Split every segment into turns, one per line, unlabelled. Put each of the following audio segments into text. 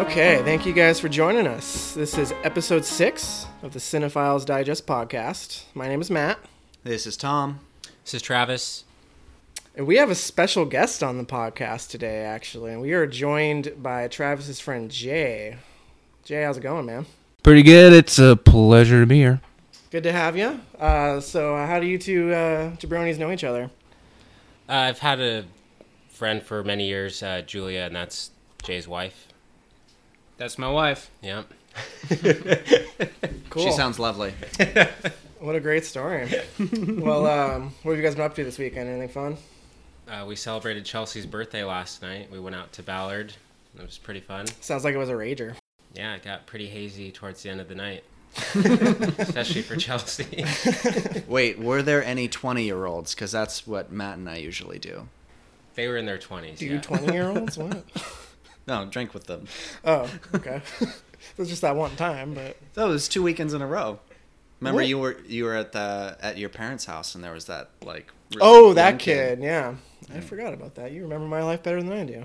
Okay, thank you guys for joining us. This is episode six of the Cinephiles Digest podcast. My name is Matt,
This is Tom.
This is Travis.
and we have a special guest on the podcast today, actually. And we are joined by Travis's friend Jay. Jay, how's it going, man?
Pretty good. It's a pleasure to be here.
Good to have you. Uh, so, uh, how do you two uh, jabronis know each other?
Uh, I've had a friend for many years, uh, Julia, and that's Jay's wife.
That's my wife.
Yep.
Cool.
She sounds lovely.
what a great story. well, um, what have you guys been up to this weekend? Anything fun?
Uh, we celebrated Chelsea's birthday last night. We went out to Ballard. It was pretty fun.
Sounds like it was a rager.
Yeah, it got pretty hazy towards the end of the night, especially for Chelsea.
Wait, were there any 20 year olds? Because that's what Matt and I usually do.
they were in their 20s.
Do
yeah.
you 20 year olds? What?
No, drink with them.
Oh, okay. it was just that one time, but.
That was two weekends in a row. Remember
What?
you were you were at the at your parents' house and there was that like really
Oh, that
young
kid. Yeah. I forgot about that. You remember my life better than I do.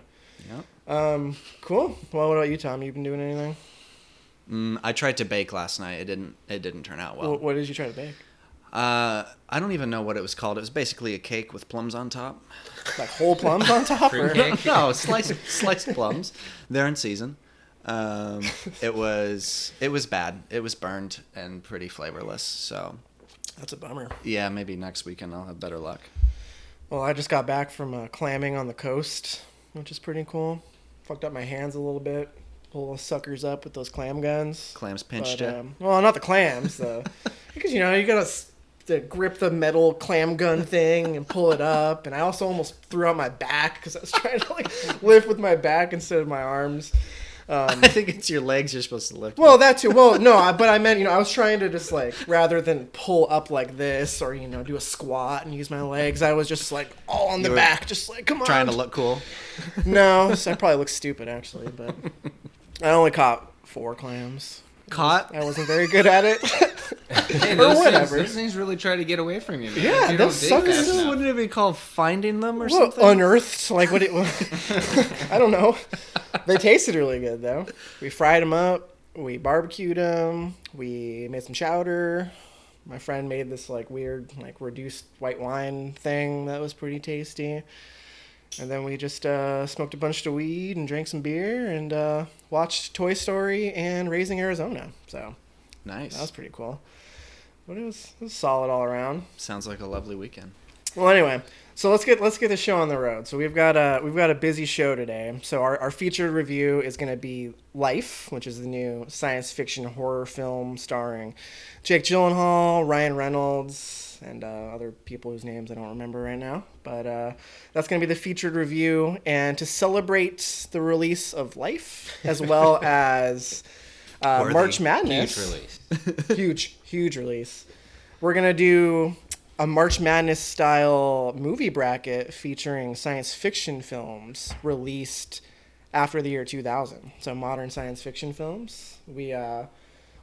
Yep.
Um, cool. Well, what about you, Tom? You been doing anything?
Mm, I tried to bake last night. It didn't it didn't turn out
Well,
well.
what did you try to bake?
Uh, I don't even know what it was called. It was basically a cake with plums on top.
Like whole plums on top? Or?
Fruit cake?
no, sliced sliced plums. They're in season. Um, it was it was bad. It was burned and pretty flavorless. So
That's a bummer.
yeah, maybe next weekend I'll have better luck.
Well, I just got back from uh, clamming on the coast, which is pretty cool. Fucked up my hands a little bit. Pull those suckers up with those clam guns.
Clams pinched
But,
it.
um, well, not the clams, though. because, you know, you gotta s- to grip the metal clam gun thing and pull it up. And I also almost threw out my back because I was trying to, like, lift with my back instead of my arms. Um,
I think it's your legs you're supposed to lift.
well, that too. Well, no, I, but I meant, you know, I was trying to just like, rather than pull up like this or, you know, do a squat and use my legs, I was just like all on the
You were
back, just like, come on.
trying to look cool.
No, so I probably look stupid actually, but I only caught four clams.
Caught.
I wasn't very good at it.
Hey,
Or
those things,
whatever.
those things really try to get away from you, man.
Yeah,
If you
those
don't
suckers
dig fast
don't
enough.
Wouldn't it be called finding them or
well, uh,
something?
unearthed, like what it was. I don't know. They tasted really good though. We fried them up. We barbecued them. We made some chowder. My friend made this like weird, like reduced white wine thing that was pretty tasty. And then we just uh, smoked a bunch of weed and drank some beer and uh, watched Toy Story and Raising Arizona. So That was
nice.
pretty cool. But it was, it was solid all around.
Sounds like a lovely weekend.
Well, anyway, so let's get let's get the show on the road. So we've got a we've got a busy show today. So our our featured review is going to be Life, which is the new science fiction horror film starring Jake Gyllenhaal, Ryan Reynolds, and uh, other people whose names I don't remember right now. But uh, that's going to be the featured review, and to celebrate the release of Life, as well as uh,
Worthy.
March
Huge
Madness
release.
huge, huge release. We're gonna do a March Madness style movie bracket featuring science fiction films released after the year 2000. So modern science fiction films. We uh,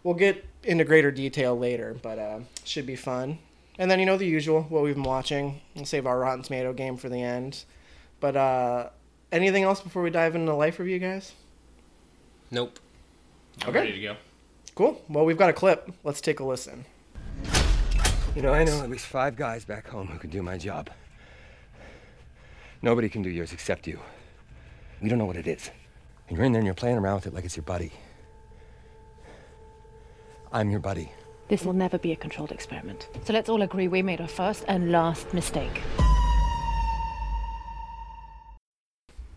we'll get into greater detail later, but uh, should be fun. And then you know the usual, what we've been watching. We'll save our Rotten Tomato game for the end. But uh, anything else before we dive into life review, guys?
Nope.
I'm
Okay.
ready to go.
Cool. Well, we've got a clip. Let's take a listen.
You know, I know at least five guys back home who can do my job. Nobody can do yours except you. You don't know what it is. And you're in there and you're playing around with it like it's your buddy. I'm your buddy.
This will never be a controlled experiment. So let's all agree we made our first and last mistake.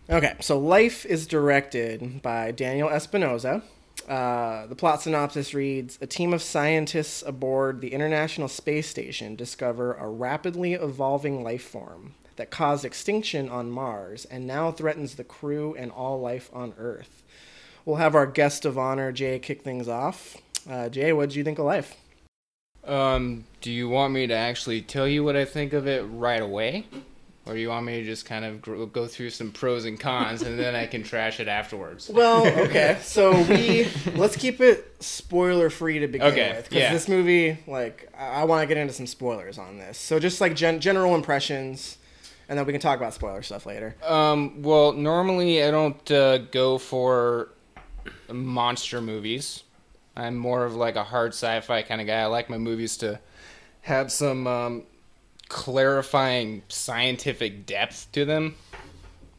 Okay, so Life is directed by Daniel Espinosa. Uh, the plot synopsis reads A team of scientists aboard the International Space Station discover a rapidly evolving life form that caused extinction on Mars and now threatens the crew and all life on Earth. We'll have our guest of honor, Jay, kick things off. Uh, Jay, what did you think of Life?
Um, do you want me to actually tell you what I think of it right away? Or do you want me to just kind of gr- go through some pros and cons and then I can trash it afterwards?
Well, okay. So we let's keep it spoiler free to begin
Okay,
with because
yeah.
this movie, like, I, I want to get into some spoilers on this. So just like gen- general impressions, and then we can talk about spoiler stuff later.
Um, well, normally I don't uh, go for monster movies. I'm more of like a hard sci-fi kind of guy. I like my movies to have some um, clarifying scientific depth to them,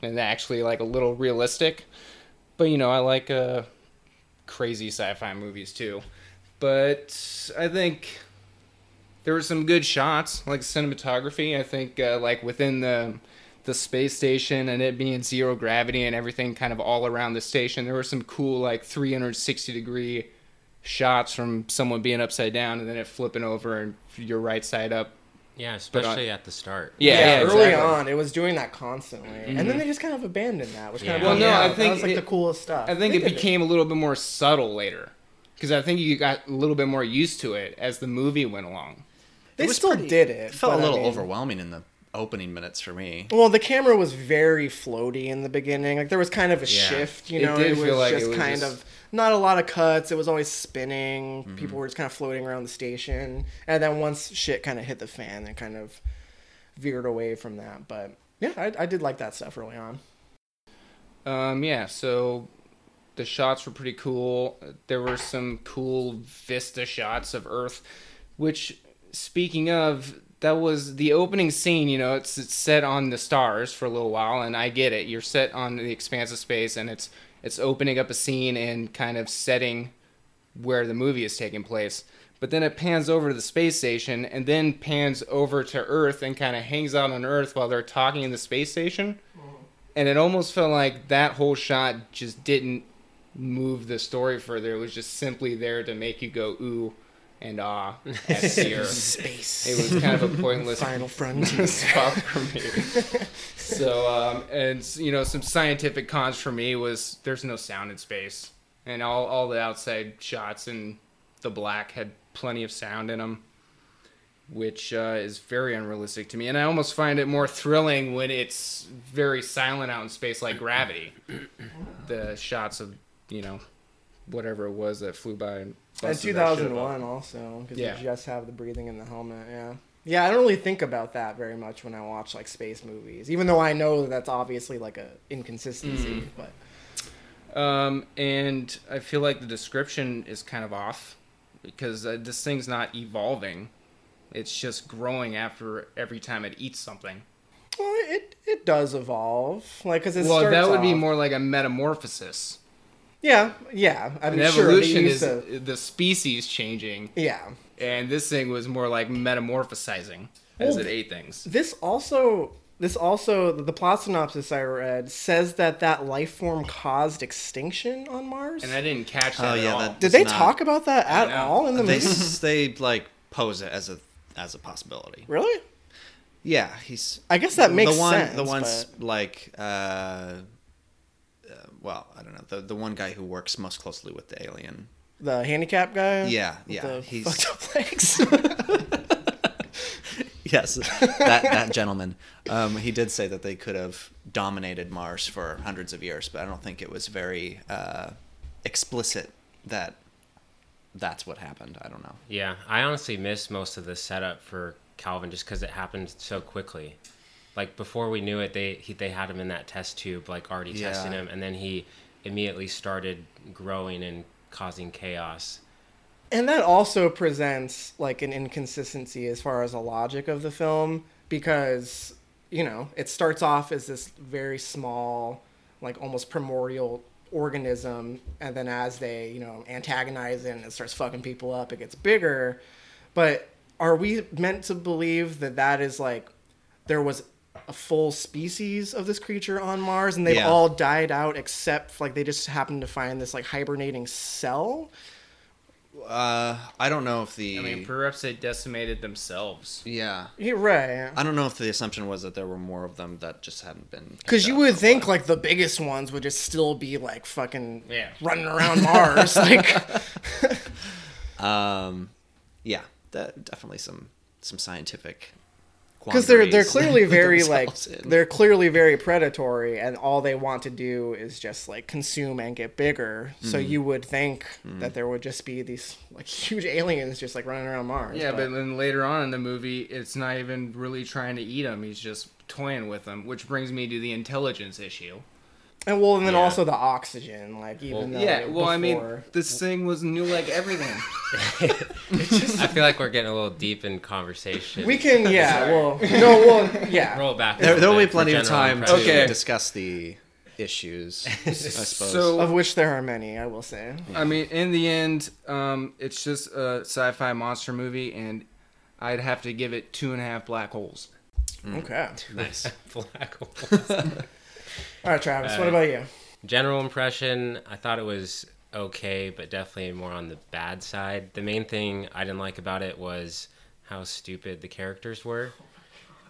and actually like a little realistic. But you know, I like uh, crazy sci-fi movies too. But I think there were some good shots, like cinematography. I think uh, like within the the space station and it being zero gravity and everything kind of all around the station, there were some cool like 360 degree shots from someone being upside down and then it flipping over and your right side up.
Yeah, especially at the start.
Yeah, early
exactly.
on, it was doing that constantly, and then they just kind of abandoned that, which kind of
Yeah.
bummed
Well,
me
no, I
out. that
think
was like
it-
the coolest stuff.
I think
They
it
did
became a little bit more subtle later because I think you got a little bit more used to it as the movie went along.
They
It was
still
pretty-
did it.
It felt a
but I
little
mean-
overwhelming in the opening minutes for me.
Well, the camera was very floaty in the beginning. Like there was kind of a shift, you
It
know.
did
It, was
feel like it
just
was
kind
just- Mm-hmm.
of not a lot of cuts. It was always spinning. People were just kind of floating around the station, and then once shit kind of hit the fan, they kind of veered away from that. But yeah, I, I did like that stuff early on.
Um, yeah, so the shots were pretty cool. There were some cool vista shots of Earth, which, speaking of, that was the opening scene. You know, it's, it's set on the stars for a little while, and I get it. You're set on the expanse of space, and it's it's opening up a scene and kind of setting where the movie is taking place. But then it pans over to the space station and then pans over to Earth and kind of hangs out on Earth while they're talking in the space station. And it almost felt like that whole shot just didn't move the story further. It was just simply there to make you go ooh and ah at the Earth.
Space.
It was kind of a pointless
Final frontier.
spot for me. so, um, and you know, some scientific cons for me was there's no sound in space, and all all the outside shots and the black had plenty of sound in them, which uh, is very unrealistic to me. And I almost find it more thrilling when it's very silent out in space, like Gravity. the shots of you know whatever it was that flew by. And
And
busted that shit up.
2001 also because
Yeah.
you just have the breathing in the helmet. Yeah. Yeah, I don't really think about that very much when I watch like space movies, even though I know that that's obviously like a inconsistency.
Mm.
But
Um, and I feel like the description is kind of off because uh, this thing's not evolving; it's just growing after every time it eats something.
well, it it does evolve, like because it
well,
starts.
that would be
off-
more like a metamorphosis.
Yeah, yeah. I mean,
An
sure, they
evolution
use
is
the-
the species changing,
yeah.
and this thing was more like metamorphosizing as
Well,
it ate things.
This also, this also, the plot synopsis I read says that that life form caused extinction on Mars.
And I didn't catch that
Oh,
at
yeah,
all.
that-
Did they
It's not-
talk about that at
know.
all in the
They
movie?
s- they like pose it as a as a possibility.
Really?
Yeah, he's.
I guess that makes
the one,
sense.
The one's
but-
like, uh, uh, well, I don't know. The the one guy who works most closely with the alien.
The handicap guy?
Yeah,
With
yeah,
The
he's-
fucked up legs.
Yes, that that gentleman. Um, he did say that they could have dominated Mars for hundreds of years, but I don't think it was very uh, explicit that that's what happened. I don't know.
Yeah, I honestly missed most of the setup for Calvin just because it happened so quickly. Like before we knew it, they he, they had him in that test tube, like already
Yeah.
testing him, and then he immediately started growing and causing chaos.
and that also presents like an inconsistency as far as the logic of the film because, you know, it starts off as this very small, like almost primordial organism and then as they, you know, antagonize it and it starts fucking people up, it gets bigger. But are we meant to believe that that is like there was a full species of this creature on Mars and they've
Yeah.
all died out except like they just happened to find this like hibernating cell?
Uh, I don't know if the
I mean, perhaps they decimated themselves.
yeah.
Yeah, right.
I don't know if the assumption was that there were more of them that just hadn't been. picked
Because you
up.
would think like the biggest ones would just still be like fucking
Yeah.
running around Mars. like,
Um, yeah, that, definitely some some scientific.
because they're they're
quandaries
clearly
they put
very like
themselves in.
they're clearly very predatory, and all they want to do is just like consume and get bigger. So
Mm-hmm.
you would think that there would just be these like huge aliens just like running around Mars.
Yeah, but then later on in the movie, it's not even really trying to eat him. He's just toying with him, which brings me to the intelligence issue.
And well, and then
Yeah.
also the oxygen, like even though
yeah, well, I mean,
before-
this thing was new like everything.
I feel like we're getting a little deep in conversation.
we can yeah, well, no, well, yeah.
roll back. a
There,
little
there'll be
bit for
plenty of
general
time to
impression.
Okay.
discuss the issues, I suppose.
So-
Of which there are many, I will say.
I mean, in the end, um, it's just a sci-fi monster movie, and I'd have to give it two and a half black holes. Mm-hmm.
Okay.
Nice. Black hole.
All right, Travis. what about you?
General impression, I thought it was okay, but definitely more on the bad side. The main thing I didn't like about it was how stupid the characters were.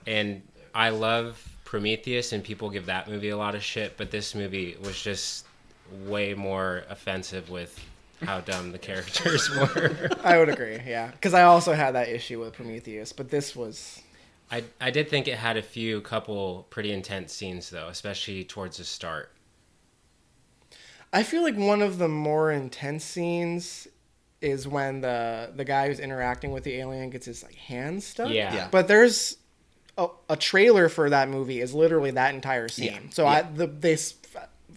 And I love Prometheus, and people give that movie a lot of shit, but this movie was just way more offensive with how dumb the characters were.
I would agree. Yeah, because I also had that issue with Prometheus, but this was
I, I did think it had a few couple pretty intense scenes, though, especially towards the start.
I feel like one of the more intense scenes is when the the guy who's interacting with the alien gets his like hand stuck.
Yeah.
Yeah.
But there's a, a trailer for that movie is literally that entire scene.
Yeah.
So I the they s-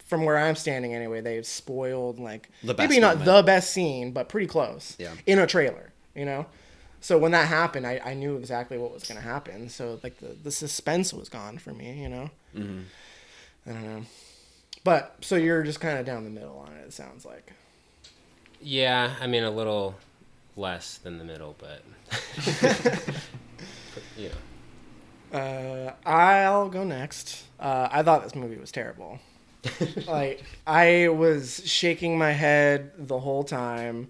from where I'm standing anyway, they've spoiled like
The best
maybe not
moment.
the best scene, but pretty close.
Yeah.
In a trailer, you know. So when that happened, I, I knew exactly what was going to happen. So like the, the suspense was gone for me, you know.
Mm-hmm.
I don't know. But so you're just kind of down the middle on it. It sounds like.
Yeah, I mean a little less than the middle, but you know.
Uh, I'll go next. Uh, I thought this movie was terrible. like I was shaking my head the whole time.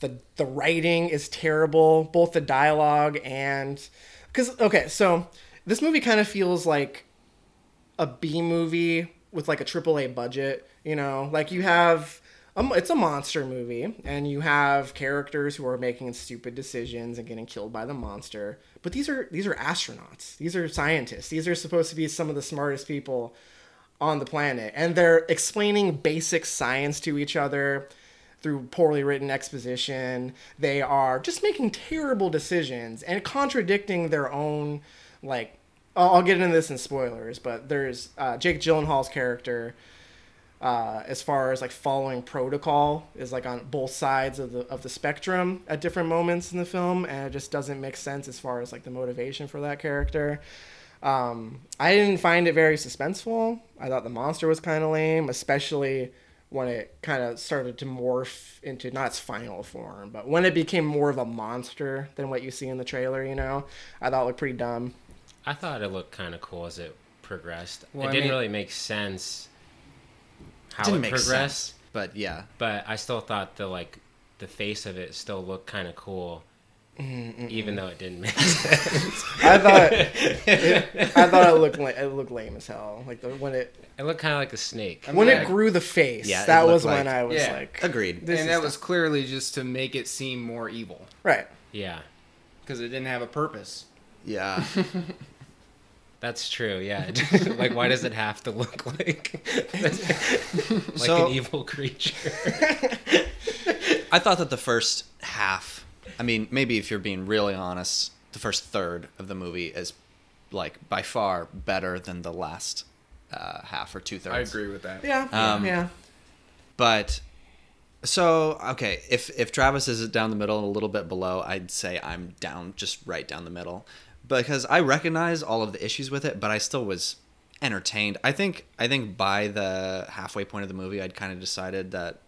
The the writing is terrible, both the dialogue and cuz okay, so this movie kind of feels like a B movie with like a triple A budget, you know? Like you have um, it's a monster movie and you have characters who are making stupid decisions and getting killed by the monster. But these are these are astronauts. These are scientists. These are supposed to be some of the smartest people on the planet and they're explaining basic science to each other through poorly written exposition they are just making terrible decisions and contradicting their own like i'll I'll get into this in spoilers but there's uh, jake gyllenhaal's character uh, as far as like following protocol is like on both sides of the of the spectrum at different moments in the film and it just doesn't make sense as far as like the motivation for that character um, I didn't find it very suspenseful. I thought the monster was kind of lame, especially when it kind of started to morph into not its final form, but when it became more of a monster than what you see in the trailer, you know, I thought it looked pretty dumb.
I thought it looked kind of cool as it progressed.
Well,
it
I
didn't
mean-
really make sense how
didn't
it
make
progressed,
sense, but yeah,
but I still thought the like the face of it still looked kind of cool. Even though it didn't make sense.
I thought it, I thought it looked la- it looked lame as hell. Like the, when it
It looked kind of like a snake.
when
Yeah.
it grew the face,
Yeah, it
that was
looked
when
like-
I was
Yeah.
like
agreed.
This
and
is
that was clearly just to make it seem more evil
right.
Yeah.
because it didn't have a purpose.
yeah,
That's true. Yeah. like why does it have to look like like
So-
an evil creature?
I thought that the first half, I mean, maybe if you're being really honest, the first third of the movie is like by far better than the last uh, half or two thirds.
with that.
Yeah,
Um,
yeah.
but so okay if if travis is down the middle and a little bit below i'd say i'm down just right down the middle because i recognize all of the issues with it but i still was entertained i think i think by the halfway point of the movie i'd kind of decided that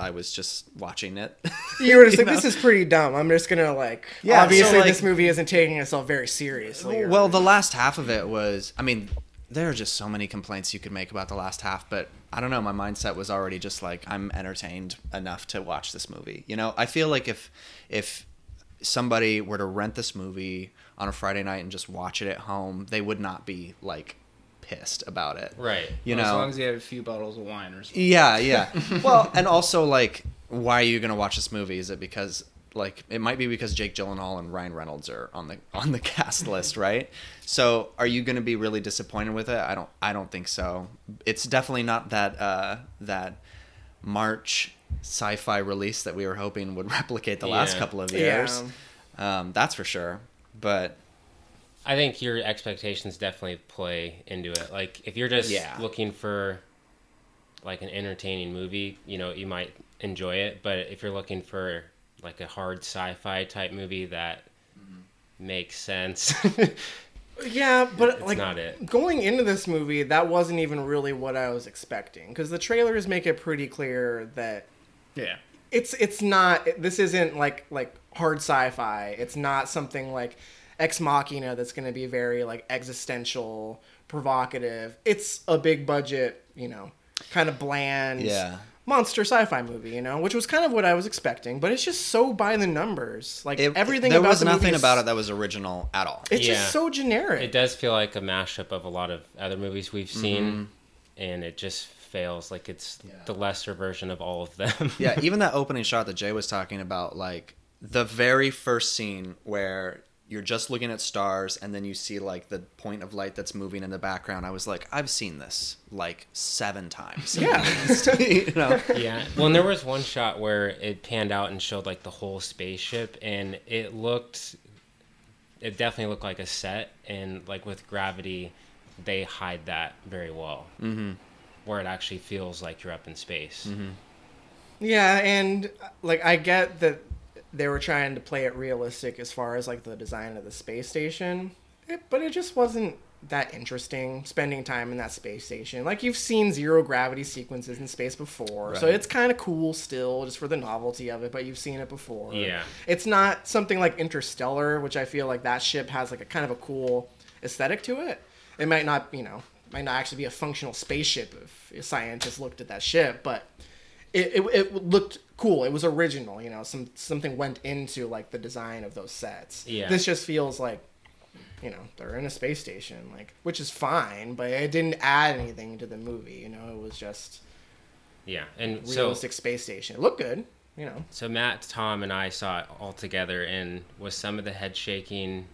i was just watching it
You were just like, this is pretty dumb. I'm just gonna like.
Yeah, so,
obviously, this
like-
movie isn't taking itself very seriously. or-
well the last half of it was i mean there are just so many complaints you could make about the last half but i don't know my mindset was already just like i'm entertained enough to watch this movie you know i feel like if if somebody were to rent this movie on a friday night and just watch it at home they would not be like pissed about it
Right.
you
as
know
long as you have a few bottles of wine or something.
yeah, yeah. well, and also like, why are you gonna watch this movie? Is it because like it might be because Jake Gyllenhaal and Ryan Reynolds are on the on the cast list, right? So are you gonna be really disappointed with it? I don't. I don't think so. It's definitely not that uh, that March sci-fi release that we were hoping would replicate the last
Yeah.
couple of
Yeah.
years. Um, that's for sure. But
I think your expectations definitely play into it. Like if you're just
Yeah.
looking for like an entertaining movie, you know, you might enjoy it. But if you're looking for like a hard sci-fi type movie that makes sense,
Yeah, but
It's
like
not it.
going into this movie, that wasn't even really what I was expecting because the trailers make it pretty clear that
Yeah.
it's it's not this isn't like like hard sci-fi. It's not something like Ex Machina that's going to be very like existential, provocative. It's a big budget, you know, kind of bland
Yeah.
monster sci-fi movie, you know, which was kind of what I was expecting, but it's just so by the numbers. Like
It-
everything
There
about
was
the
nothing
movie is-
about it that was original at all.
It's
Yeah.
just so generic.
it does feel like a mashup of a lot of other movies we've seen, and it just fails. Like it's the lesser version of all of them.
yeah, even that opening shot that Jay was talking about, like the very first scene where you're just looking at stars and then you see like the point of light that's moving in the background. I was like, I've seen this like seven times. Yeah. you know?
yeah. Well, and there was one shot where it panned out and showed like the whole spaceship, and it looked, it definitely looked like a set, and like with gravity, they hide that very well, mm-hmm. where it actually feels like you're up in space.
Yeah, and like I get that they were trying to play it realistic as far as like the design of the space station, it, but it just wasn't that interesting spending time in that space station. Like you've seen zero gravity sequences in space before, so
Right.
it's kind of cool still just for the novelty of it, but you've seen it before.
Yeah.
It's not something like Interstellar, which I feel like that ship has like a kind of a cool aesthetic to it. It might not, you know, might not actually be a functional spaceship if scientists looked at that ship, but it, it, it looked cool. It was original, you know. Some something went into like the design of those sets.
Yeah.
This just feels like, you know, they're in a space station, like which is fine, but it didn't add anything to the movie. You know, it was just
Yeah. And so
realistic space station. It looked good, you know.
So Matt, Tom, and I saw it all together, and was some of the head shaking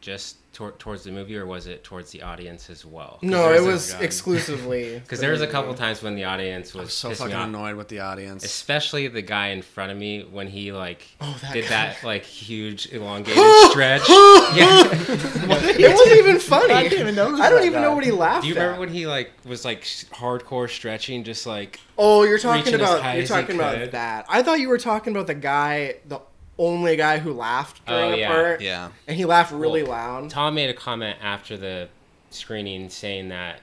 just tor- towards the movie, or was it towards the audience as well?
No, it was exclusively
Because there was a couple times when the audience was
So
pissed me
fucking
off.
annoyed with the audience.
especially the guy in front of me when he like
Oh,
that
did
guy.
that like huge elongated stretch. yeah.
It wasn't even funny. I didn't even know. I don't even know what he laughed.
Do you remember
at.
when he like was like s- hardcore stretching, just like
Oh, you're talking
reaching as
about
high
you're
as he
talking about
could?
that. I thought you were talking about the guy, the only guy who laughed during
Oh,
the
yeah.
part.
Yeah.
and he laughed really
Well,
loud.
Tom made a comment after the screening saying that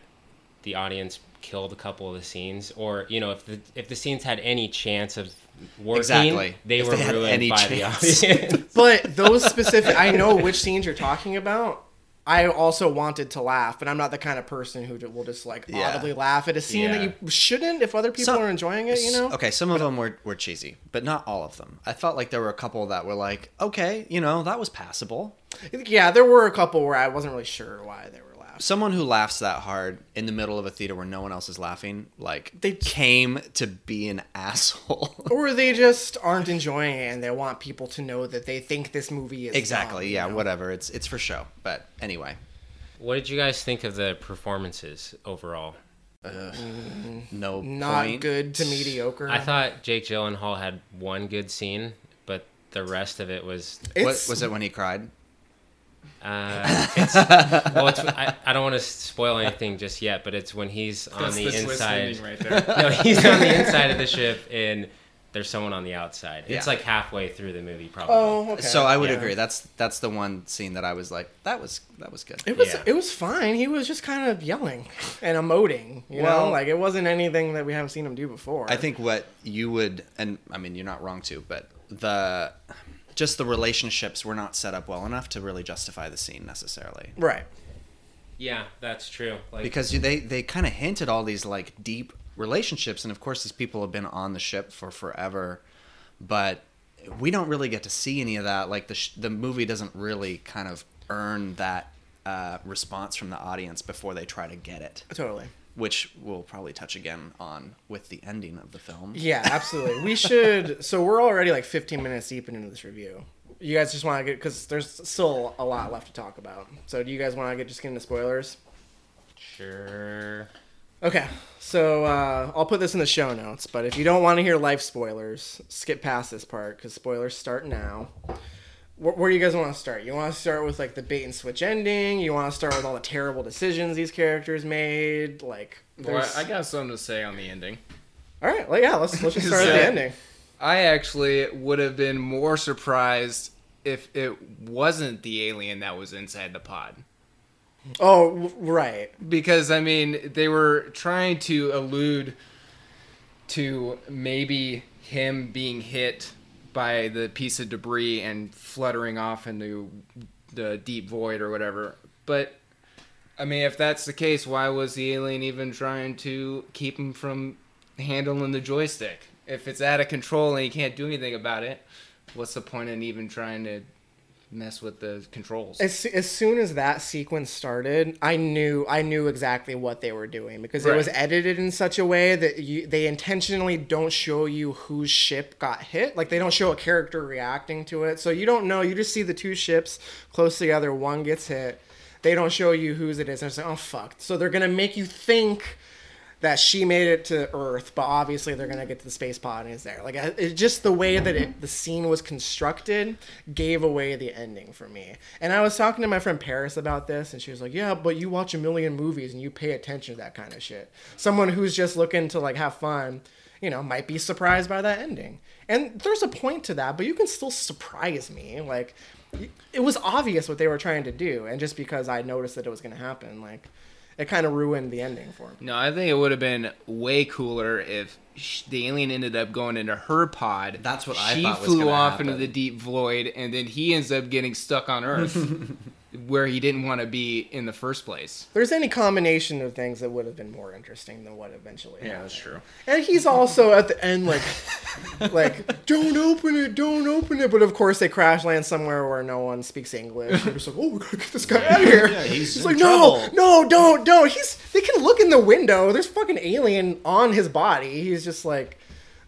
the audience killed a couple of the scenes, or you know, if the if the scenes had any chance of working,
Exactly.
they
If
were
they had
ruined
any
by
chance.
the audience.
But those specific, I know which scenes you're talking about. I also wanted to laugh, but I'm not the kind of person who will just like
Yeah.
audibly laugh at a scene
Yeah.
that you shouldn't if other people
Some-
are enjoying it. You know?
Okay, some of them were, were cheesy, but not all of them. I felt like there were a couple that were like, okay, you know, that was passable.
Yeah, there were a couple where I wasn't really sure why they were laughing.
someone who laughs that hard in the middle of a theater where no one else is laughing, like
They-
they came to be an asshole.
Or they just aren't enjoying it, and they want people to know that they think this movie is
exactly.
dumb,
yeah.
Oh, you know?
Whatever. It's it's for show. But anyway,
what did you guys think of the performances overall?
no
Not
point.
good to mediocre.
I thought Jake Gyllenhaal had one good scene, but the rest of it was
it's,
What was it when he cried?
Uh, it's, well, it's, I, I don't want to spoil anything just yet, but it's when he's on the inside.
right there.
No, he's on the inside of the ship, and there's someone on the outside. It's
Yeah.
like halfway through the movie, probably.
Oh, okay.
So I would
Yeah.
agree. That's that's the one scene that I was like, that was that was good.
It was
Yeah.
it was fine. He was just kind of yelling and emoting. You
Well-
know, like it wasn't anything that we haven't seen him do before.
I think what you would, and I mean, you're not wrong too, but the just the relationships were not set up well enough to really justify the scene necessarily.
right.
Yeah, that's true. Like,
because you- they they kind of hinted all these like deep relationships and of course these people have been on the ship for forever but we don't really get to see any of that like the sh- the movie doesn't really kind of earn that uh, response from the audience before they try to get it
Totally.
which we'll probably touch again on with the ending of the film
Yeah, absolutely. we should. So we're already like 15 minutes deep into this review. You guys just want to get because there's still a lot left to talk about. So do you guys want to get just get into spoilers?
sure.
Okay, so uh, I'll put this in the show notes, but if you don't want to hear life spoilers, skip past this part because spoilers start now. wh- where you guys want to start? You want to start with like the bait and switch ending? You want to start with all the terrible decisions these characters made? Like,
Well,
there's...
I, I got something to say on the ending.
all right, well, yeah, let's let's just start
So-
with the ending.
I actually would have been more surprised if it wasn't the alien that was inside the pod.
Oh, w- right.
Because, I mean, they were trying to allude to maybe him being hit by the piece of debris and fluttering off into the deep void or whatever. But, I mean, if that's the case, why was the alien even trying to keep him from handling the joystick? If it's out of control and he can't do anything about it, what's the point in even trying to mess with the controls?
As, soo- as soon as that sequence started, I knew I knew exactly what they were doing because it
Right.
was edited in such a way that you, they intentionally don't show you whose ship got hit. Like they don't show a character reacting to it, so you don't know. You just see the two ships close together. One gets hit. They don't show you whose it is. And it's like, oh fuck. So they're gonna make you think that she made it to Earth, but obviously they're gonna get to the space pod and it's there. Like I- it's just the way that it, the scene was constructed gave away the ending for me. And I was talking to my friend Paris about this, and she was like, "Yeah, but you watch a million movies and you pay attention to that kind of shit. Someone who's just looking to like have fun." You know, might be surprised by that ending, and there's a point to that, but you can still surprise me. Like, it was obvious what they were trying to do, and just because I noticed that it was going to happen, like, it kind of ruined the ending for me.
No, I think it would have been way cooler if sh- the alien ended up going into her pod.
That's what I
she
thought was
flew
gonna
off
happen.
into the deep void, and then he ends up getting stuck on Earth, where he didn't want to be in the first place.
there's any combination of things that would have been more interesting than what eventually happened.
true.
And he's also at the end like like don't open it, don't open it. But of course they crash land somewhere where no one speaks English. They're just like, oh we gotta get this guy out of here.
he's in
like,
trouble.
no, no, don't, don't. He's they can look in the window. There's fucking alien on his body. He's just like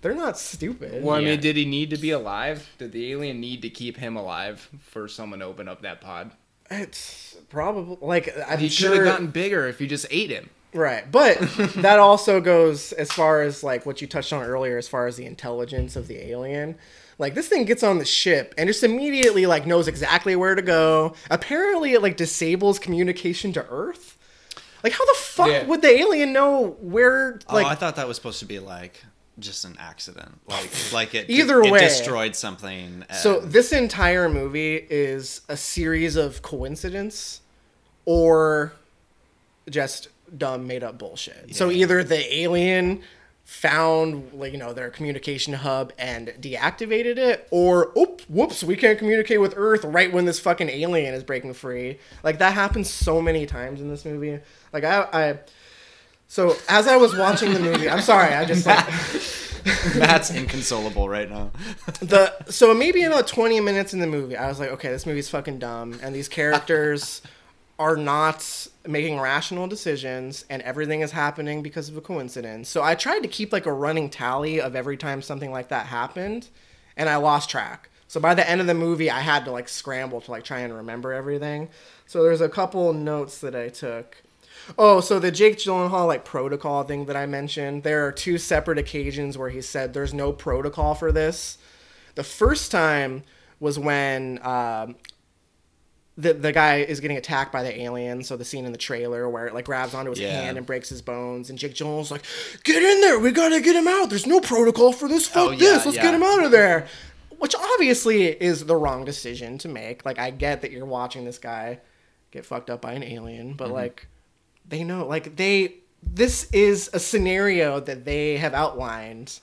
they're not stupid.
Well, I
Yeah.
mean, did he need to be alive? Did the alien need to keep him alive for someone to open up that pod?
It's probably like I'm
He should
sure-
have gotten bigger if you just ate him.
Right, but that also goes as far as like what you touched on earlier, as far as the intelligence of the alien. Like this thing gets on the ship and just immediately like knows exactly where to go. Apparently, it like disables communication to Earth. Like, how the fuck
Yeah.
would the alien know where? Like,
oh, I thought that was supposed to be like just an accident, like like it
Either
it
way.
destroyed something. And
So this entire movie is a series of coincidence or just dumb made up bullshit. So either the alien found like you know their communication hub and deactivated it or oop whoops we can't communicate with earth right when this fucking alien is breaking free like that happens so many times in this movie like i i so as i was watching the movie i'm sorry i just like
Matt's inconsolable right now.
the so maybe about 20 minutes in the movie i was like okay this movie's fucking dumb and these characters are not making rational decisions and everything is happening because of a coincidence so i tried to keep like a running tally of every time something like that happened and i lost track so by the end of the movie i had to like scramble to like try and remember everything so there's a couple notes that i took Oh, so the Jake Gyllenhaal like protocol thing that I mentioned. There are two separate occasions where he said there's no protocol for this. The first time was when um, the the guy is getting attacked by the alien. So the scene in the trailer where it like grabs onto his
Yeah.
hand and breaks his bones, and Jake Gyllenhaal's like, "Get in there! We gotta get him out. There's no protocol for this. Fuck
Oh, yeah,
this. Let's
yeah.
get him out of there." Which obviously is the wrong decision to make. Like I get that you're watching this guy get fucked up by an alien,
Mm-hmm.
but like they know like they this is a scenario that they have outlined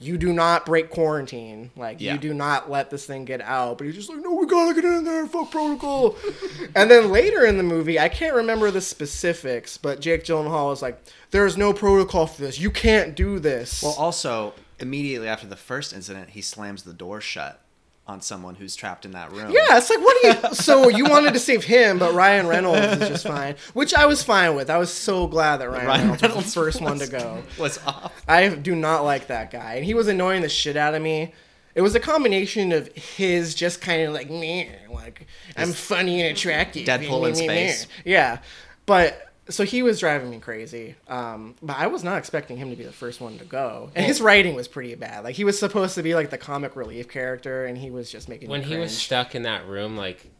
you do not break quarantine like
Yeah.
you do not let this thing get out but he's just like no we gotta get in there fuck protocol and then later in the movie i can't remember the specifics but jake gyllenhaal was like there's no protocol for this you can't do this
Well, also immediately after the first incident, he slams the door shut on someone who's trapped in that room.
Yeah, it's like what do you? So you wanted to save him, but Ryan Reynolds is just fine, which I was fine with. I was so glad that Ryan,
Ryan
Reynolds, was
Reynolds
the first one to go.
was off.
I do not like that guy, and he was annoying the shit out of me. It was a combination of his just kind of like, meh, like I'm funny and attractive.
Deadpool in
meh, meh, meh."
space.
Yeah, but so he was driving me crazy. Um, but I was not expecting him to be the first one to go. And his writing was pretty bad. Like he was supposed to be like the comic relief character, and he was just making
when
me
he was
cringe.
stuck in that room like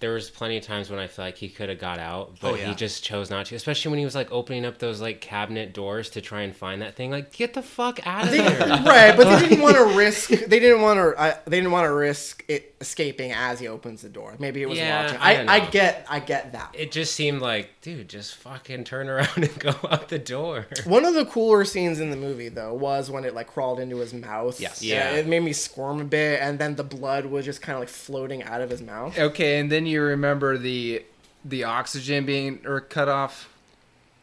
there was plenty of times when i feel like he could have got out but
Oh, yeah.
he just chose not to especially when he was like opening up those like cabinet doors to try and find that thing like get the fuck out of there
right, but they didn't want to risk. They didn't want to. Uh, they didn't want to risk it escaping as he opens the door. Maybe it was
Yeah,
watching.
I don't
I, I
know.
get. I get that.
it just seemed like dude just fucking turn around and go out the door
One of the cooler scenes in the movie, though, was when it like crawled into his mouth.
Yes.
Yeah.
It made me squirm a bit, and then the blood was just kind of like floating out of his mouth.
Okay, and then you remember the the oxygen being or cut off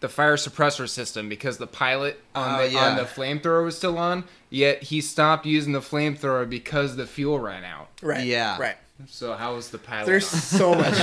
the fire suppressor system because the pilot on
Oh,
the
yeah.
on the flamethrower was still on, yet he stopped using the flamethrower because the fuel ran out.
Right.
Yeah.
Right.
So how was the pilot?
There's
on?
so much.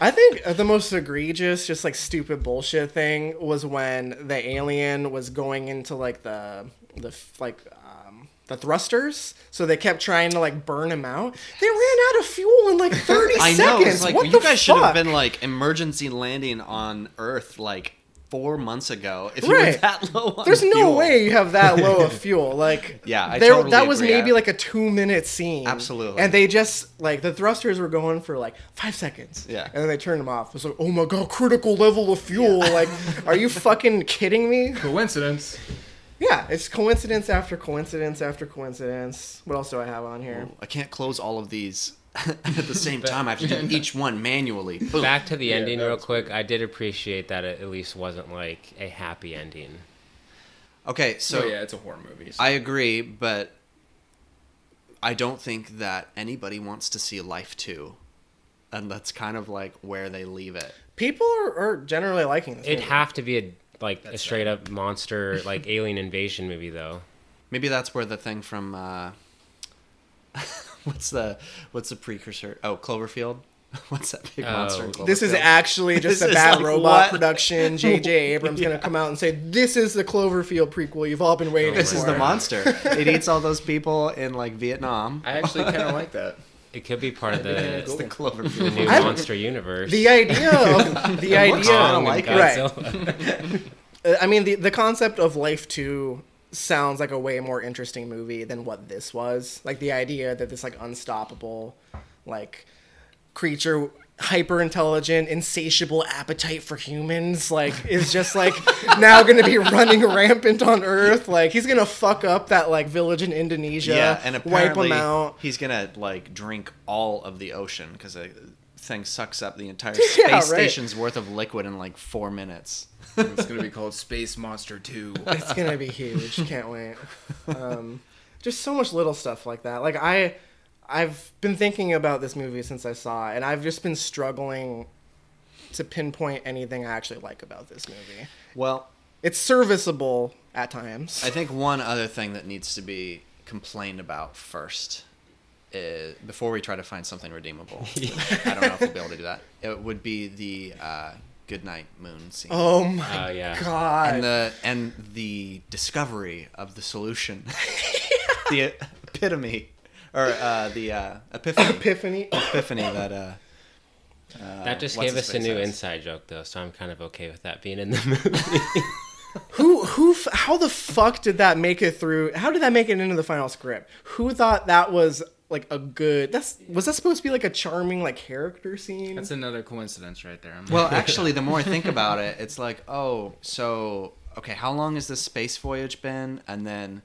I think the most egregious, just like stupid bullshit thing, was when the alien was going into like the the f- like um, the thrusters. So they kept trying to like burn him out. They ran out of fuel in like 30
I know.
seconds.
It's like
what
you
the
guys should
fuck?
have been like emergency landing on Earth like four months ago. If you were
Right.
that low on
There's no
fuel.
way you have that low of fuel. Like
Yeah, I
there,
totally
that was
agree.
maybe like a two minute scene.
Absolutely.
And they just like the thrusters were going for like five seconds.
Yeah.
And then they turned them off. It was like, oh my god, critical level of fuel. Like, are you fucking kidding me?
coincidence.
Yeah, it's coincidence after coincidence after coincidence. What else do I have on here?
I can't close all of these at the same time. I have to do each one manually. Boom.
back to the ending
that
real
was
quick i did appreciate that it at least wasn't like a happy ending
Okay, so
oh yeah, it's a horror movie. so-
I agree, but I don't think that anybody wants to see Life 2. And that's kind of like where they leave it.
People are, are generally liking this.
it'd
movie.
have to be a like a straight up monster like alien invasion movie though
Maybe that's where the thing from uh what's the what's the precursor? Oh, Cloverfield. What's that big monster? in
Oh.
This is
Cloverfield?
actually just a
This is
bad
like,
robot
what?
production. J.J. Abrams gonna come out and say, "This is the Cloverfield prequel you've all been waiting
this
for."
is the monster. It eats all those people in like Vietnam.
I actually kind of like that.
it could be part of the,
It's the
the
Cloverfield.
new
I'm-
monster universe
The idea of the idea,
I don't
Kong and
like it.
right?
Godzilla.
Uh, I mean, the the concept of Life Two sounds like a way more interesting movie than what this was. Like the idea that this like unstoppable, like creature, hyper intelligent, insatiable appetite for humans, like is just like now going to be running rampant on Earth. Like he's gonna fuck up that like village in Indonesia,
yeah, and
wipe
apparently
them out.
he's gonna like drink all of the ocean because the thing sucks up the entire space
Yeah, right.
station's worth of liquid in like four minutes.
It's gonna be called Space Monster Two.
it's gonna be huge. Can't wait. Um, just so much little stuff like that. Like I, I've been thinking about this movie since I saw it, and I've just been struggling to pinpoint anything I actually like about this movie.
Well,
It's serviceable at times.
I think one other thing that needs to be complained about first, uh, before we try to find something redeemable, I don't know if we'll be able to do that. It would be the uh, goodnight moon scene.
oh my
Oh yeah.
god!
and the and the discovery of the solution, the epitome, or uh, the uh, epiphany,
Epiphany.
epiphany that. Uh,
That just
what's
gave
his
us a
face
new
says.
inside joke though, so I'm kind of okay with that being in the movie.
Who who? f- How the fuck did that make it through? How did that make it into the final script? Who thought that was? Like a good. That's was that supposed to be like a charming like character scene?
That's another coincidence right there. I'm
Well, actually, the more I think about it, it's like, oh, so okay, how long has this space voyage been? And then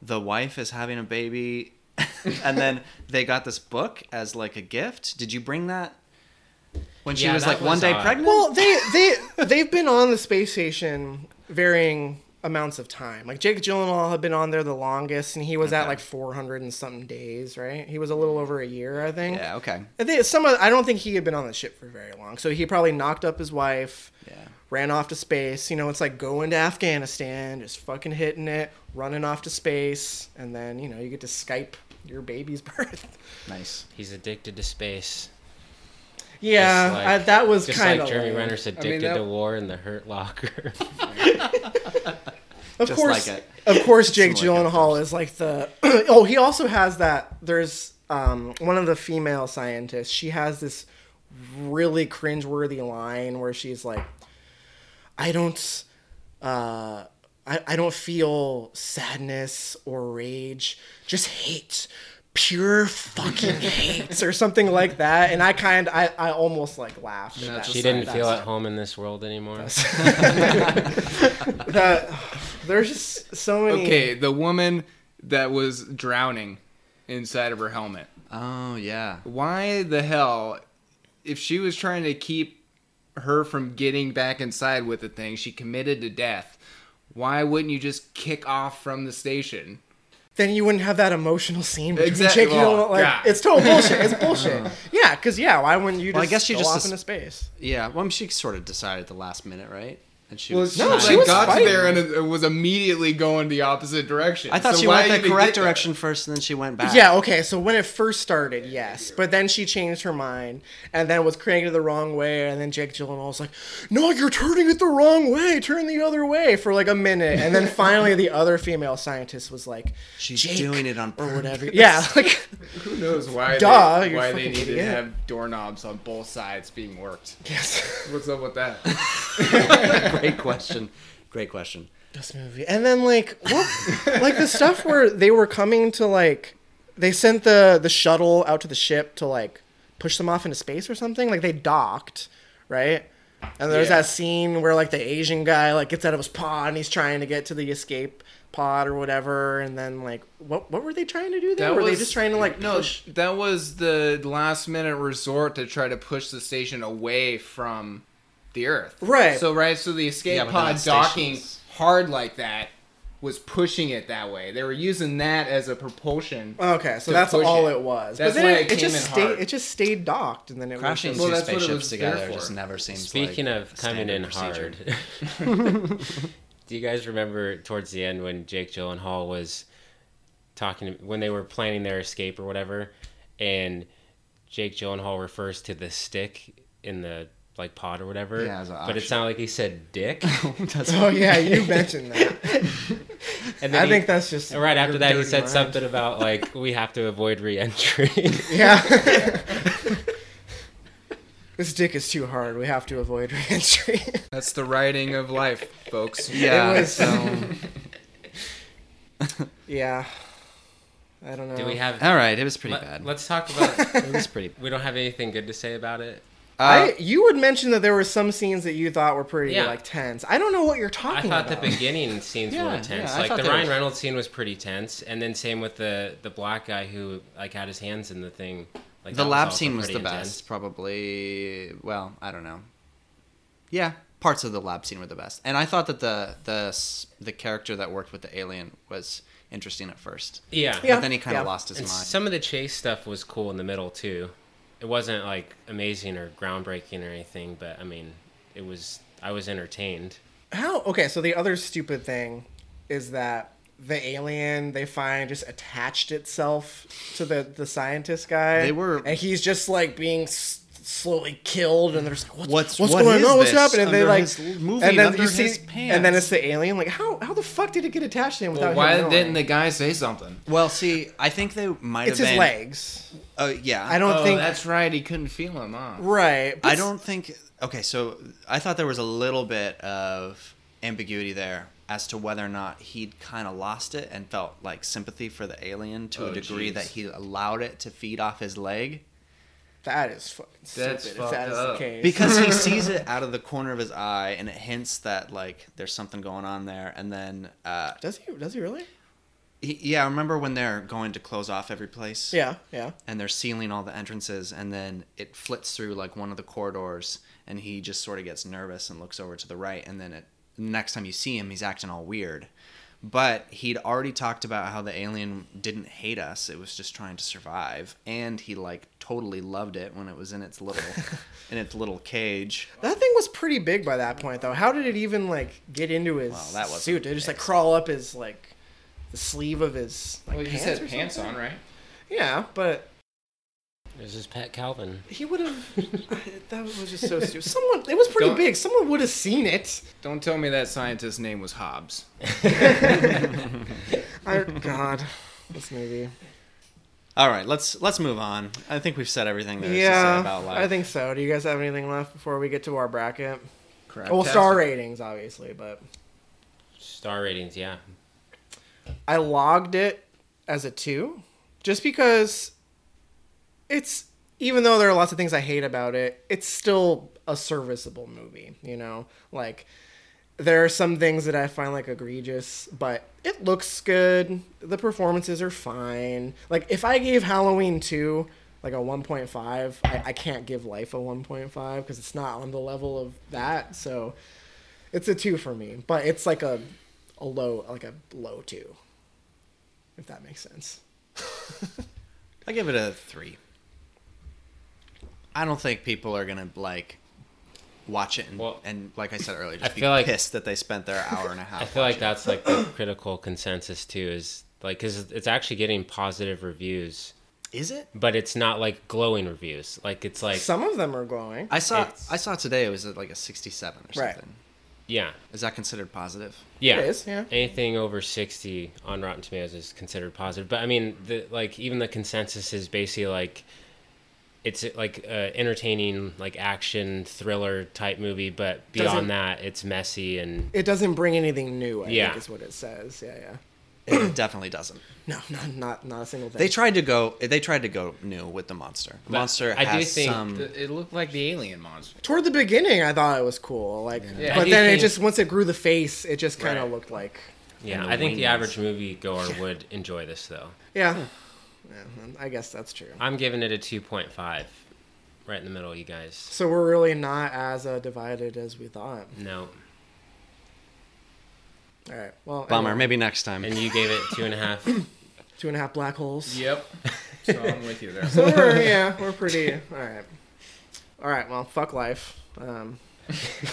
the wife is having a baby, and then they got this book as like a gift. Did you bring that when she
Yeah,
was
that
like one
was
day
odd.
pregnant?
Well, they they they've been on the space station varying amounts of time. Like Jake Gyllenhaal had been on there the longest, and he was at
Okay.
like 400 and something days, right? He was a little over a year, I think.
yeah, okay,
I think some of, I don't think he had been on the ship for very long, so he probably knocked up his wife.
Yeah.
Ran off to space. You know, it's like going to Afghanistan, just fucking hitting it, running off to space, and then you know you get to Skype your baby's birth.
nice.
He's addicted to space.
Yeah,
Just like-
I, that was
Just
kind
like
of
Jeremy Renner's addicted
that-
to war and the Hurt Locker.
Of
Just
course,
like it.
of course, Jake
Something like it.
Gyllenhaal is like the. oh, he also has that. There's um, one of the female scientists. She has this really cringeworthy line where she's like, I don't uh I, I don't feel sadness or rage, just hate. Pure fucking hate or something like that. And I kind I, I almost like laughed. at that
She
scene.
didn't
That
feel
scene.
at home in this world anymore.
that there's just so many
Okay, the woman that was drowning inside of her helmet.
Oh yeah.
Why the hell, if she was trying to keep her from getting back inside with the thing, she committed to death. Why wouldn't you just kick off from the station?
then you wouldn't have that emotional scene between
Exactly.
Jake. You don't
Oh,
like
God.
it's total bullshit. It's bullshit. yeah, because yeah, why wouldn't you? Just
Well, I guess she
go
just
off
dis-
into space.
Yeah. Well, I mean, she sort of decided at the last minute, right? And she was.
No,
like,
she was
got
fighting.
to there and it- it was immediately going the opposite direction.
I thought
So
she
why
went the
even
correct
get there?
direction first, and then she went back.
Yeah, okay. So when it first started, yes, but then she changed her mind and then was cranking it the wrong way, and then Jake Gyllenhaal was like, "No, you're turning it the wrong way. Turn the other way." For like a minute, and then finally the other female scientist was like,
She's
"Jake,"
doing it on
or
purpose.
whatever. Yeah, like
Who knows why
Duh,
they,
you're
why
fucking
they needed to
idiot.
have doorknobs on both sides being worked?
yes.
What's up with that?
Great question. Great question.
this movie. And then like what like the stuff where they were coming to like they sent the the shuttle out to the ship to like push them off into space or something. Like they docked, right? And there's
Yeah.
that scene where like the Asian guy like gets out of his pod and he's trying to get to the escape pod or whatever and then like what what were they trying to do there? were they just trying to like
no?
push
That was the last minute resort to try to push the station away from the Earth.
Right.
So right, so the escape
Yeah, but they're
pod
not
docking
stations.
hard like that was pushing it that way. They were using that as a propulsion.
Okay, so
to
that's
push
all
it.
it was.
That's
but then
why
it,
it
it
came
just
in
stayed
hard.
it just stayed docked and then it was
Crashing
just-
Well,
two
that's what it was
spaceships
there
together
for.
just never seems.
Speaking
like
of coming
standard
in
procedure.
hard, do you guys remember towards the end when Jake Gyllenhaal was talking when they were planning their escape or whatever, and Jake Gyllenhaal refers to the stick in the like pod or whatever,
Yeah, as an
but it
option.
sounded like he said dick,
Oh yeah, you mentioned that.
and then
I
he-
think that's just
Right after
your
that, he
dirty
said
mind.
something about like we have to avoid re-entry.
Yeah. this dick is too hard. We have to avoid reentry.
That's the writing of life, folks.
Yeah.
it was.
so-
yeah. I don't know.
Do we have?
all right. It was pretty
let,
bad.
Let's talk about.
it was pretty.
we don't have anything good to say about it.
Uh,
I, you would mention that there were some scenes that you thought were pretty
uh, Yeah.
like tense. I don't know what you're
I
talking
thought the
about.
beginning scenes
Yeah,
were tense.
yeah, I
like
thought
the
they
Ryan
were-
Reynolds scene was pretty tense, and then same with the the black guy who like had his hands in the thing. Like
the
that
lab
also
scene was the
pretty intense.
best probably well i don't know yeah parts of the lab scene were the best and i thought that the the s- the character that worked with the alien was interesting at first
Yeah.
Yeah.
but then he kind
yeah.
of lost his
And
mind
some of the chase stuff was cool in the middle too. It wasn't like amazing or groundbreaking or anything, but I mean, it was. I was entertained.
How? Okay, so the other stupid thing is that the alien they find just attached itself to the the scientist guy.
They were-
and he's just like being s- slowly killed, and there's like, what's
What's-
what's,
what
going
is
on? What's
this?
happening? And they
Under
like
his l- moving
and then
under
you see,
his
and then
pants.
it's the alien. Like how how the fuck did it get attached to him without
Well,
him
why
knowing?
didn't the guy say something?
well see i think they might
It's
have
his
been
legs.
oh yeah
I don't
oh,
think
that's right. He couldn't feel him, huh?
right. but
I don't think. Okay, so I thought there was a little bit of ambiguity there as to whether or not he'd kind of lost it and felt like sympathy for the alien to a
Oh,
degree
jeez.
that he allowed it to feed off his leg
that is fucking stupid.
That's
if
fucked
that is the
up.
case.
because he sees it out of the corner of his eye and it hints that like there's something going on there. And then, uh,
does he does he really?
he, yeah, remember when they're going to close off every place?
Yeah, yeah.
and they're sealing all the entrances and then it flits through like one of the corridors and he just sort of gets nervous and looks over to the right and then it next time you see him he's acting all weird but he'd already talked about how the alien didn't hate us it was just trying to survive and he like totally loved it when it was in its little in its little cage
That thing was pretty big by that point, though. How did it even like get into his
Well, that wasn't
suit? Did it just like
fixed.
crawl up his like the sleeve of his like pants? or something?
on, right?
Yeah, but
There's his pet Calvin.
he would have. that was just so stupid. Someone, it was pretty
Don't-
big. Someone would have seen it.
Don't tell me that scientist's name was Hobbs.
I, God, this movie.
All right, let's let's move on. I think we've said everything there is to say
yeah,
about life.
I think so. Do you guys have anything left before we get to our bracket?
Correct.
Well, star ratings, obviously, but
Star ratings, yeah.
I logged it as a two, just because it's even though there are lots of things I hate about it, it's still a serviceable movie. You know, like there are some things that I find like egregious, but it looks good. The performances are fine. Like if I gave Halloween two like a 1.5 I, I can't give life a 1.5 because it's not on the level of that so it's a two for me, but it's like a a low like a low two, if that makes sense.
I give it a three. I don't think people are gonna like watch it and,
Well,
and like I said earlier, just
I
be
feel like-
pissed that they spent their hour and a half.
I feel like that's like the critical consensus too is like because it's actually getting positive reviews,
Is it?
but it's not like glowing reviews. Like it's like
Some of them are glowing.
I saw
It's-
I saw today it was at like a sixty-seven or
Right.
something.
yeah,
Is that considered positive?
yeah.
It is, yeah.
Anything over sixty on Rotten Tomatoes is considered positive. But I mean, the like even the consensus is basically like it's like uh, entertaining, like action thriller type movie, but
Doesn't-
beyond that, it's messy and
It doesn't bring anything new. I
Yeah.
think is what it says. Yeah, yeah.
It definitely doesn't.
No, not not not a single thing.
They tried to go. They tried to go new with the monster. The
But
monster
I do
has
think
some.
It looked like the alien monster.
Toward the beginning, I thought it was cool. Like,
Yeah. I
but
do
then it
think-
just once it grew the face, it just kind of
Right.
looked like.
yeah.
the
I think the
wings.
average moviegoer would enjoy this though.
Yeah. yeah. I guess that's true.
I'm giving it a two point five, right in the middle, you guys.
So we're really not as uh, divided as we thought.
No.
All right. Well,
Bummer.
anyway,
Maybe next time.
And you gave it two and a half.
two and a half black holes.
Yep. So I'm with you there.
So we're yeah, we're pretty. All right. All right. Well, fuck life. Um,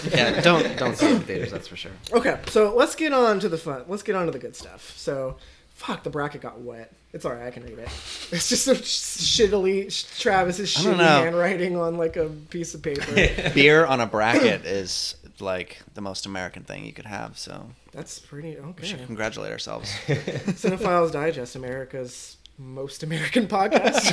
yeah. Don't don't see the daters. That's for sure.
Okay, so let's get on to the fun. Let's get on to the good stuff. So, fuck, the bracket got wet. It's all right, I can read it. It's just some shittily sh- Travis's
I don't
shitty
know.
handwriting on like a piece of paper.
Beer on a bracket is like the most American thing you could have. So
That's pretty
we should
okay.
congratulate ourselves.
Cinephiles Digest, America's most American podcast.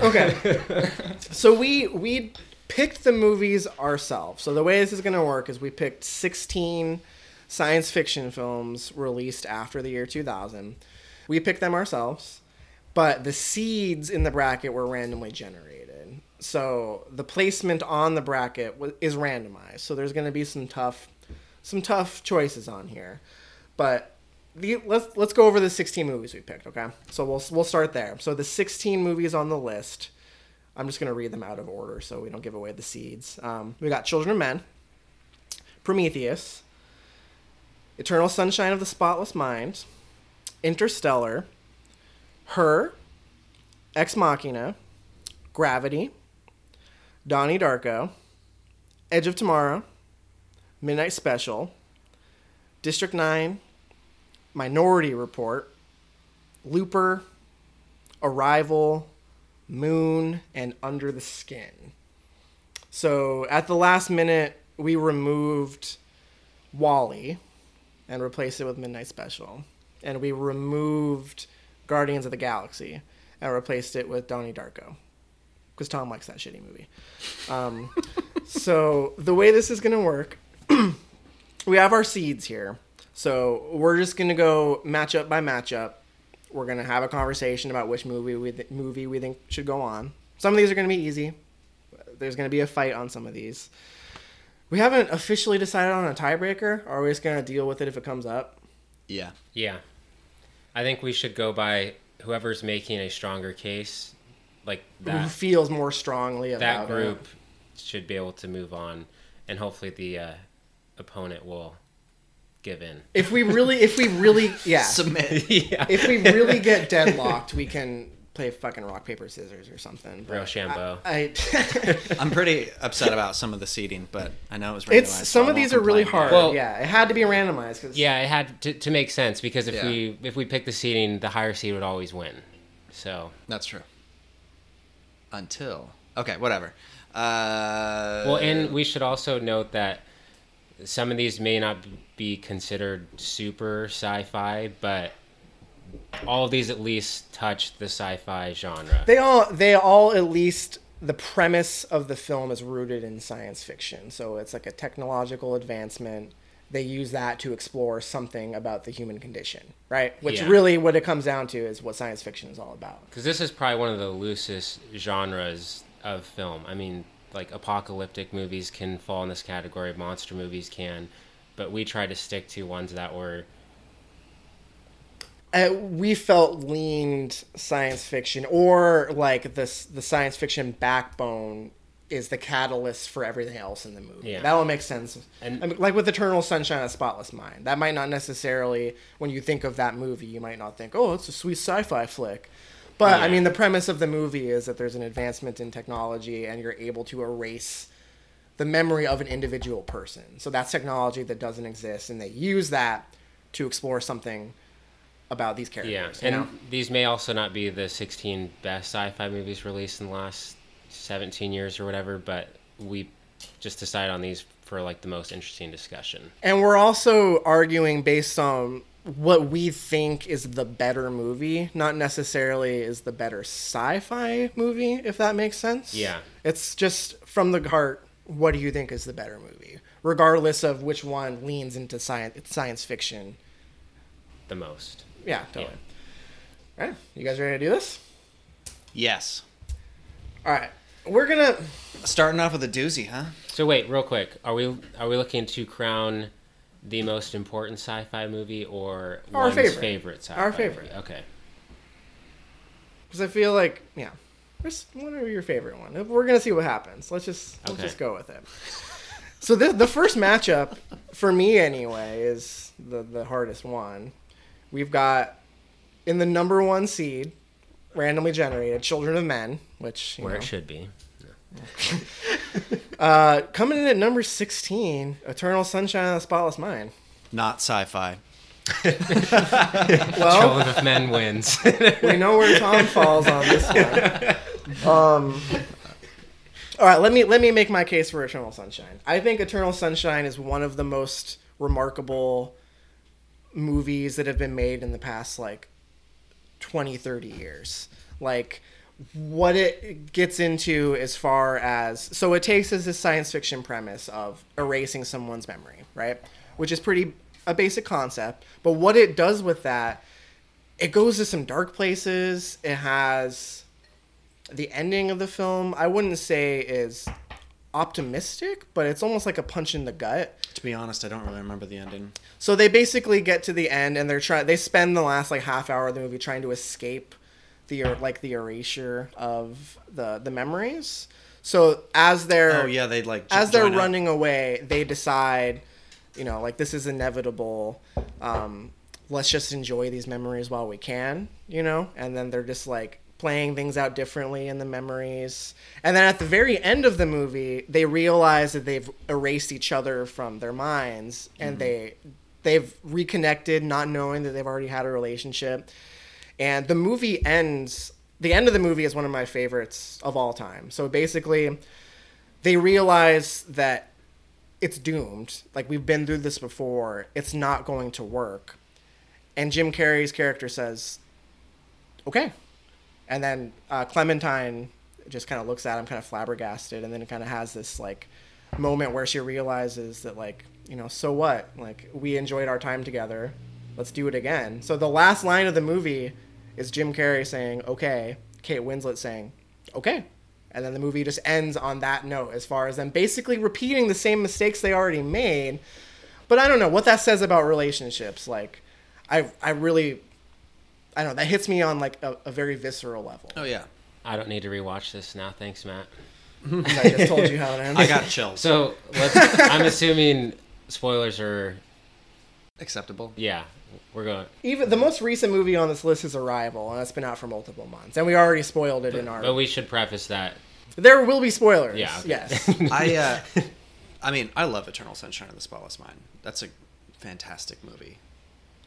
okay, so we we picked the movies ourselves. So the way this is gonna work is we picked sixteen science fiction films released after the year two thousand. We picked them ourselves, but the seeds in the bracket were randomly generated. So the placement on the bracket wa- is randomized. So there's gonna be some tough some tough choices on here, but the, let's let's go over the 16 movies we picked. Okay, so we'll we'll start there. So the 16 movies on the list, I'm just gonna read them out of order so we don't give away the seeds. Um, we got Children of Men, Prometheus, Eternal Sunshine of the Spotless Mind, Interstellar, Her, Ex Machina, Gravity, Donnie Darko, Edge of Tomorrow, Midnight Special, District Nine. Minority Report, Looper, Arrival, Moon, and Under the Skin. So at the last minute, we removed Wally and replaced it with Midnight Special. And we removed Guardians of the Galaxy and replaced it with Donnie Darko. Because Tom likes that shitty movie. Um, so the way this is going to work we have our seeds here. So we're just gonna go matchup by matchup. We're gonna have a conversation about which movie we th- movie we think should go on. Some of these are gonna be easy. There's gonna be a fight on some of these. We haven't officially decided on a tiebreaker. Are we just gonna deal with it if it comes up?
Yeah.
Yeah. I think we should go by whoever's making a stronger case, like
Who
that
feels more strongly about
that
it?
group should be able to move on and hopefully the uh, opponent will give in.
If we really, if we really, yeah.
Submit.
yeah.
if we really get deadlocked, we can play fucking rock paper scissors or something. but
Rochambeau.
I, I
I'm pretty upset about some of the seeding, but I know it was randomized.
It's
so I
some of
won't
these are really
complain.
hard.
Well-
yeah, it had to be randomized. 'cause-
Yeah, it had to, to make sense because if
Yeah.
we if we pick the seeding, the higher seed would always win. So
That's true. Until okay, whatever. Uh,
Well, and we should also note that some of these may not be considered super sci-fi, but all of these at least touch the sci-fi genre.
They all they all at least the premise of the film is rooted in science fiction. So it's like a technological advancement. They use that to explore something about the human condition, right? Which
Yeah.
really what it comes down to is what science fiction is all about.
Because this is probably one of the loosest genres of film. I mean, like apocalyptic movies can fall in this category, monster movies can, but we try to stick to ones that were
uh, we felt leaned science fiction or like this the science fiction backbone is the catalyst for everything else in the movie.
Yeah.
That will make sense.
And-
I mean, like with Eternal Sunshine of the Spotless Mind, that might not necessarily when you think of that movie, you might not think, "Oh, it's a sweet sci-fi flick." But I
Yeah.
mean, the premise of the movie is that there's an advancement in technology and you're able to erase the memory of an individual person. So that's technology that doesn't exist and they use that to explore something about these characters.
yeah.
you
And
know?
these may also not be the 16 best sci-fi movies released in the last 17 years or whatever, but we just decide on these for like the most interesting discussion.
And we're also arguing based on what we think is the better movie, not necessarily is the better sci-fi movie, if that makes sense.
Yeah.
It's just from the heart, what do you think is the better movie? Regardless of which one leans into science science fiction.
The most.
Yeah, totally. All right. You guys ready to do this?
Yes.
All right. We're going to
Starting off with a doozy, huh?
So wait, real quick, are we are we looking to crown the most important sci-fi movie or
Our
one's
favorite.
sci-fi
Our
movie?
favorite.
Okay.
because I feel like yeah, just whatever your favorite one. We're gonna see what happens. Let's just let's
Okay.
just go with it. So the the first matchup for me anyway is the the hardest one. We've got in the number one seed, randomly generated Children of Men, which you
Where
know,
it should be.
uh, coming in at number sixteen, Eternal Sunshine of the Spotless Mind.
Not sci-fi.
Well,
Children of Men wins.
we know where Tom falls on this one. Um, all right, let me let me make my case for Eternal Sunshine. I think Eternal Sunshine is one of the most remarkable movies that have been made in the past like 20 30 years like what it gets into as far as so it takes as this science fiction premise of erasing someone's memory right which is pretty a basic concept but what it does with that it goes to some dark places it has the ending of the film i wouldn't say is optimistic but it's almost like a punch in the gut
To be honest, I don't really remember the ending.
so they basically get to the end and they're trying. They spend the last like half hour of the movie trying to escape the er- like the erasure of the the memories. So as they're
Oh yeah, they like j-
as they're
join up.
running away, they decide, you know, like this is inevitable. Um, let's just enjoy these memories while we can, you know. And then they're just like playing things out differently in the memories. And then at the very end of the movie, they realize that they've erased each other from their minds,
Mm-hmm.
and they they've reconnected, not knowing that they've already had a relationship. And the movie ends. The end of the movie is one of my favorites of all time. So basically, they realize that it's doomed. Like we've been through this before. It's not going to work. And Jim Carrey's character says, "Okay." And then uh, Clementine just kind of looks at him, kind of flabbergasted, and then it kind of has this like moment where she realizes that like you know, so what? Like we enjoyed our time together. Let's do it again. So the last line of the movie is Jim Carrey saying, "Okay." Kate Winslet saying, "Okay." And then the movie just ends on that note as far as them basically repeating the same mistakes they already made. But I don't know what that says about relationships. Like, I I really, I don't know. That hits me on like a, a very visceral level.
Oh yeah,
I don't need to rewatch this now. Thanks, Matt.
'Cause I just told you how it ends.
I got chills.
So let's, I'm assuming spoilers are
Acceptable.
yeah. We're going.
Even the most recent movie on this list is Arrival, and it's been out for multiple months, and we already spoiled it in our.
But we should preface that.
there will be spoilers.
Yeah, okay.
Yes.
I uh, I mean, I love Eternal Sunshine of the Spotless Mind. That's a fantastic movie.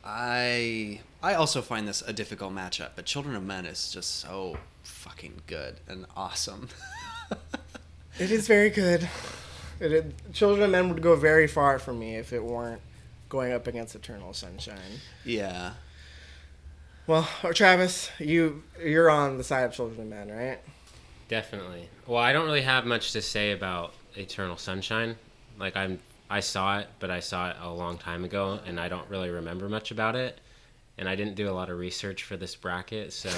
I I also find this a difficult matchup, but Children of Men is just so fucking good and awesome.
It is very good. It, it- Children of Men would go very far for me if it weren't going up against Eternal Sunshine.
yeah.
Well, or Travis, you you're on the side of children and men, right?
Definitely. Well, I don't really have much to say about Eternal Sunshine. Like I'm I saw it, but I saw it a long time ago and I don't really remember much about it. And I didn't do a lot of research for this bracket, so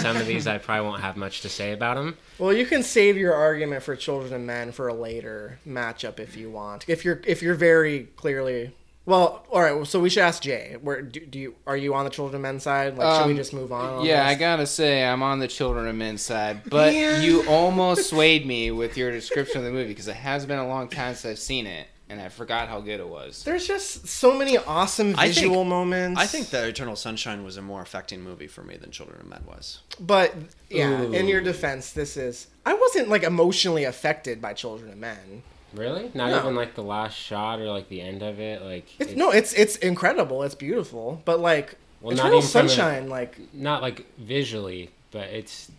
some of these I probably won't have much to say about them.
Well, you can save your argument for children and men for a later matchup if you want. If you're if you're very clearly well, all right. Well, so we should ask Jay. Where do, do you are you on the children and men side? Like, should we
Um,
just move on? on
Yeah,
this?
I gotta say I'm on the children of men side, but
Yeah.
you almost swayed me with your description of the movie because it has been a long time since I've seen it, and I forgot how good it was.
There's just so many awesome
I think-
visual moments.
I think that Eternal Sunshine was a more affecting movie for me than Children of Men was.
But yeah, in your defense, this is I wasn't like emotionally affected by Children of Men.
Really? Not
No.
even like the last shot or like the end of it, like
It's, no, it's it's incredible, it's beautiful, but like
Well, not
Eternal
even from a-
Sunshine, like
not like visually, but it's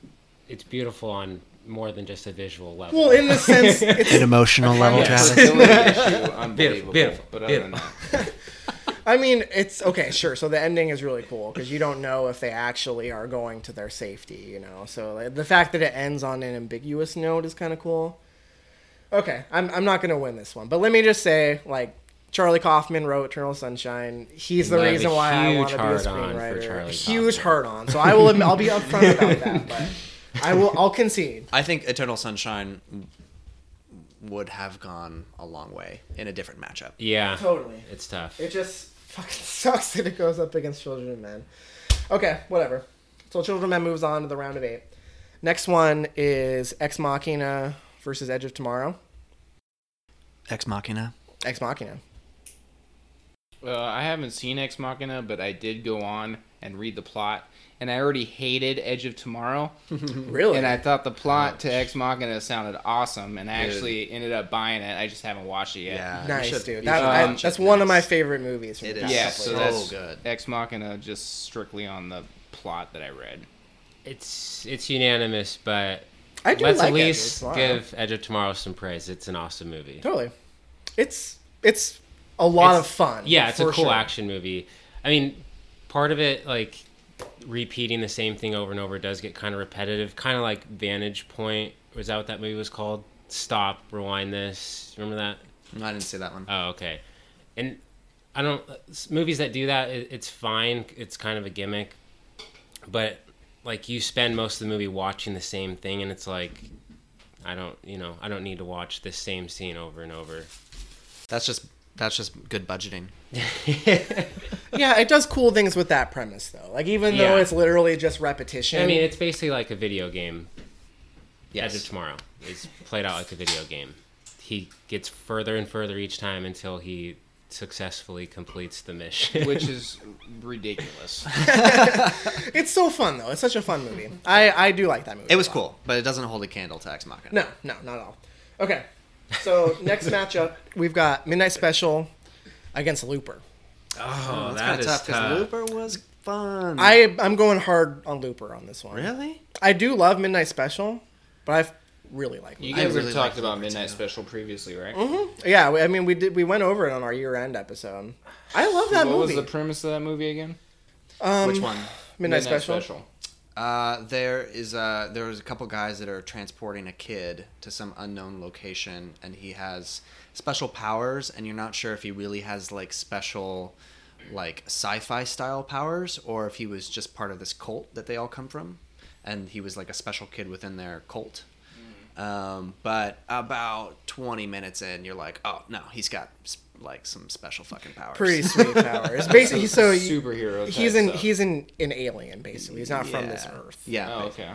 it's beautiful on more than just a visual level.
well, in the sense, it's,
An emotional level,
Fertility issue, unbelievable.
beautiful,
but other
beautiful.
than that,
I mean, it's okay, sure. So the ending is really cool because you don't know if they actually are going to their safety, you know. So like, the fact that it ends on an ambiguous note is kind of cool. Okay, I'm I'm not gonna win this one, but let me just say, like Charlie Kaufman wrote Eternal Sunshine. He's the
I have a
reason why I
huge
want to be a
hard-on for
screenwriter.
Charlie
Huge
Kaufman.
hard on. So I will admit- I'll be upfront about that, but I will I'll concede.
I think Eternal Sunshine w- would have gone a long way in a different matchup.
yeah,
Totally.
it's tough.
It just fucking sucks that it goes up against Children and Men. Okay, whatever. So Children and Men moves on to the round of eight. Next one is Ex Machina versus Edge of Tomorrow.
Ex Machina.
Ex Machina.
uh, I haven't seen Ex Machina, but I did go on and read the plot, and I already hated Edge of Tomorrow.
Really?
And I thought the plot to Ex Machina sounded awesome, and I actually ended up buying it. I just haven't watched it yet.
Yeah.
nice,
You should- you
dude.
should
That, I,
watch
that's
it
one of my
next.
favorite movies. from
It
the
is
past
Yeah,
couple
so
of
that-
years.
that's
Oh, good.
Ex Machina just strictly on the plot that I read.
It's it's unanimous, but
I do
let's
like
at
Edge of
least
Tomorrow.
give Edge of Tomorrow some praise. It's an awesome movie.
Totally. It's it's a lot
It's-
of fun.
Yeah, it's a
for
cool
sure.
action movie. I mean, part of it like repeating the same thing over and over does get kind of repetitive. Kind of like Vantage Point. Was that what that movie was called? Stop, rewind this. Remember that?
I didn't see that one.
Oh, okay. And I don't s- movies that do that. It, it's fine. It's kind of a gimmick, but like you spend most of the movie watching the same thing, and it's like I don't, you know, I don't need to watch this same scene over and over.
That's just that's just good budgeting.
Yeah, it does cool things with that premise though. Like even though
Yeah.
it's literally just repetition.
I mean, it's basically like a video game. Edge of
Yes.
Tomorrow is played out like a video game. He gets further and further each time until he successfully completes the mission.
which is ridiculous.
It's so fun though. It's such a fun movie. I I do like that movie.
It was
a lot.
cool, but it doesn't hold a candle to Ex Machina.
No, no, not at all. Okay. So next matchup, we've got Midnight Special against Looper.
oh,
That's kind of tough because Looper was fun.
I I'm going hard on Looper on this one.
really?
I do love Midnight Special, but I f- really like. Looper.
You
I
guys
really
have talked
like
about
Looper,
Midnight
too.
Special previously, right?
Yeah, we- I mean we did we went over it on our year end episode. I love that
What was
movie.
the premise of that movie again?
um,
Which one?
Midnight, Special.
Uh, there is a there is a couple guys that are transporting a kid to some unknown location, and he has special powers, and you're not sure if he really has like special, like sci-fi style powers, or if he was just part of this cult that they all come from, and he was like a special kid within their cult. Um, but about 20 minutes in, you're like, oh no, he's got s- like some special fucking powers.
Pretty sweet powers. Basically, so you-
Superhero. type
He's in
stuff.
he's in an alien basically. He's not from this
Yeah.
earth.
Yeah.
Oh, okay.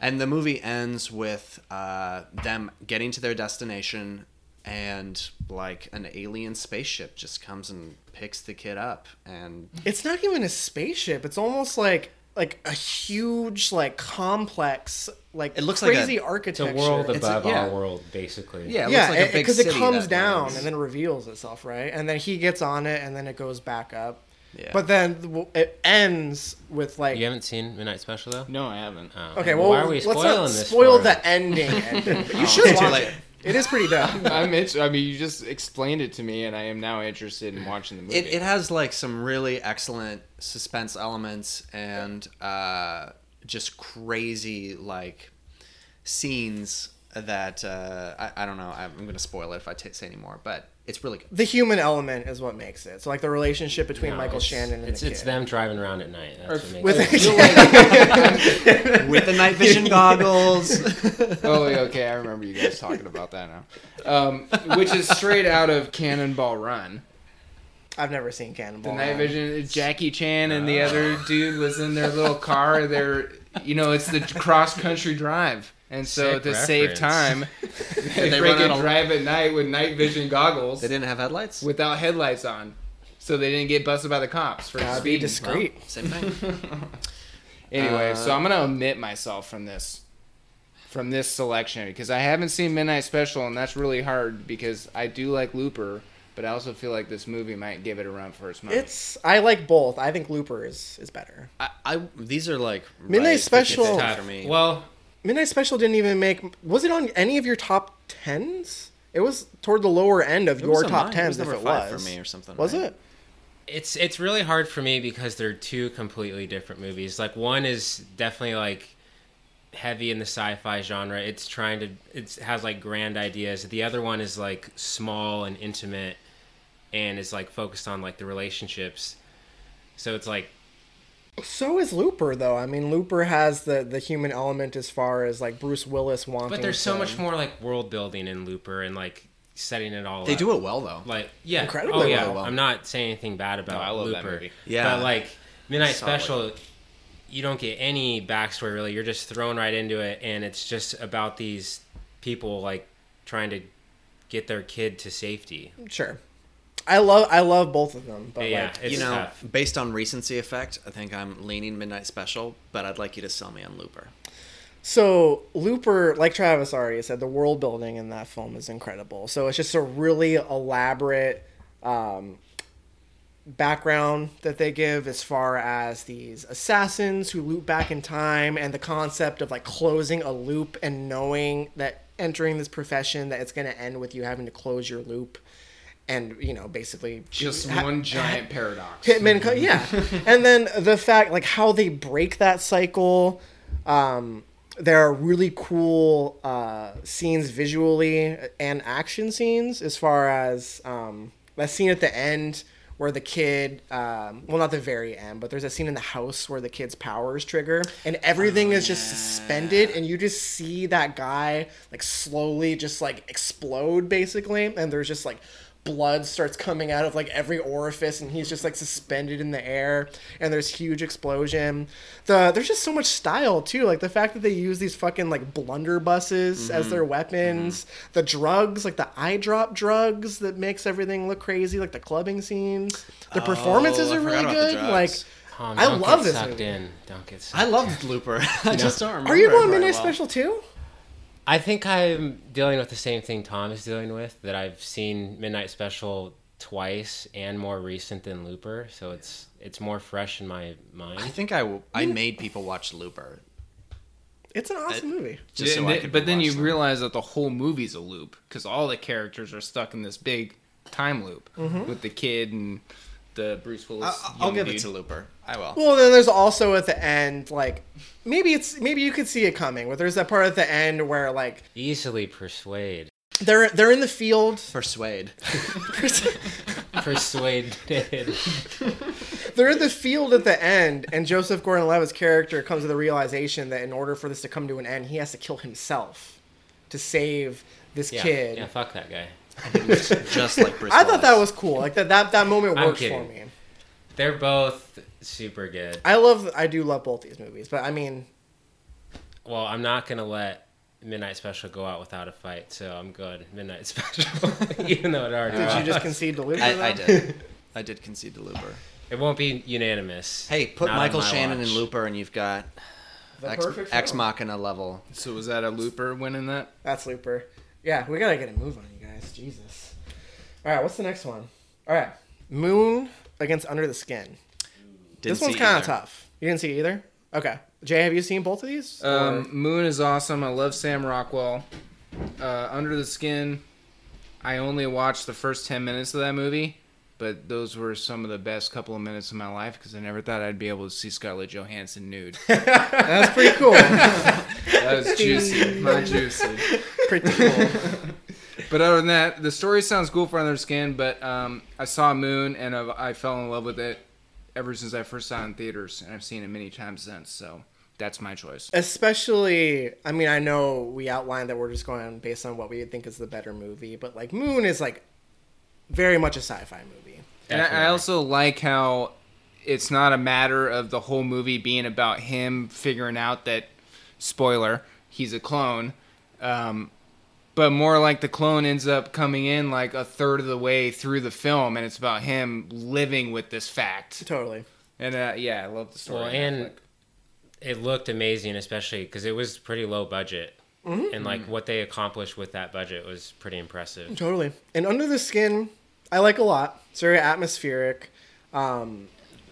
And the movie ends with uh, them getting to their destination, and like an alien spaceship just comes and picks the kid up. And
it's not even a spaceship. It's almost like like a huge like complex like
It looks like a-
crazy
it's a
It's a
architecture.
world
It's a-
above
yeah.
our world, basically.
yeah, it
yeah,
looks like a big
because it,
city
comes
that
down
burns.
and then reveals itself, right? And then he gets on it, and then it goes back up.
Yeah.
But then the- it ends with like
You haven't seen Midnight Special though?
No, I haven't.
Uh.
Oh,
okay,
man,
well,
why are we
let's
spoiling
not
this?
spoil
for
the ending. you should
Too
watch
late.
it. It is pretty dumb.
I'm int- I mean, you just explained it to me, and I am now interested in watching the movie.
It, it has like some really excellent suspense elements and uh, just crazy like scenes that uh, I, I don't know. I'm going to spoil it if I t- say any more, but it's really good.
the human element is what makes it. So like the relationship between
No,
Michael
it's-
Shannon and
it's,
the
it's
kid.
them driving around at night. That's what makes
With
it.
With the night vision goggles.
oh, yeah, okay, I remember you guys talking about that now. Um, which is straight out of Cannonball Run.
I've never seen Cannonball.
The night
Run.
vision, Jackie Chan and the other dude was in their little car. They're, you know, it's the cross country drive. And so
Sick
to save
reference.
time, they,
they run out
freaking
of-
drive at night with night vision goggles
they didn't have headlights.
without headlights on. So they didn't get busted by the cops for
Gotta
speeding.
be discreet. Uh,
Same thing.
Anyway, so I'm gonna omit myself from this, from this selection because I haven't seen Midnight Special, and that's really hard because I do like Looper, but I also feel like this movie might give it a run for its money.
It's I like both. I think Looper is is better.
I, I these are like
Midnight
right
Special-
50/50
tough.
for me.
Well,
Midnight Special didn't even make. Was it on any of your top tens? It was toward the lower end of
It was
your
on
top
mine. It
tens.
was
if
number
it
five for
was
me or something,
Was
right?
it?
it's it's really hard for me because they're two completely different movies. Like one is definitely like heavy in the sci-fi genre. It's trying to it has like grand ideas. The other one is like small and intimate and is like focused on like the relationships. So it's like
So is Looper though. I mean, Looper has the the human element as far as like Bruce Willis wanting.
but there's so
to-
much more like world building in Looper and like setting it all
They
up.
do it well though.
like yeah
Incredibly
oh, yeah.
well.
i'm not saying anything bad about
No, I love
looper
that movie.
Yeah.
but like midnight
Solid.
special you don't get any backstory really you're just thrown right into it and it's just about these people like trying to get their kid to safety
Sure. I love I love both of them, but
yeah
like
it's
you know,
tough
based on recency effect, I think I'm leaning Midnight Special, but I'd like you to sell me on Looper.
So Looper, like Travis already said, the world building in that film is incredible. So it's just a really elaborate um, background that they give as far as these assassins who loop back in time and the concept of like closing a loop and knowing that entering this profession that it's going to end with you having to close your loop and you know basically
just
ha-
one giant paradox.
Hitman, co- yeah. and then the fact, like, how they break that cycle. Um, there are really cool uh, scenes visually and action scenes as far as um, that scene at the end where the kid, um, well, not the very end, but there's a scene in the house where the kid's powers trigger and everything is just suspended and you just see that guy like slowly just like explode basically. And there's just like, blood starts coming out of like every orifice and he's just like suspended in the air and there's huge explosion the there's just so much style too like the fact that they use these fucking like blunderbusses
Mm-hmm.
as their weapons the drugs like the eye drop drugs that makes everything look crazy like the clubbing scenes the performances
Oh, I
are really
forgot about the
good
drugs.
like
Tom,
i
don't
love
get
this
sucked
movie.
in don't get sucked
I loved Looper. I just don't remember.
are you
it
going
very
midnight
well.
special too
I think I'm dealing with the same thing Tom is dealing with that I've seen Midnight Special twice and more recent than Looper, so it's it's more fresh in my
I
mind.
think I, w- I made people watch Looper.
it's an awesome movie
Just so
And
I
then-
could
but then
watch
you
them.
realize that the whole movie's a loop because all the characters are stuck in this big time loop with the kid and the Bruce Willis.
Mm-hmm. I- I'll
young
give it
dude.
to Looper. I will.
Well, then there's also at the end, like maybe it's maybe you could see it coming. Where there's that part at the end where like
Easily persuade.
they're they're in the field,
Persuade.
Persuaded.
they're in the field at the end, and Joseph Gordon-Levitt's character comes to the realization that in order for this to come to an end, he has to kill himself to save this
Yeah,
kid.
yeah, fuck that guy.
just like Bruce
I thought that
Willis.
was cool. Like that that, that moment
I'm
worked for
kidding.
me.
They're both super good.
I love I do love both these movies, but I mean,
Well, I'm not gonna let Midnight Special go out without a fight, so I'm good. Midnight Special, even though it already
did you
was.
just concede to Looper?
I, I
though?
did. I did concede to Looper.
It won't be unanimous.
Hey, put
Not on
Michael
my
Shannon
watch.
in Looper, and you've got
The
Ex,
perfect
Ex
film.
Machina level.
So was that a looper winning that?
That's Looper. Yeah, we gotta get a move on you guys. Jesus. All right, what's the next one? All right, Moon against Under the Skin.
Didn't
this one's
see
kind of
either.
tough. You didn't see either. Okay, Jay, have you seen both of these?
Um,
Or-
Moon is awesome. I love Sam Rockwell. uh, Under the Skin. I only watched the first ten minutes of that movie, but those were some of the best couple of minutes of my life because I never thought I'd be able to see Scarlett Johansson nude.
That's pretty cool.
That was juicy, my juicy.
pretty cool.
But other than that, the story sounds cool for Under the Skin. But um, I saw Moon and i I fell in love with it ever since I first saw it in theaters, and I've seen it many times since. So that's my choice.
Especially, I mean, I know we outlined that we're just going based on what we think is the better movie, but like Moon is like very much a sci-fi movie.
And I, I also like how it's not a matter of the whole movie being about him figuring out that, spoiler, he's a clone. Um, but more like the clone ends up coming in like a third of the way through the film, and it's about him living with this fact.
Totally.
And uh, yeah, I love the story.
Well, and it looked amazing, especially because it was pretty low budget, and like what they accomplished with that budget was pretty impressive.
Totally. And Under the Skin, I like a lot. It's very atmospheric. Um,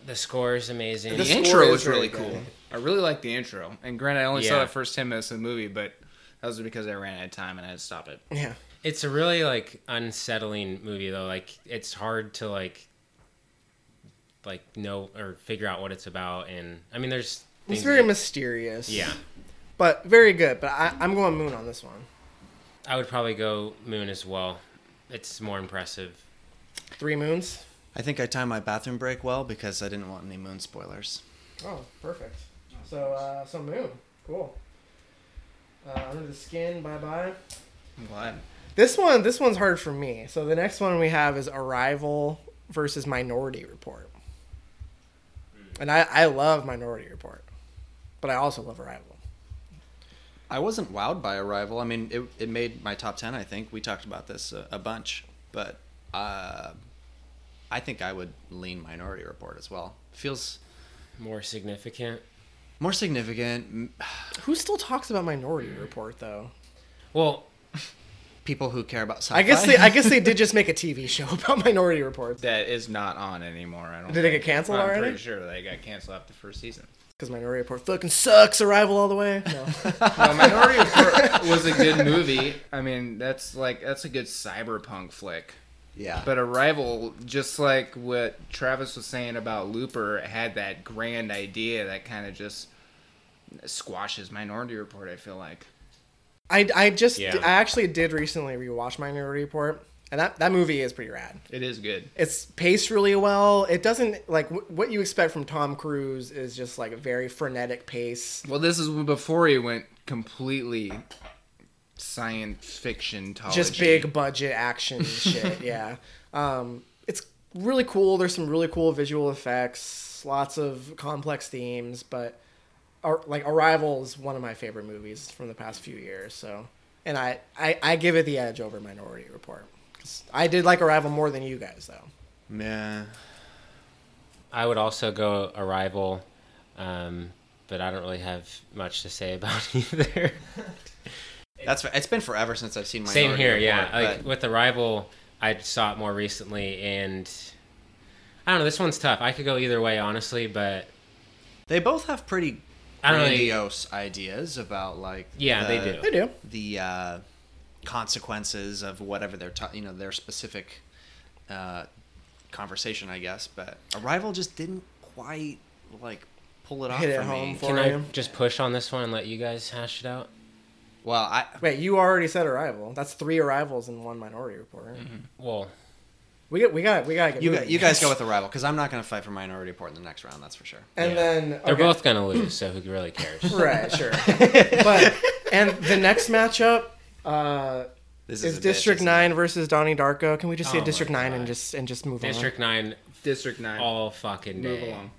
The score is amazing.
the
score
intro
is
was
very
really
good.
cool. I really liked the intro. And granted, I only saw
Yeah.
the first ten minutes of the movie, but that was because I ran out of time and I had to stop it.
yeah.
It's a really like unsettling movie though. Like it's hard to like like know or figure out what it's about. And I mean, there's
It's
things
very
that-
mysterious.
yeah.
But very good. But I, I'm going Moon on this one.
I would probably go Moon as well. It's more impressive.
Three moons.
I think I timed my bathroom break well because I didn't want any moon spoilers.
Oh, perfect. So, uh, so Moon. Cool. Uh, under the Skin. Bye bye.
I'm glad.
This one, this one's hard for me. So the next one we have is Arrival versus Minority Report, and I I love Minority Report, but I also love Arrival.
I wasn't wowed by Arrival. I mean, it, it made my top 10, I think. We talked about this a, a bunch, but uh, I think I would lean Minority Report as well. Feels
More significant.
more significant. M-
Who still talks about Minority Report though?
Well,
People who care about sci
I guess they I guess they did just make a TV show about Minority Report
That is not on anymore. I don't.
Did it get
think.
canceled
I'm
already?
pretty sure they got canceled after the first season.
because Minority Report fucking sucks. Arrival all the way. No.
Well, Minority Report was a good movie. I mean, that's like that's a good cyberpunk flick.
Yeah.
But Arrival, just like what Travis was saying about Looper, had that grand idea that kind of just squashes Minority Report. I feel like.
I I just
Yeah.
I actually did recently rewatch Minority Report, and that that movie is pretty rad.
It is good.
it's paced really well. It doesn't like w- what you expect from Tom Cruise is just like a very frenetic pace.
Well, this is before he went completely science fiction.
just big budget action shit. Yeah, um, it's really cool. There's some really cool visual effects, lots of complex themes, but Ar- like Arrival is one of my favorite movies from the past few years. So, and I I, I give it the edge over Minority Report. 'Cause I did like Arrival more than you guys though.
yeah.
I would also go Arrival, um, but I don't really have much to say about either.
That's fa- it's been forever since I've seen Minority
Same here, yeah.
Report,
Like
but
with Arrival, I saw it more recently, and I don't know. This one's tough. I could go either way, honestly, but
they both have pretty
I don't really-
grandiose ideas about like
Yeah, they
the-
do.
They do.
the uh, consequences of whatever their ta- you know their specific uh, conversation, I guess. But Arrival just didn't quite like pull it off
Hit it
for
home
me.
for-
can I
Florian.
just push on this one and let you guys hash it out?
Well, I
Wait, you already said Arrival. That's three Arrivals and one Minority Report. right?
Well,
We got, we got, we got to get
you
moving.
guys, you guys go with Arrival because I'm not going to fight for Minority Report in the next round. That's for sure.
and
yeah.
then
they're
okay.
both gonna lose, so who really cares?
right, sure. but and the next matchup uh,
This
is
a bitch,
District
isn't it?
Nine versus Donnie Darko. Can we just say
Oh my
District Nine and
God.
just and just move
District Nine
District Nine.
all fucking day.
Move along.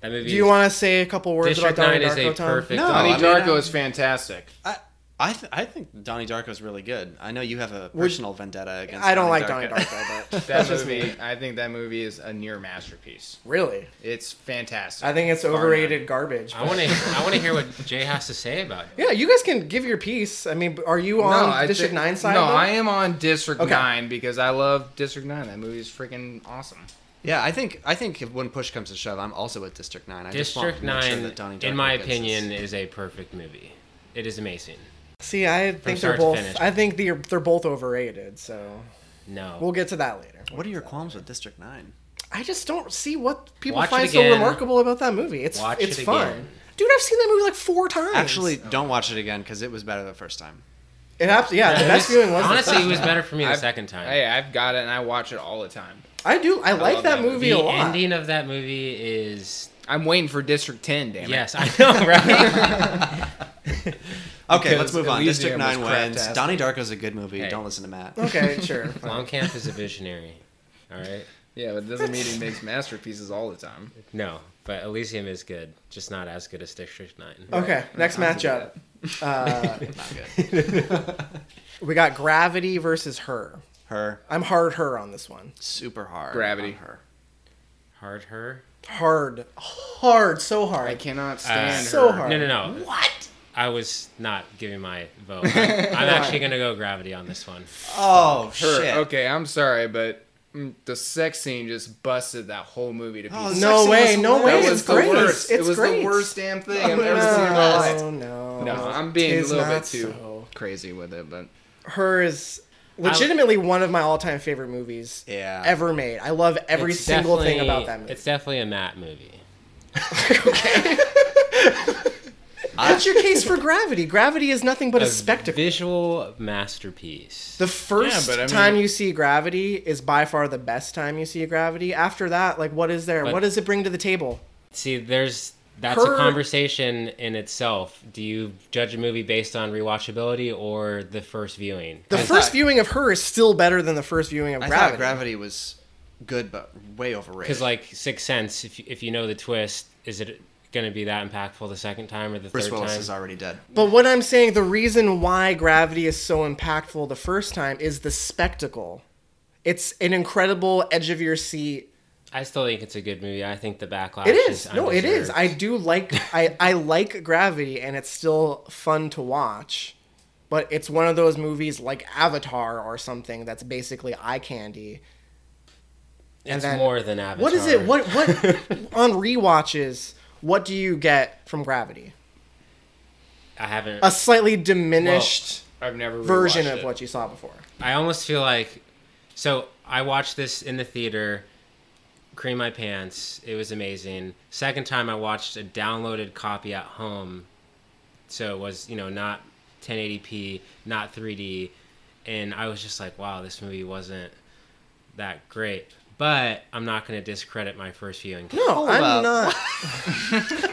That movie.
on? Do you want to say a couple words
District
about Donnie
Nine is
Darko?
a
Tom?
perfect.
No.
Donnie
Oh, I mean,
Darko
I'm-
is fantastic.
I I, th- I think Donnie Darko's really good. I know you have a personal vendetta against.
I don't
Donnie
like Donnie Darko, but
That movie, I think that movie is a near masterpiece.
really,
It's fantastic.
I think it's
Far
overrated garbage.
I want to. I want to hear what Jay has to say about it.
Yeah, you guys can give your piece. I mean, are you
none.
on
I
District
thi-
Nine side?
No,
though?
I am on District
Okay.
Nine because I love District Nine. That movie is freaking awesome.
Yeah, I think I think if when push comes to shove, I'm also with District Nine. I just want
District
to make sure
Nine,
that Donnie Darko
in my
gets his-
opinion, is a perfect movie. It is amazing.
See, I think they're
start to
both.
finish.
I think they're they're both overrated. So
No.
we'll get to that later.
What are your qualms with District Nine?
I just don't see what people
Watch it
find so
again.
remarkable about that movie. It's
Watch
it's
it
fun,
again.
dude. I've seen that movie like four times.
Actually, don't watch it again because it was better the first time.
it abs- yeah, the best viewing was the
Honestly,
first
it was
time.
better for me the
I've-
second time.
Hey, I've got it and I watch it all the time.
I do. I, like
love
that
that
movie
movie.
a
the
lot.
ending of that movie is
I'm waiting for District 10, damn it.
yes, I know, right?
Okay,
Because
let's move on.
Elysium
District
was
Nine wins.
crap-tastic.
Donnie Darko's a good movie.
Hey.
Don't listen to Matt.
Okay, sure.
Long Camp is a visionary. All right.
Yeah, but it doesn't mean he makes masterpieces all the time.
No, but Elysium is good, just not as good as District Nine.
Okay, next matchup. Uh, we got Gravity versus Her.
Her
I'm hard her on this one.
super hard.
Gravity.
on Her.
Hard her.
Hard, hard, so hard.
I cannot stand
Uh, so
her.
hard.
No, no, no. What? I was not giving my vote. I, am actually gonna go Gravity on this one.
Oh
Her-
shit.
Okay, I'm sorry, but mm, the sex scene just busted that whole movie to
Oh,
pieces.
No
Sexy
way,
was
no
the
way.
That
It's
was the
great. It's
worst. it was
great. Oh,
the worst damn thing I've ever seen in my life.
No, no,
No, I'm being a
Tis
little
not
bit too
so.
crazy with it, but
Her is legitimately one of my all-time favorite movies
Yeah.
ever made. I love every single thing
definitely-
about that movie.
It's definitely a Matt movie.
That's your case for Gravity. Gravity is nothing but a, spectacle.
Visual masterpiece.
The first
Yeah, but I mean-
time you see Gravity is by far the best time you see Gravity. After that, like, what is there?
But-
what does it bring to the table?
See, there's that's
Her-
a conversation in itself. Do you judge a movie based on rewatchability or the first viewing?
The
'Cause
first viewing of her is still better than the first viewing of
I
Gravity.
thought Gravity was good, but way overrated.
Because like Sixth Sense, if you, if you know the twist, is it going to be that impactful the second time or the
Bruce
third
Willis
time?
is already dead.
But what I'm saying, the reason why Gravity is so impactful the first time is the spectacle. It's an incredible edge of your seat.
I still think it's a good movie. I think the backlash.
It is.
is
No, it is.
undeserved.
I do like I, I like Gravity and it's still fun to watch. But it's one of those movies like Avatar or something that's basically eye candy.
It's
then-
more than Avatar.
What is it? What what on rewatches, what do you get from Gravity?
I haven't.
A slightly diminished
I've never
version
rewatched
of
it.
what you saw before.
I almost feel like. So I watched this in the theater, cream my pants. It was amazing. Second time I watched a downloaded copy at home, so it was you know not 1080p, not 3D, and I was just like, wow, this movie wasn't that great. But I'm not gonna discredit my first viewing. No,
No, I'm
up.
not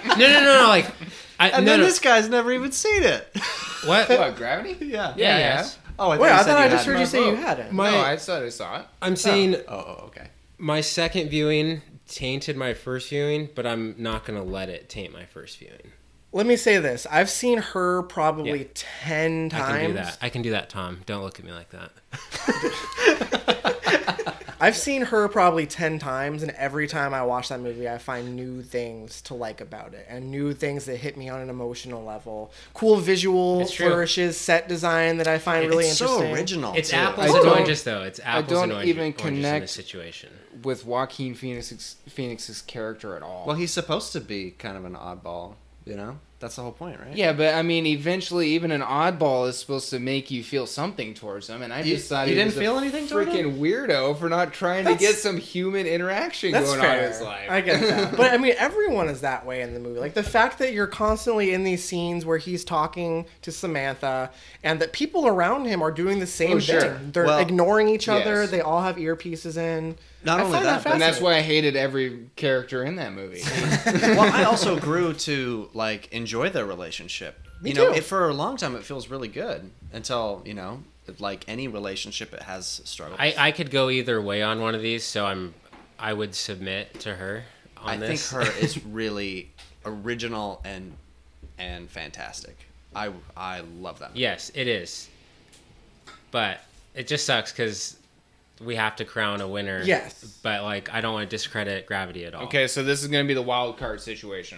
no, no, no. no, Like, I,
And
no,
then
no.
this guy's never even seen it.
what?
What, Gravity?
yeah.
Yeah,
Yeah,
yes.
Oh, I thought,
Wait,
you
I
said
thought
you
I just
had
heard
my
you say you
vote.
had it.
My-
no, I said I saw it.
I'm saying
Oh, oh, okay.
my second viewing tainted my first viewing, but I'm not gonna let it taint my first viewing.
Let me say this. I've seen her probably
Yeah.
10
I can do that.
times.
I can do that, Tom. Don't look at me like that.
I've seen her probably 10 times, and every time I watch that movie, I find new things to like about it and new things that hit me on an emotional level. Cool visual
It's true.
flourishes, set design that I find really
it's so
interesting.
original.
It's
too.
apples and
I don't-
oranges, though. It's apples
don't
and orange-
even
oranges in
connect-
this situation.
With Joaquin Phoenix's, Phoenix's character at all.
Well, he's supposed to be kind of an oddball, you know? That's the whole point, right?
yeah, but I mean, eventually, even an oddball is supposed to make you feel something towards him, and I
You-
just thought
you
he
didn't
was a
feel anything toward
freaking weirdo for not trying to
That's-
get some human interaction
That's
going on in
fair.
his life.
I get that. but I mean, everyone is that way in the movie. Like the fact that you're constantly in these scenes where he's talking to Samantha, and that people around him are doing the same
Oh, sure.
thing. They're
Well,
ignoring each other.
yes.
They all have earpieces in.
Not
I
only
find
that,
that
and that's
fascinating.
why I hated every character in that movie.
well, I also grew to like enjoy their relationship.
Me
you know,
too.
it for a long time it feels really good until, you know, like any relationship it has struggles.
I, I could go either way on one of these, so I'm I would submit to her on
I think
this.
her is really original and and fantastic. I I love that.
yes, it is. But it just sucks because we have to crown a winner.
Yes.
But like, I don't want to discredit gravity at all.
okay, so this is going to be the wild card situation,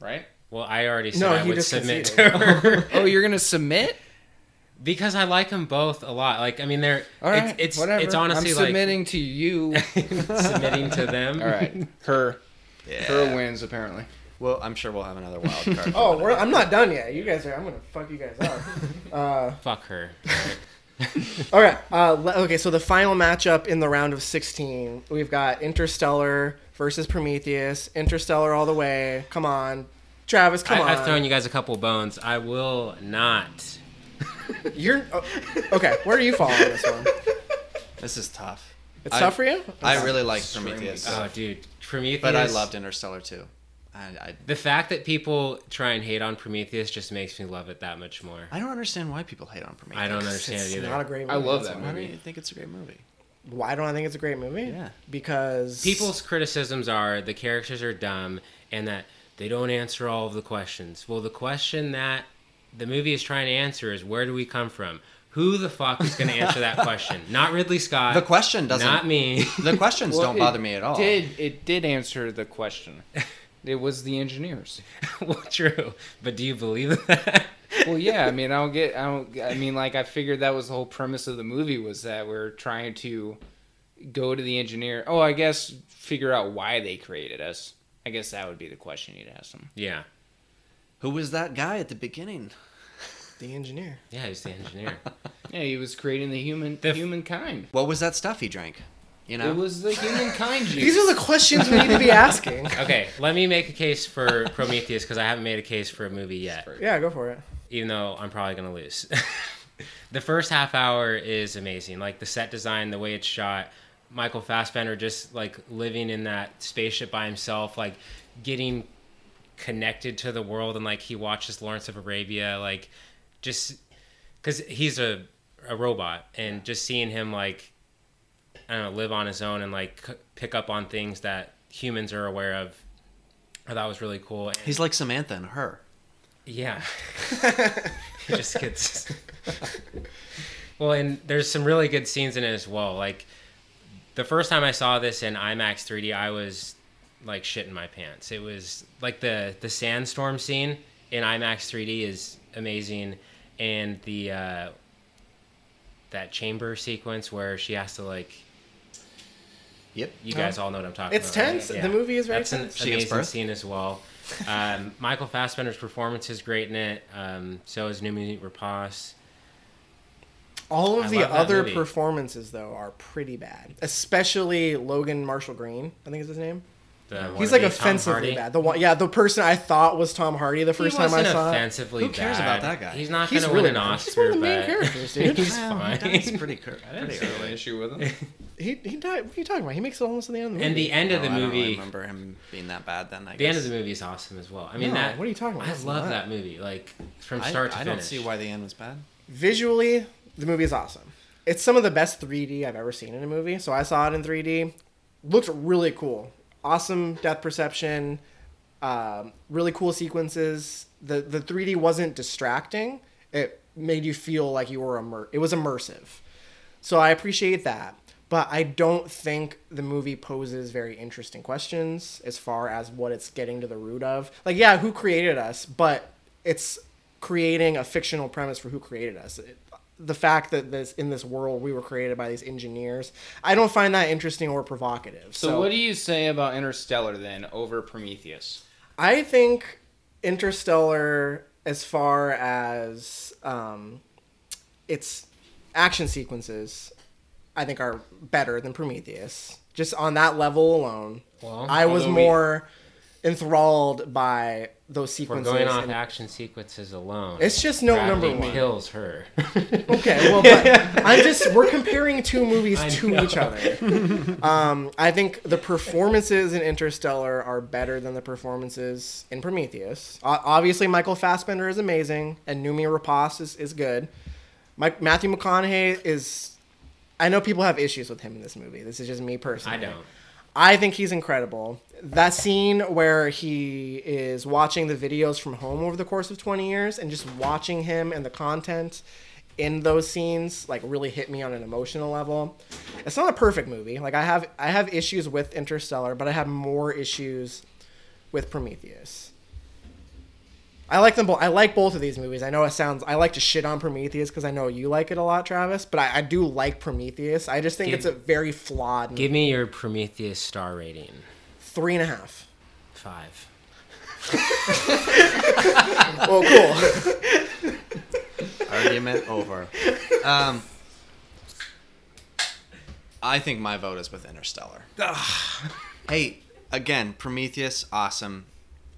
right?
Well, I already said
No,
I
he
would
just
submit to
conceded.
her
Oh, you're going to submit?
because I like them both a lot. Like, I mean, they're
All right,
it's it's,
whatever.
it's honestly
I'm
like
submitting to you.
submitting to them.
All right, her,
Yeah.
her wins apparently.
Well, I'm sure we'll have another wild card. for
Oh,
whatever.
we're, I'm not done yet. You guys are. I'm gonna fuck you guys up.
Fuck her.
All right. Uh, le- okay, so the final matchup in the round of 16, we've got Interstellar versus Prometheus. Interstellar all the way. Come on. Travis, come on.
I, I've thrown you guys a couple bones. I will not.
You're oh, okay. Where are you falling on this one?
this is tough.
It's
I-
tough for you.
I really like Prometheus,
Oh, dude, Prometheus.
but I loved Interstellar too. I, I
The fact that people try and hate on Prometheus just makes me love it that much more.
I don't understand why people hate on Prometheus.
I don't
It's
understand it either.
not a great. Movie.
I love
That's
that
why.
Why do
movie.
you think it's a great movie?
Why don't I think it's a great movie?
Yeah.
Because
People's criticisms are the characters are dumb and that they don't answer all of the questions. Well, the question that the movie is trying to answer is where do we come from? Who the fuck is going to answer that question? Not Ridley Scott.
The question doesn't.
Not me.
The questions
Well,
don't
it
bother me at all.
Did it did answer the question? It was the engineers.
well, true. But do you believe that?
Well, yeah. I mean, I don't get. I don't. I mean, like, I figured that was the whole premise of the movie was that we're trying to go to the engineer. Oh, I guess figure out why they created us. I guess that would be the question you'd ask them.
yeah.
Who was that guy at the beginning?
the engineer.
Yeah, he's the engineer.
Yeah, he was creating the human
The f-
humankind.
What was that stuff he drank? You know,
It was the humankind juice.
These are the questions we need to be asking.
Okay, let me make a case for Prometheus because I haven't made a case for a movie yet.
Yeah, go for it.
even though I'm probably gonna lose. the first half hour is amazing. Like the set design, the way it's shot. Michael Fassbender just like living in that spaceship by himself, like getting connected to the world, and like he watches Lawrence of Arabia, like just because he's a a robot, and just seeing him like I don't know live on his own and like c- pick up on things that humans are aware of. I thought was really cool. And-
he's like Samantha and her.
yeah. he just gets. well, and there's some really good scenes in it as well. Like, the first time I saw this in IMAX 3D, I was like shitting my pants. It was like the the sandstorm scene in IMAX 3D is amazing, and the uh, that chamber sequence where she has to like
Yep.
you guys all know what I'm talking
It's
about. right?
tense. The movie is very
Uh, That's an
tense.
She gives
amazing
birth?
scene as well. Um, Michael Fassbender's performance is great in it. Um, so is Numi Rapace.
All of
I
the
love that
other
movie.
performances though are pretty bad, especially Logan Marshall Green. I think is his name.
The
He's
wannabe
like
Tom
offensively
Hardy.
bad. The one, yeah, the person I thought was Tom Hardy the first
he
time I
wasn't
saw it.
offensively
Who cares
bad.
about that guy?
He's not
He's
going to
really
win an
not-
Oscar.
he's one of the main
but
characters, dude.
he's
Well, That's
fine.
pretty cur- pretty
An
early.
issue with him.
He he died. What are you talking about? He makes it almost in the end. Of the
And
movie.
the end of the
No, Oh, I don't really
movie,
remember him being that bad then. I
the end
guess.
of the movie is awesome as well. I mean,
No,
that.
what are you talking about?
I
It's
love
not.
that movie. Like from start to
I, I
finish.
don't see why the end was bad.
visually, the movie is awesome. It's some of the best 3D I've ever seen in a movie. So I saw it in 3D. Looked really cool. Awesome depth perception. Um, really cool sequences. The the 3D wasn't distracting. It made you feel like you were immer- It was immersive. So I appreciate that. But I don't think the movie poses very interesting questions as far as what it's getting to the root of. Like, yeah, who created us? But it's creating a fictional premise for who created us. It, the fact that this in this world we were created by these engineers, I don't find that interesting or provocative.
So, what do you say about Interstellar then over Prometheus?
I think Interstellar, as far as um, its action sequences, I think are better than Prometheus. Just on that level alone,
Well,
I was
although we-
more enthralled by those
We're
sequences.
going off
and-
action sequences alone.
It's just no
Bradley
number one.
kills her.
Okay, well, but I'm just we're comparing two movies to each other. Um, I think the performances in Interstellar are better than the performances in Prometheus. O- obviously, Michael Fassbender is amazing, and Numi Rapace is, is good. Mike, Matthew McConaughey is. I know people have issues with him in this movie. This is just me personally.
I don't.
I think he's incredible. That scene where he is watching the videos from home over the course of 20 years and just watching him and the content in those scenes like really hit me on an emotional level. It's not a perfect movie. Like I have I have issues with Interstellar, but I have more issues with Prometheus. I like them both. I like both of these movies. I know it sounds. I like to shit on Prometheus because I know you like it a lot, Travis. But I, I do like Prometheus. I just think
Give-
it's a very flawed. movie.
Give me your Prometheus star rating.
Three and a half.
Five.
Well, cool.
Argument over. Um, I think my vote is with Interstellar. hey, again, Prometheus, awesome.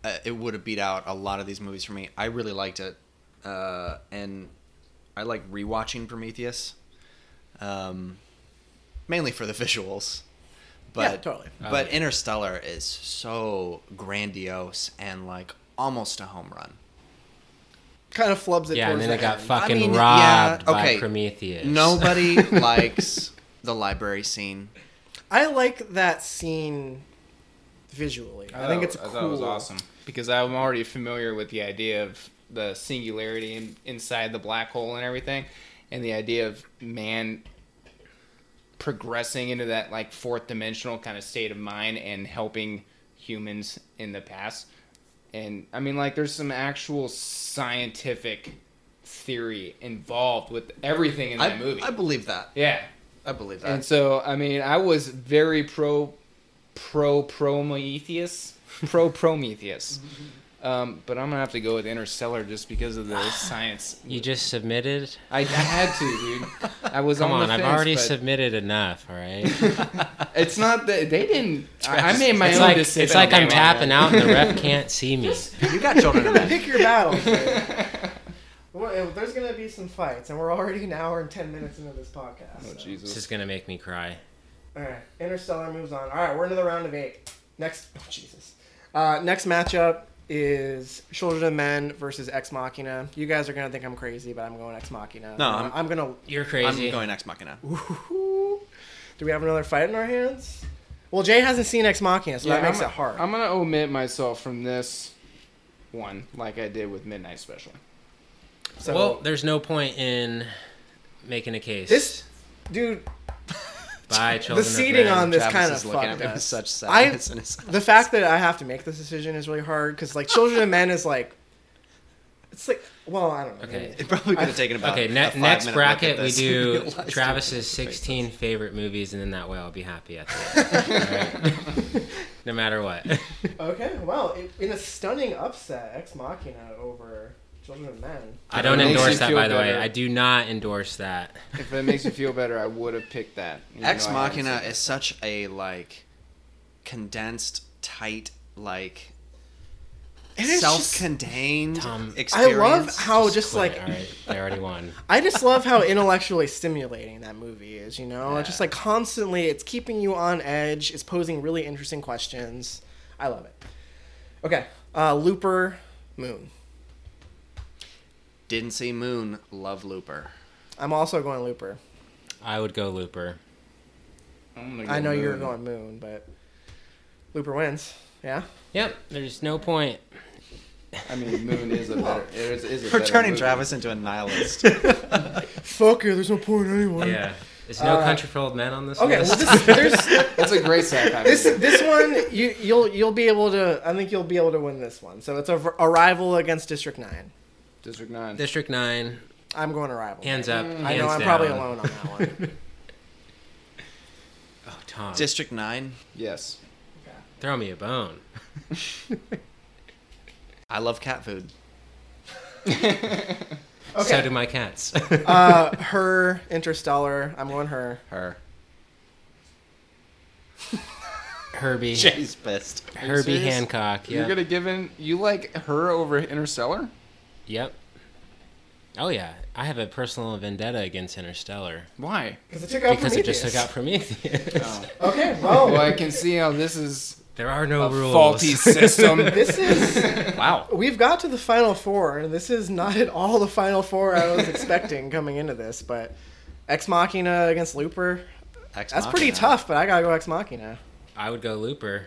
Uh, it would have beat out a lot of these movies for me. I really liked it, uh, and I like rewatching Prometheus, um, mainly for the visuals. But,
Yeah, totally.
But Interstellar is so grandiose and like almost a home run.
kind of flubs it.
Yeah, and
towards
then it
the
got
end.
fucking
I mean, yeah,
robbed by
okay.
Prometheus.
Nobody likes the library scene.
I like that scene visually. I, think it's
I
cool.
thought it was awesome because I'm already familiar with the idea of the singularity in, inside the black hole and everything, and the idea of man progressing into that like fourth dimensional kind of state of mind and helping humans in the past. And I mean, like, there's some actual scientific theory involved with everything in that
I,
movie.
I believe that.
yeah.
I believe that.
And so, I mean, I was very pro, pro Prometheus, pro Prometheus. Um, but I'm gonna have to go with Interstellar just because of the science.
You just submitted?
I, I had to, dude. I was
Come
on.
on,
the
I've
fence,
already
but
submitted enough, all right?
It's not that they didn't. I, I made my
It's
own
like,
decision.
it's like I'm
man.
tapping out and the ref can't see me.
you got children. in
Gotta
that.
pick your battles. man. Well, eh, there's gonna be some fights, and we're already an hour and ten minutes into this podcast.
Oh
so.
This
Jesus!
is going to make me cry.
All right, Interstellar moves on. All right, we're into the round of eight. Next, oh, Jesus. Uh, next matchup is Children of Men versus Ex Machina. You guys are gonna think I'm crazy, but I'm going Ex Machina.
No,
I'm,
I'm-
gonna.
You're
I'm
crazy.
going ex machina.
Ooh. Do we have another fight in our hands? Well, Jay hasn't seen Ex Machina, so that makes
I'm,
it hard.
I'm gonna omit myself from this one, like I did with Midnight Special.
so,
well, there's no point in making a case.
This- dude,
by children
the
of
seating
Men.
on this
Travis
kind of
is looking
fucked
at me
us.
with such
I-
sadness in his eyes.
the fact that I have to make this decision is really hard because like Children of Men is like, it's like well I don't know.
Okay.
it probably could have taken about
Okay,
uh, a
ne-
five
next
minute
bracket
look at
we
this.
do
Realized it
Travis's
wasn't fake.
16 favorite movies, and then that way I'll be happy at the end. All right? No matter what.
Okay, well it, in a stunning upset, Ex Machina over Children of Men.
I don't
Makes you
endorse that,
feel
by the way.
better.
I do not endorse that.
If it makes you feel better, I would have picked that. even
Ex
though I haven't
Machina
seen it.
is such a like condensed, tight, like
It is just-
self-contained
Tom,
experience.
I love how Oh, just,
Quit,
like
all right, they already won.
I just love how intellectually stimulating that movie is. You know, It's just like constantly, it's keeping you on edge. It's posing really interesting questions. I love it. Okay, uh, Looper Moon.
Didn't see Moon. Love Looper.
I'm also going Looper.
I would go Looper.
I'm gonna
I
go
know you're
Moon.
going Moon, but Looper wins. Yeah.
Yep, there's no point.
I mean, Moon is a better. It is, is a
For
better
turning
movie.
Travis into a nihilist.
Fuck it. There's no point anyway.
Yeah. There's no country for old men on this
Uh, Okay. Well, this,
list.
there's,
That's a great sci-fi
this
movie.
this one you you'll you'll be able to. I think you'll be able to win this one. So it's a v- arrival against District Nine.
District Nine.
District 9,
I'm going arrival.
hands up. Hands
Mm, I know I'm
down.
probably alone on that one.
Oh, Tom.
District Nine.
yes.
Throw me a bone.
I love cat food.
So do my cats.
Uh, her Interstellar. I'm going her.
Her.
Herbie.
Jay's pissed.
Herbie
serious?
Hancock. Yeah.
You're gonna give in. You like her over Interstellar?
Yep. Oh yeah, I have a personal vendetta against Interstellar
Why?
Because it took out
because it just took out
Oh, Prometheus. Oh.
Prometheus.
Okay. Well,
Well, I can see how this is
There are no
a
rules.
faulty system.
this is.
Wow.
We've got to the final four, and this is not at all the final four I was expecting coming into this, but Ex Machina against Looper.
Ex
That's pretty
Machina.
tough, but I gotta go Ex Machina.
I would go Looper.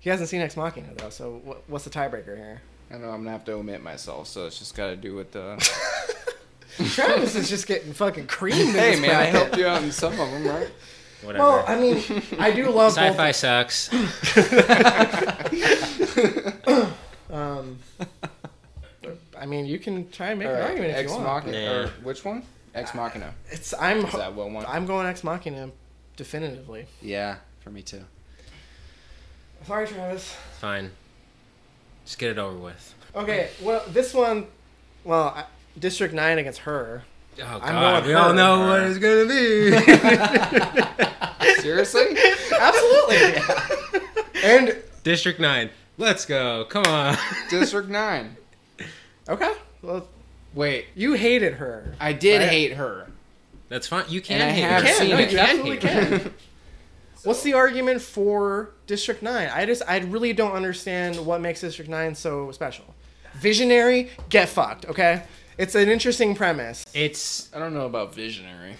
He hasn't seen Ex Machina though, so what, what's the tiebreaker here?
I know I'm gonna have to omit myself, so it's just gotta do with the.
Travis is just getting fucking creamed. in
hey
this
man, I
bracket.
helped you out in some of them, right?
Whatever.
Well, I mean, I do love both.
Sci-fi sucks.
Um, I mean, you can try and make
All
an
right.
argument if
Ex
you want.
Machina.
Nah.
Or which one? Ex Machina.
It's I'm
Is that what one?
I'm going Ex Machina definitively.
Yeah, for me too.
Sorry, Travis.
It's fine. Just get it over with.
Okay, well, this one, well, I- District 9 against her.
Oh
going
god,
with
we all
her.
know what it's gonna be.
Seriously?
Absolutely. and,
District Nine. Let's go. Come on.
District 9.
okay, well,
Wait,
you hated her.
I did
Right.
hate her.
That's fine. You can
And I
hate
have
her.
seen
You
it.
You
can
absolutely
hate her.
can. What's the argument for District 9? I just, I really don't understand what makes District 9 so special. Visionary, get fucked, okay? It's an interesting premise.
It's
I don't know about visionary.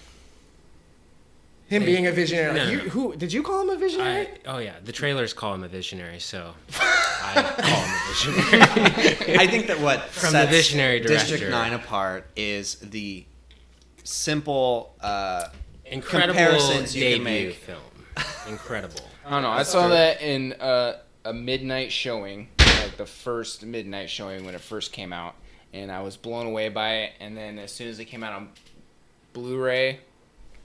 Him being a visionary.
No, no,
you,
no.
Who did you call him a visionary?
I, oh yeah, the trailers call him a visionary, so I call him a visionary.
I think that what
From the
sets
visionary
District
director.
Nine apart is the simple. Uh,
Incredible
Comparisons you
debut
can make.
film. Incredible.
I don't know. I saw that in uh, a midnight showing, like the first midnight showing when it first came out, and I was blown away by it. And then as soon as it came out on Blu-ray,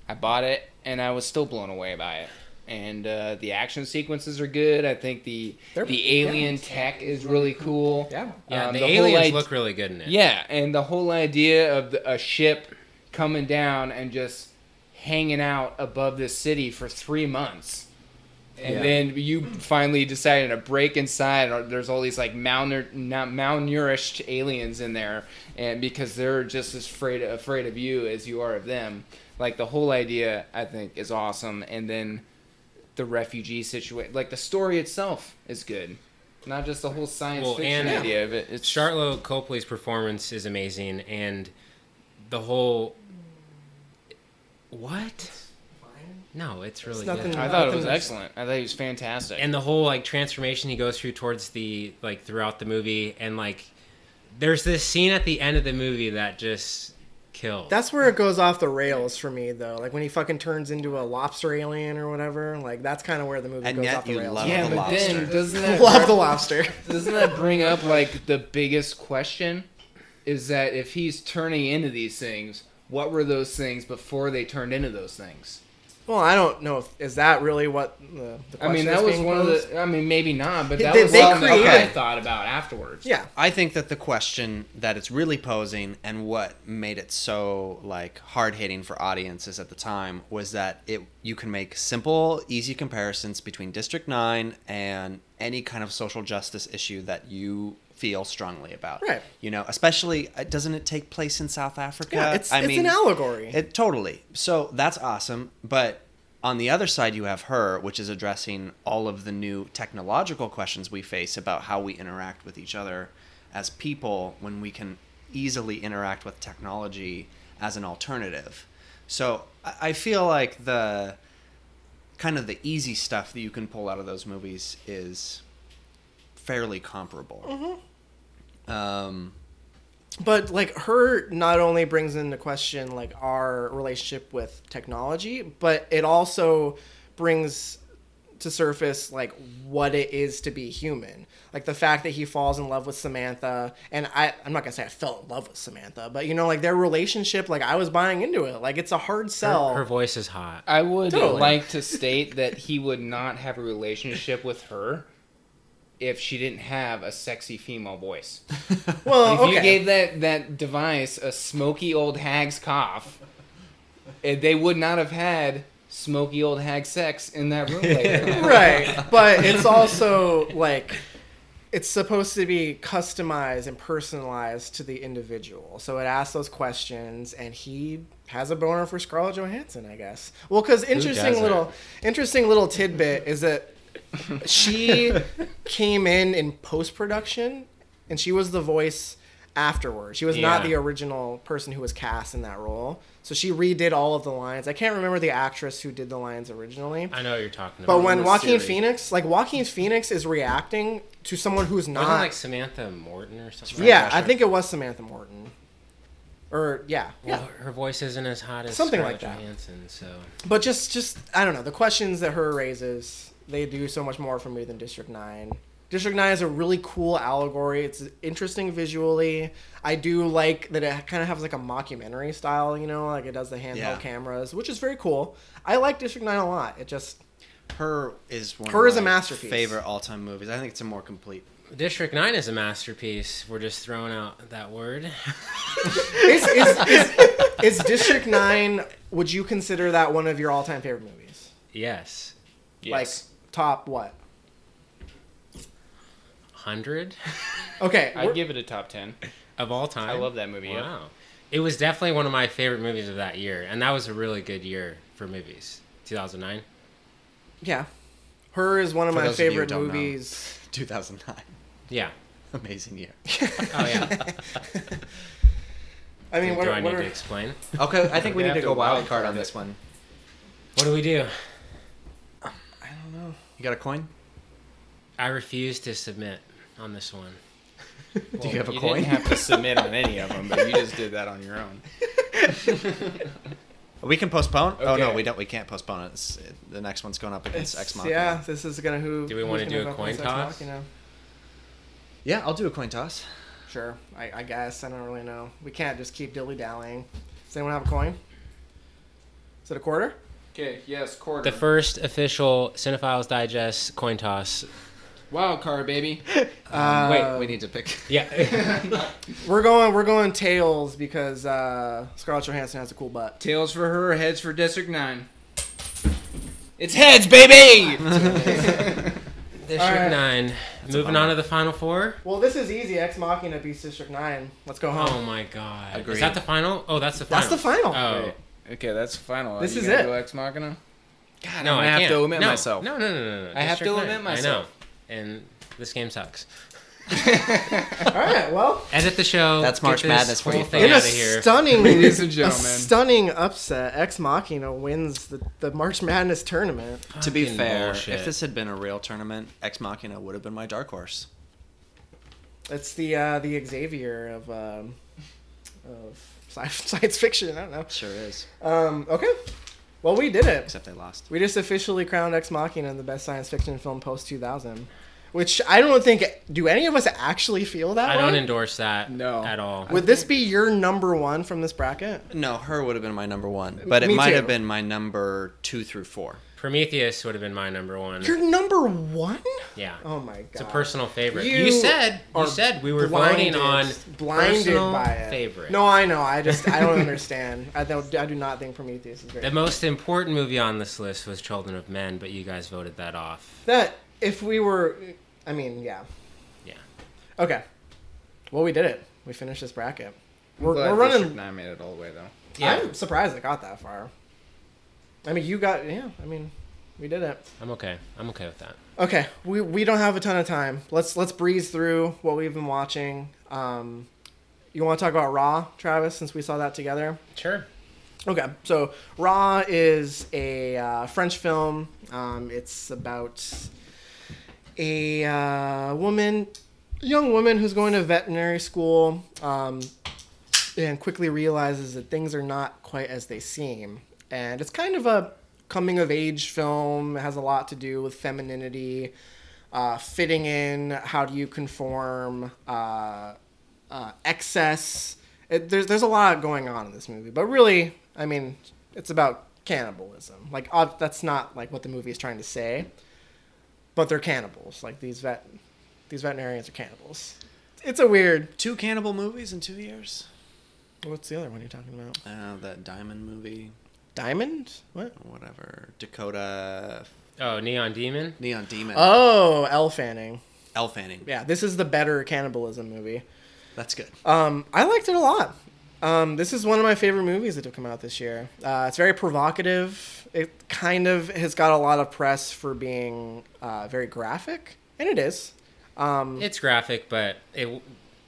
I bought it, and I was still blown away by it. And uh, the action sequences are good. I think the
They're-
the alien tech is really cool.
Yeah.
Yeah,
Um,
the,
whole
aliens
id-
look really good in it.
Yeah, and the whole idea of the, a ship coming down and just hanging out above this city for three months. And then you finally decided to break inside. Or there's all these like malnur- not malnourished aliens in there, and because they're just as afraid afraid of you as you are of them. Like the whole idea, I think, is awesome. And then the refugee situation, like the story itself, is good. Not just the whole science
Well,
fiction
and-
idea of it. It's
Charlotte Copley's performance is amazing, and the whole what? No, it's really
nothing-
good.
I
I
thought it
think
was
that's-
excellent. I thought he was fantastic.
and the whole like transformation he goes through towards the like throughout the movie and like there's this scene at the end of the movie that just killed
That's where it goes off the rails for me, though. Like when he fucking turns into a lobster alien or whatever. Like that's kind of where the movie
And
goes
yet
off the
you
rails.
love
yeah,
the
but
lobster.
then doesn't that
love the lobster.
doesn't that bring up like the biggest question? Is that if he's turning into these things, what were those things before they turned into those things?
Well, I don't know. If, is that really what the? the
I mean,
question
that
is
was
being
one
posed?
of the. I mean, maybe not, but that
They-
was
they
something that I
created-
thought about afterwards.
Yeah,
I think that the question that it's really posing and what made it so like hard hitting for audiences at the time was that it you can make simple, easy comparisons between District Nine and any kind of social justice issue that you feel strongly about.
Right.
You know, especially uh, doesn't it take place in South Africa?
Yeah, it's- it's an allegory.
It totally. So that's awesome, but on the other side you have her, which is addressing all of the new technological questions we face about how we interact with each other as people when we can easily interact with technology as an alternative. So I I feel like the kind of the easy stuff that you can pull out of those movies is fairly comparable.
Mm-hmm.
Um,
but like her not only brings into question like our relationship with technology, but it also brings to surface like what it is to be human. Like the fact that he falls in love with Samantha and I I'm not gonna say I fell in love with Samantha, but you know, like their relationship, like I was buying into it. Like it's a hard sell.
her, her voice is hot
I would
Totally.
like to state that he would not have a relationship with her if she didn't have a sexy female voice.
well,
If
okay.
you gave that, that device a smoky old hag's cough, eh, they would not have had smoky old hag sex in that room later.
right but it's also like it's supposed to be customized and personalized to the individual so it asks those questions and he has a boner for scarlett johansson i guess well because interesting
doesn't?
little interesting little tidbit is that she came in in post-production and she was the voice afterward she was not
Yeah.
the original person who was cast in that role so she redid all of the lines i can't remember the actress who did the lines originally
i know what you're talking about
but when Joaquin
Siri.
Phoenix, like Joaquin Phoenix, is reacting to someone who's not,
wasn't it like samantha morton or something
yeah,
Like
I think it was Samantha Morton, or yeah,
that? Well, her voice isn't as hot as
Something like
Scarlett
that.
Johansson, so
But just, just I don't know. The questions that her raises, they do so much more for me than District Nine. District Nine is a really cool allegory. It's interesting visually. I do like that it kind of has like a mockumentary style, you know, like it does the handheld
Yeah.
cameras, which is very cool. I like District Nine a lot. It just
Her is one.
Her
of
is a
my
masterpiece.
Favorite all-time movies. I think it's a more complete.
District Nine is a masterpiece. We're just throwing out that word.
Is, is, is, is District Nine? Would you consider that one of your all-time favorite movies?
Yes,
Yes.
Like top what?
hundred
Okay,
I
we're-
give it a top 10.
of all time.
I love that movie. yeah.
Wow, it was definitely one of my favorite movies of that year, and that was a really good year for movies. 2009.
yeah. Her is one of
For
my
those of you who
favorite
don't know.
movies.
2009.
Yeah.
Amazing year.
Oh yeah.
I mean, what,
do I
what
need
are,
to explain?
Okay, I think we
We
need
have
to
to
go wild
wild
card on
card
this one.
What do we do?
You got a coin?
I refuse to submit on this one.
Do you have a
you
coin?
didn't have to submit on any of them, but you just did that on your own.
We can postpone. Oh no,
Okay.
we don't. We can't postpone it. It's, it- the next one's going up against X
it's-
Machina.
yeah, this is gonna who.
Do we
who's
wanna
gonna
do a
vote for
coin
Sex
toss?
Talk, You know,
Yeah, I'll do a coin toss.
sure. I, I guess I don't really know. We can't just keep dilly dallying. Does anyone have a coin? Is it a quarter?
Okay, yes, quarter.
The first official Cinephiles Digest coin toss.
Wild card, baby.
Uh,
Wait, we need to pick.
Yeah.
We're going. We're going tails because uh, Scarlett Johansson has a cool butt.
Tails for her, heads for District 9. It's heads, baby!
District
right.
9. Moving on to the final four.
Well, this is easy. Ex Machina beats District Nine. Let's go home.
Oh my god.
Agreed.
Is that the final? Oh, that's the final.
Uh-huh. That's the final.
Oh.
okay, that's final.
This
You
is
gonna
it.
Go Ex Machina? God,
No,
I'm
I
gonna have
can't.
to omit
no.
myself.
No, no, no, no. no.
I have to
District
omit
nine.
myself.
I know. And this game sucks.
All right. Well,
Edit the show.
That's
Get
March
this
Madness for
whole
you
thing
in a
out of here.
stunning,
Ladies and
a
gentlemen.
stunning upset, Ex Machina wins the, the March Madness tournament.
to be
Fucking
fair,
bullshit.
if this had been a real tournament, Ex Machina would have been my dark horse.
It's the uh, the Xavier of um, of sci- science fiction. I don't know.
Sure is.
Um, okay. Well, we did it.
Except they lost.
We just officially crowned Ex Machina the best science fiction film post 2000, which I don't think do any of us actually feel that.
I don't
way?
endorse that
No.
at all.
Would this be your number one from this bracket?
No, her would have been my number one, but it
me
might
too.
have been my number two through four.
Prometheus would have been my number one.
Your number one?
Yeah.
Oh my god!
It's a personal favorite.
You
You, said
are
you said we were
blinded,
voting on
blinded
personal
by it.
favorite.
No, I know. I just I don't understand. I don't. I do not think Prometheus is
The
great.
most important movie on this list was Children of Men, but you guys voted that off.
That if we were, I mean, yeah,
Yeah.
okay. Well, we did it. We finished this bracket.
I'm
We're,
glad
we're running.
District 9 made it all the way, though.
Yeah.
I'm surprised it got that far. I mean, you got yeah. I mean, we did it.
I'm okay. I'm okay with that.
Okay, we we don't have a ton of time. Let's let's breeze through what we've been watching. Um, you want to talk about Raw, Travis, since we saw that together?
Sure.
Okay, so Raw is a uh, French film. Um, it's about a uh, woman, young woman who's going to veterinary school um, and quickly realizes that things are not quite as they seem. And it's kind of a coming of age film, it has a lot to do with femininity, uh, fitting in, how do you conform, uh, uh, excess. It, there's, there's a lot going on in this movie, but really, I mean, it's about cannibalism. Like, ob- that's not like what the movie is trying to say but they're cannibals. Like these vet, these veterinarians are cannibals. It's a weird.
Two cannibal movies in two years.
What's the other one you're talking about?
Uh, that Diamond movie,
Diamond? What?
whatever. Dakota
Oh, Neon Demon.
Neon Demon.
Oh, Elle Fanning.
Elle Fanning.
Yeah, this is the better cannibalism movie.
That's good.
Um, I liked it a lot. Um, this is one of my favorite movies that have come out this year. Uh, it's very provocative. It kind of has got a lot of press for being uh, very graphic, and it is. Um,
It's graphic, but it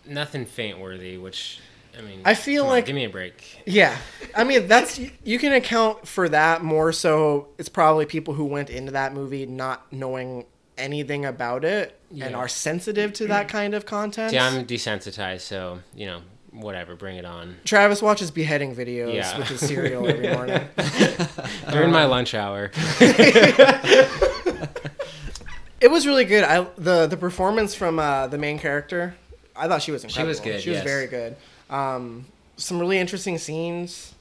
nothing faint worthy. Which I mean,
I feel
come on,
like-
give me a break.
Yeah, I mean that's you can account for that more so. It's probably people who went into that movie not knowing anything about it and
Yeah.
are sensitive to that kind of content.
Yeah, I'm desensitized, so you know, whatever. Bring it on.
Travis watches beheading videos
Yeah.
with his cereal every morning.
During my lunch hour.
it was really good. I the the performance from uh, the main character, I thought she was
She
incredible.
was good,
She was
yes.
very good. Um, some really interesting scenes.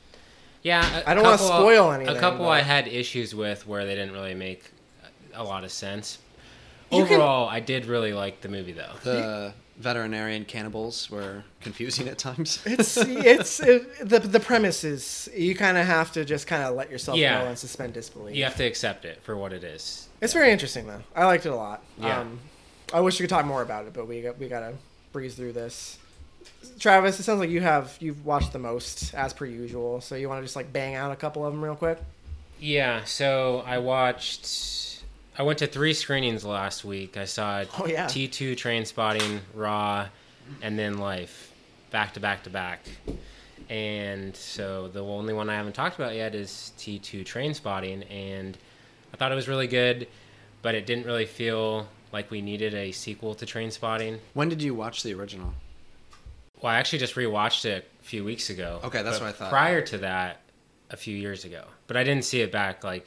Yeah, I
I don't wanna spoil anything,
A couple
but-
I had issues with where they didn't really make a lot of sense.
You can-
Overall, I did really like the movie though.
The veterinarian cannibals were confusing at times.
It's it's it, the the premise is you kind of have to just kind of let yourself
Yeah.
go and suspend disbelief.
You have to accept it for what it is.
It's very interesting though. I liked it a lot.
Yeah.
Um, I wish we could talk more about it, but we got, we gotta breeze through this. Travis, it sounds like you have you've watched the most as per usual. So you want to just like bang out a couple of them real quick?
Yeah, so I watched. I went to three screenings last week. I saw
Oh, yeah.
T2 Train Spotting, Raw, and then Life, back to back to back. And so the only one I haven't talked about yet is T2 Train Spotting, and I thought it was really good, but it didn't really feel like we needed a sequel to Train Spotting.
When did you watch the original?
Well, I actually just rewatched it a few weeks ago.
Okay, that's
but
what I thought.
Prior to that, a few years ago, but I didn't see it back like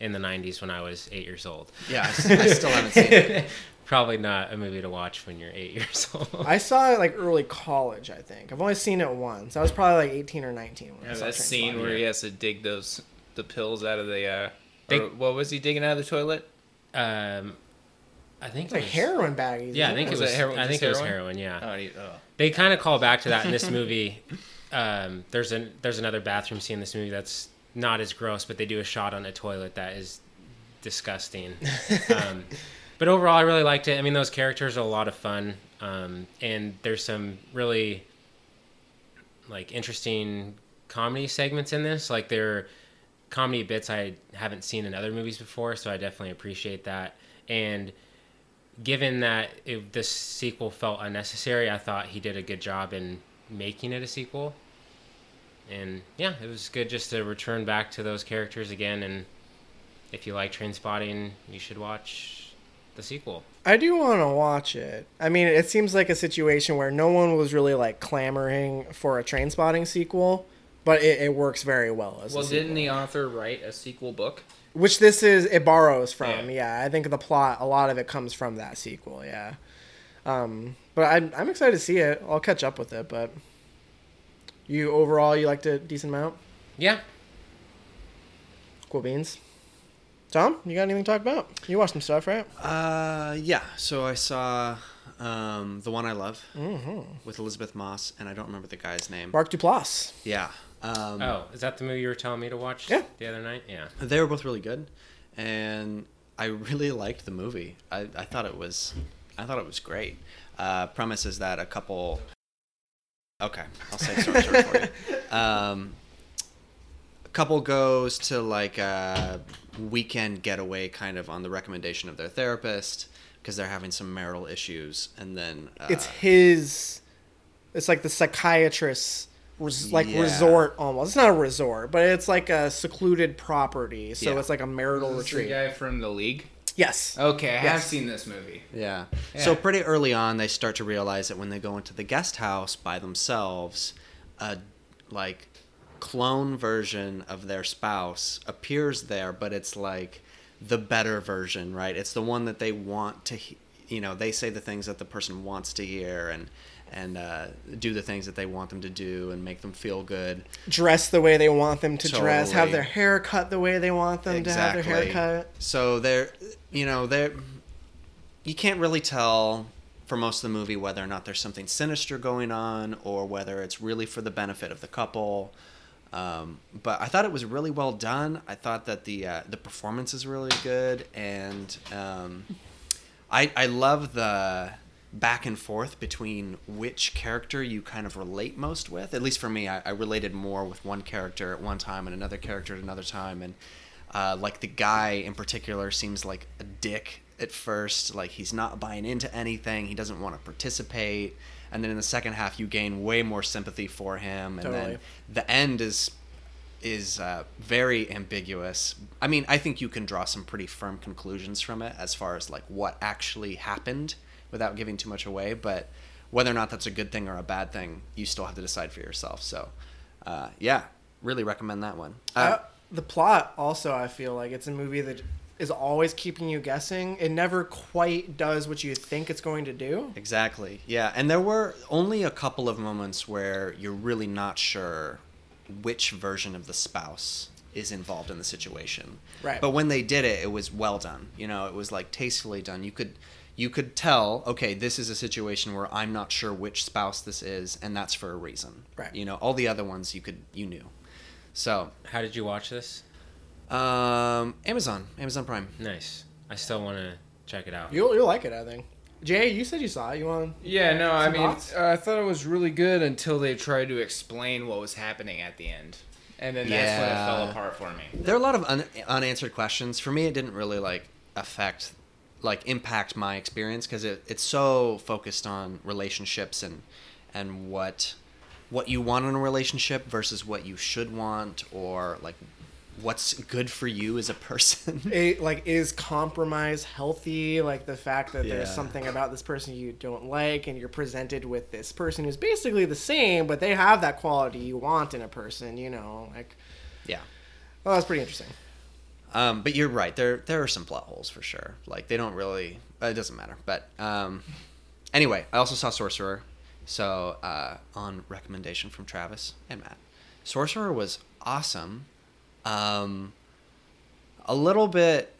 in the '90s when I was eight years old.
Yeah, I, s- I still haven't seen it.
Probably not a movie to watch when you're eight years old.
I saw it like early college, I think. I've only seen it once. I was probably like 18 or 19. When I
Yeah,
saw
that scene
Trainspotting.
where he has to dig those the pills out of the. Uh,
Dig-
or what was he digging out of the toilet?
Um, I think
It's like
it was-
heroin baggies.
Yeah, I
isn't
think
Was
it was.
it heroin-
I think
just
it was heroin.
heroin?
Yeah.
Oh, he, oh.
they kind of call back to that in this movie. Um, there's an there's another bathroom scene in this movie that's not as gross, but they do a shot on a toilet that is disgusting. Um, but overall, I really liked it. I mean, those characters are a lot of fun, um, and there's some really like interesting comedy segments in this. Like they're comedy bits I haven't seen in other movies before, so I definitely appreciate that. And given that it, this sequel felt unnecessary, I thought he did a good job in making it a sequel. And yeah, it was good just to return back to those characters again. And if you like Train Spotting, you should watch the sequel.
I do want to watch it. I mean, it seems like a situation where no one was really like clamoring for a train spotting sequel, but it, it works very well as a
Well,
sequel.
didn't the author write a sequel book?
which this is it borrows from. Yeah.
Yeah.
I think the plot a lot of it comes from that sequel. Yeah, um, but I'm I'm excited to see it. I'll catch up with it. But you overall, you liked it decent amount.
Yeah,
Cool beans. Tom, you got anything to talk about? You watched some stuff, right?
Uh, yeah. So I saw um, the one I love with Elizabeth Moss, and I don't remember the guy's name.
Mark Duplass.
Yeah. Um,
Oh, is that the movie you were telling me to watch
Yeah.
the other night? Yeah.
They were both really good, and I really liked the movie. I, I thought it was, I thought it was great. Uh, premise is that a couple. Okay, I'll say sorcerer for you. Um, a couple goes to like a weekend getaway, kind of on the recommendation of their therapist, because they're having some marital issues, and then uh,
it's his it's like the psychiatrist's res, like
Yeah.
resort almost it's not a resort but it's like a secluded property so
Yeah. Oh.
it's like a marital retreat
The guy from the league.
yes
Okay, I have
Yes.
seen this movie.
Yeah.
Yeah.
So pretty early on, they start to realize that when they go into the guest house by themselves, a like clone version of their spouse appears there, but it's like the better version, right? It's the one that they want to, he- you know, they say the things that the person wants to hear and and uh, do the things that they want them to do and make them feel good.
dress the way they want them to dress have
Totally.
their hair cut the way they want them to have their hair cut
So they're, you know, they're, you can't really tell for most of the movie whether or not there's something sinister going on or whether it's really for the benefit of the couple. Um, but I thought it was really well done. I thought that the uh, the performance is really good, and um, I I love the back and forth between which character you kind of relate most with. At least for me, I, I related more with one character at one time and another character at another time, and uh, like the guy in particular seems like a dick at first. Like he's not buying into anything. He doesn't want to participate. And then in the second half, you gain way more sympathy for him. And
Totally.
then the end is is uh, very ambiguous. I mean, I think you can draw some pretty firm conclusions from it as far as like what actually happened without giving too much away. But whether or not that's a good thing or a bad thing, you still have to decide for yourself. So, uh, yeah, really recommend that one. Uh,
Uh, the plot also i feel like it's a movie that is always keeping you guessing it never quite does what you think it's going to do
Exactly. Yeah, and there were only a couple of moments where you're really not sure which version of the spouse is involved in the situation.
Right.
But when they did it, it was well done. You know, it was like tastefully done. You could you could tell, okay, this is a situation where I'm not sure which spouse this is, and that's for a reason.
Right.
You know, all the other ones you could you knew. So
How did you watch this?
um Amazon. Amazon Prime.
Nice. I still want to check it out.
You'll you'll like it, I think. Jay, you said you saw it. You want?
Yeah, no, I
Some
mean,
thoughts?
uh, I thought it was really good until they tried to explain what was happening at the end, and then that's when it
Yeah.
fell apart for me.
there are a lot of un- unanswered questions for me it didn't really like affect like impact my experience because it, it's so focused on relationships and and what what you want in a relationship versus what you should want or like what's good for you as a person
It, like, is compromise healthy? Like the fact that there's
Yeah.
something about this person you don't like, and you're presented with this person who's basically the same, but they have that quality you want in a person. You know, like,
yeah
well, that's pretty interesting.
um but you're right there there are some plot holes for sure like they don't really uh, it doesn't matter but um anyway i also saw sorcerer so uh on recommendation from travis and matt sorcerer was awesome um a little bit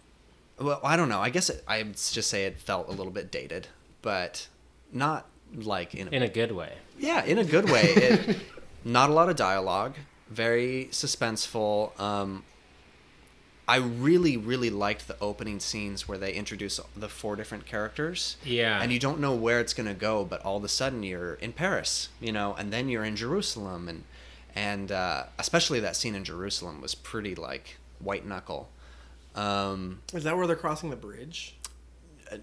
well i don't know i guess it, i'd just say it felt a little bit dated but not like in a
In a good way.
yeah, in a good way. It, not a lot of dialogue, very suspenseful. Um, I really, really liked the opening scenes where they introduce the four different characters.
Yeah.
And you don't know where it's going to go, but all of a sudden you're in Paris, you know, and then you're in Jerusalem. And, and uh, especially that scene in Jerusalem was pretty like white knuckle. Um,
Is that where they're crossing the bridge?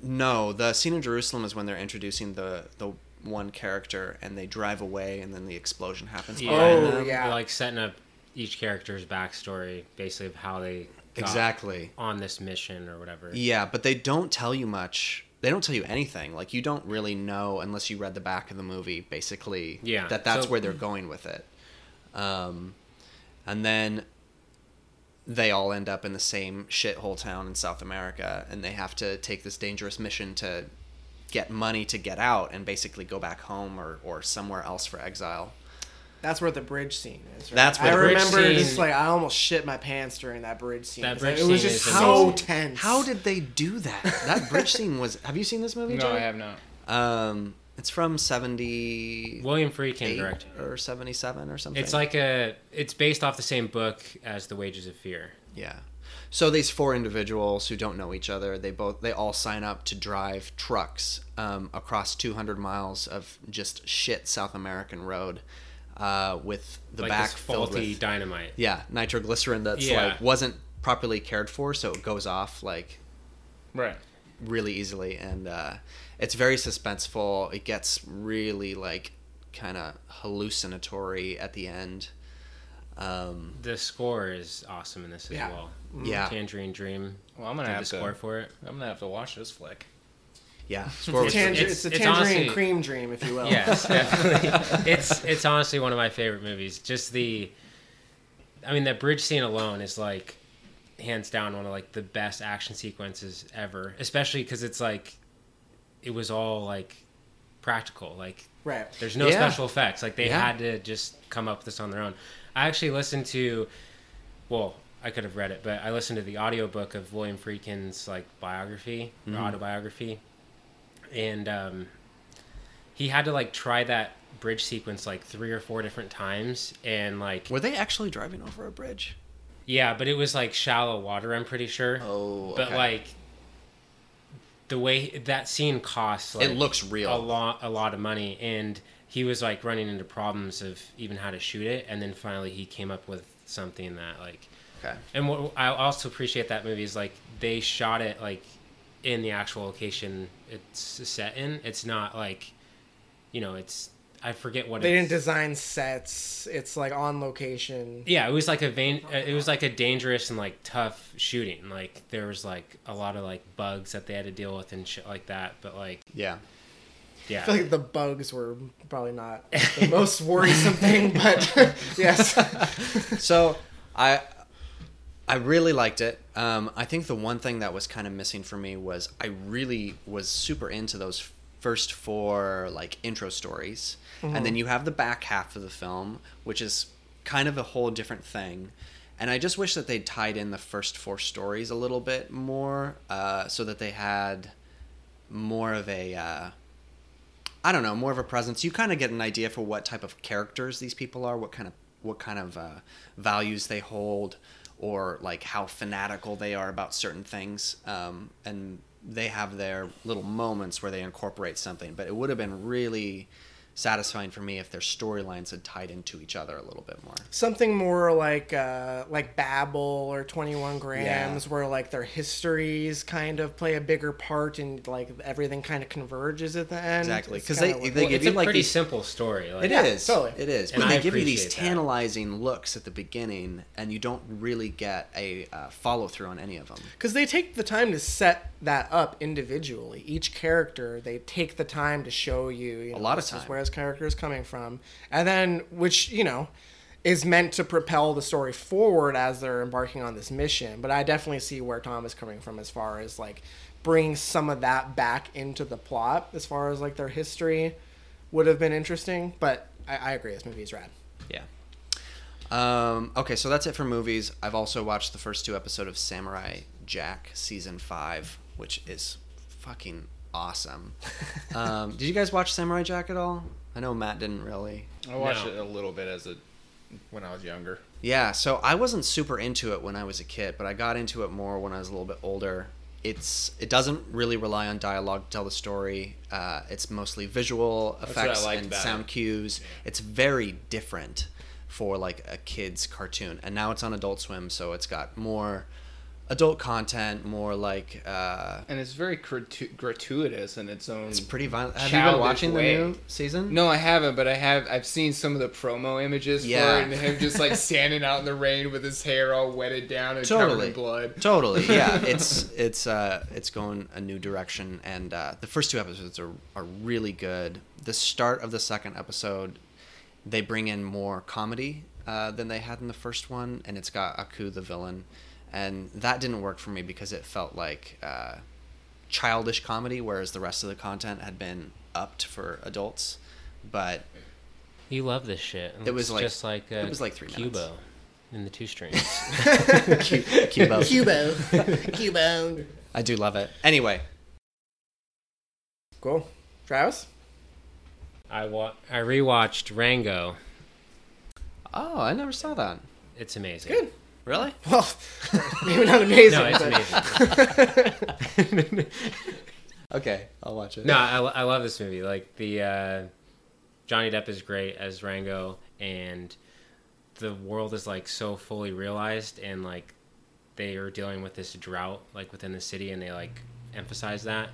no, the scene in Jerusalem is when they're introducing the the one character and they drive away and then the explosion happens. behind
Oh, yeah.
them.
They're, um, Like setting up each character's backstory, basically of how they got
Exactly.
on this mission or whatever.
Yeah, but they don't tell you much. They don't tell you anything. Like you don't really know unless you read the back of the movie. Basically,
Yeah,
that that's
so-
where they're going with it. Um, and then they all end up in the same shithole town in South America, and they have to take this dangerous mission to get money to get out and basically go back home or, or somewhere else for exile.
That's where the bridge scene is. Right?
That's where
I
the
bridge
remember.
scene-
Just like I almost shit my pants during that bridge scene.
That
It's like,
bridge
it was
scene
just
is
so
amazing.
tense.
How did they do that? That bridge scene was. Have you seen this movie?
No,
Jared?
I have not.
Um, it's from seventy.
William Friedkin
eight
directed. it.
or 77 or something.
It's like a. It's based off the same book as The Wages of Fear.
yeah. So these four individuals who don't know each other, they both they all sign up to drive trucks um, across 200 miles of just shit South American road uh, with the
like
back
this
filled
faulty
with
dynamite.
yeah nitroglycerin that's
Yeah.
like wasn't properly cared for, so it goes off like
Right.
really easily and uh, it's very suspenseful it gets really like kind of hallucinatory at the end um,
The score is awesome in this as
Yeah.
well.
Yeah.
Tangerine Dream.
Mm. Well, I'm gonna
did
have
the
to.
score for it.
I'm gonna have to watch this flick.
Yeah, score was
Tanger-
It's-
it's, a
it's
tangerine
honestly-
cream dream, if you will.
Yes, definitely. it's it's honestly one of my favorite movies. Just the, I mean, that bridge scene alone is like, hands down, one of like the best action sequences ever. Especially because it's like, it was all like, practical. Like
Right.
There's no
Yeah.
special effects. Like they
Yeah.
had to just come up with this on their own. I actually listened to, well, I could have read it, but I listened to the audiobook of William Friedkin's like biography
Mm-hmm.
or autobiography, and um, he had to like try that bridge sequence like three or four different times, and like
Were they actually driving over a bridge?
yeah, but it was like shallow water. I'm pretty sure.
Oh,
but
okay.
like the way that scene costs, like,
It looks real.
A lot, a lot of money, and he was like running into problems of even how to shoot it, and then finally he came up with something that like.
Okay.
And what I also appreciate that movie is like they shot it like in the actual location it's set in. It's not like, you know, it's I forget what
They
it's,
didn't design sets. It's like on location.
yeah it was like a vein uh, it was like a dangerous and like tough shooting like there was like a lot of like bugs that they had to deal with and shit like that but like
Yeah.
yeah
I feel like the bugs were probably not the most worrisome thing, but yes.
So I I really liked it. Um, I think the one thing that was kind of missing for me was I really was super into those first four like intro stories, Mm-hmm. and then you have the back half of the film, which is kind of a whole different thing. And I just wish that they tied in the first four stories a little bit more, uh, so that they had more of a, uh, I don't know, more of a presence. You kind of get an idea for what type of characters these people are, what kind of what kind of uh, values they hold, or like how fanatical they are about certain things. Um, and they have their little moments where they incorporate something. But it would have been really satisfying for me if their storylines had tied into each other a little bit more.
something more like uh, like Babel or Twenty One Grams, where like their histories kind of play a bigger part, and like everything kind of converges at the end.
Exactly,
It's
because they
kinda what-
they give
it's
you
a
like
pretty
these
simple story. Like,
It is,
Yeah, totally.
It is.
And
But they
I
give you these
appreciate that.
tantalizing looks at the beginning, and you don't really get a uh, follow through on any of them.
because they take the time to set that up individually. Each character, they take the time to show you, you know,
lot of
this is
time.
where his character is coming from, and then which you know is meant to propel the story forward as they're embarking on this mission. But I definitely see where Tom is coming from as far as like bringing some of that back into the plot, as far as like their history would have been interesting. But I, I agree, this movie is rad.
Yeah. Um, okay, so that's it for movies. I've also watched the first two episode of Samurai Jack season five, which is fucking awesome. um, did you guys watch Samurai Jack at all? I know Matt didn't really.
I watched
No.
it a little bit as a when I was younger.
Yeah, so I wasn't super into it when I was a kid, but I got into it more when I was a little bit older. It's it doesn't really rely on dialogue to tell the story. Uh, it's mostly visual
what I
effects
liked
and
about
sound
it.
cues. It's very different for like a kids cartoon, and now it's on Adult Swim, so it's got more adult content, more like uh,
And it's very gratu- gratuitous in its own.
it's pretty violent. Have you been
Childish
watching
way.
the new season?
no, I haven't, but I have. I've seen some of the promo images
Yeah.
for it, and him just like standing out in the rain with his hair all wetted down and covered
totally
in blood.
Totally, yeah. It's it's uh it's going a new direction, and uh, the first two episodes are are really good. The start of the second episode, they bring in more comedy uh, than they had in the first one, and it's got Aku the villain, and that didn't work for me because it felt like. Uh, childish comedy whereas the rest of the content had been upped for adults but
You love this shit. It
was
was
like-
just like uh,
it was like three
Cubo
minutes.
in the two strings.
Cubo.
Cubo, Cubo.
i do love it anyway
Cool, Travis.
I wa- I rewatched Rango.
oh i never saw that
It's amazing.
Good.
really
Well, maybe not amazing.
No, it's
but-
amazing.
okay i'll watch it
no, I, I love this movie. Like the uh, Johnny Depp is great as Rango, and the world is like so fully realized, and like they are dealing with this drought like within the city, and they like emphasize that.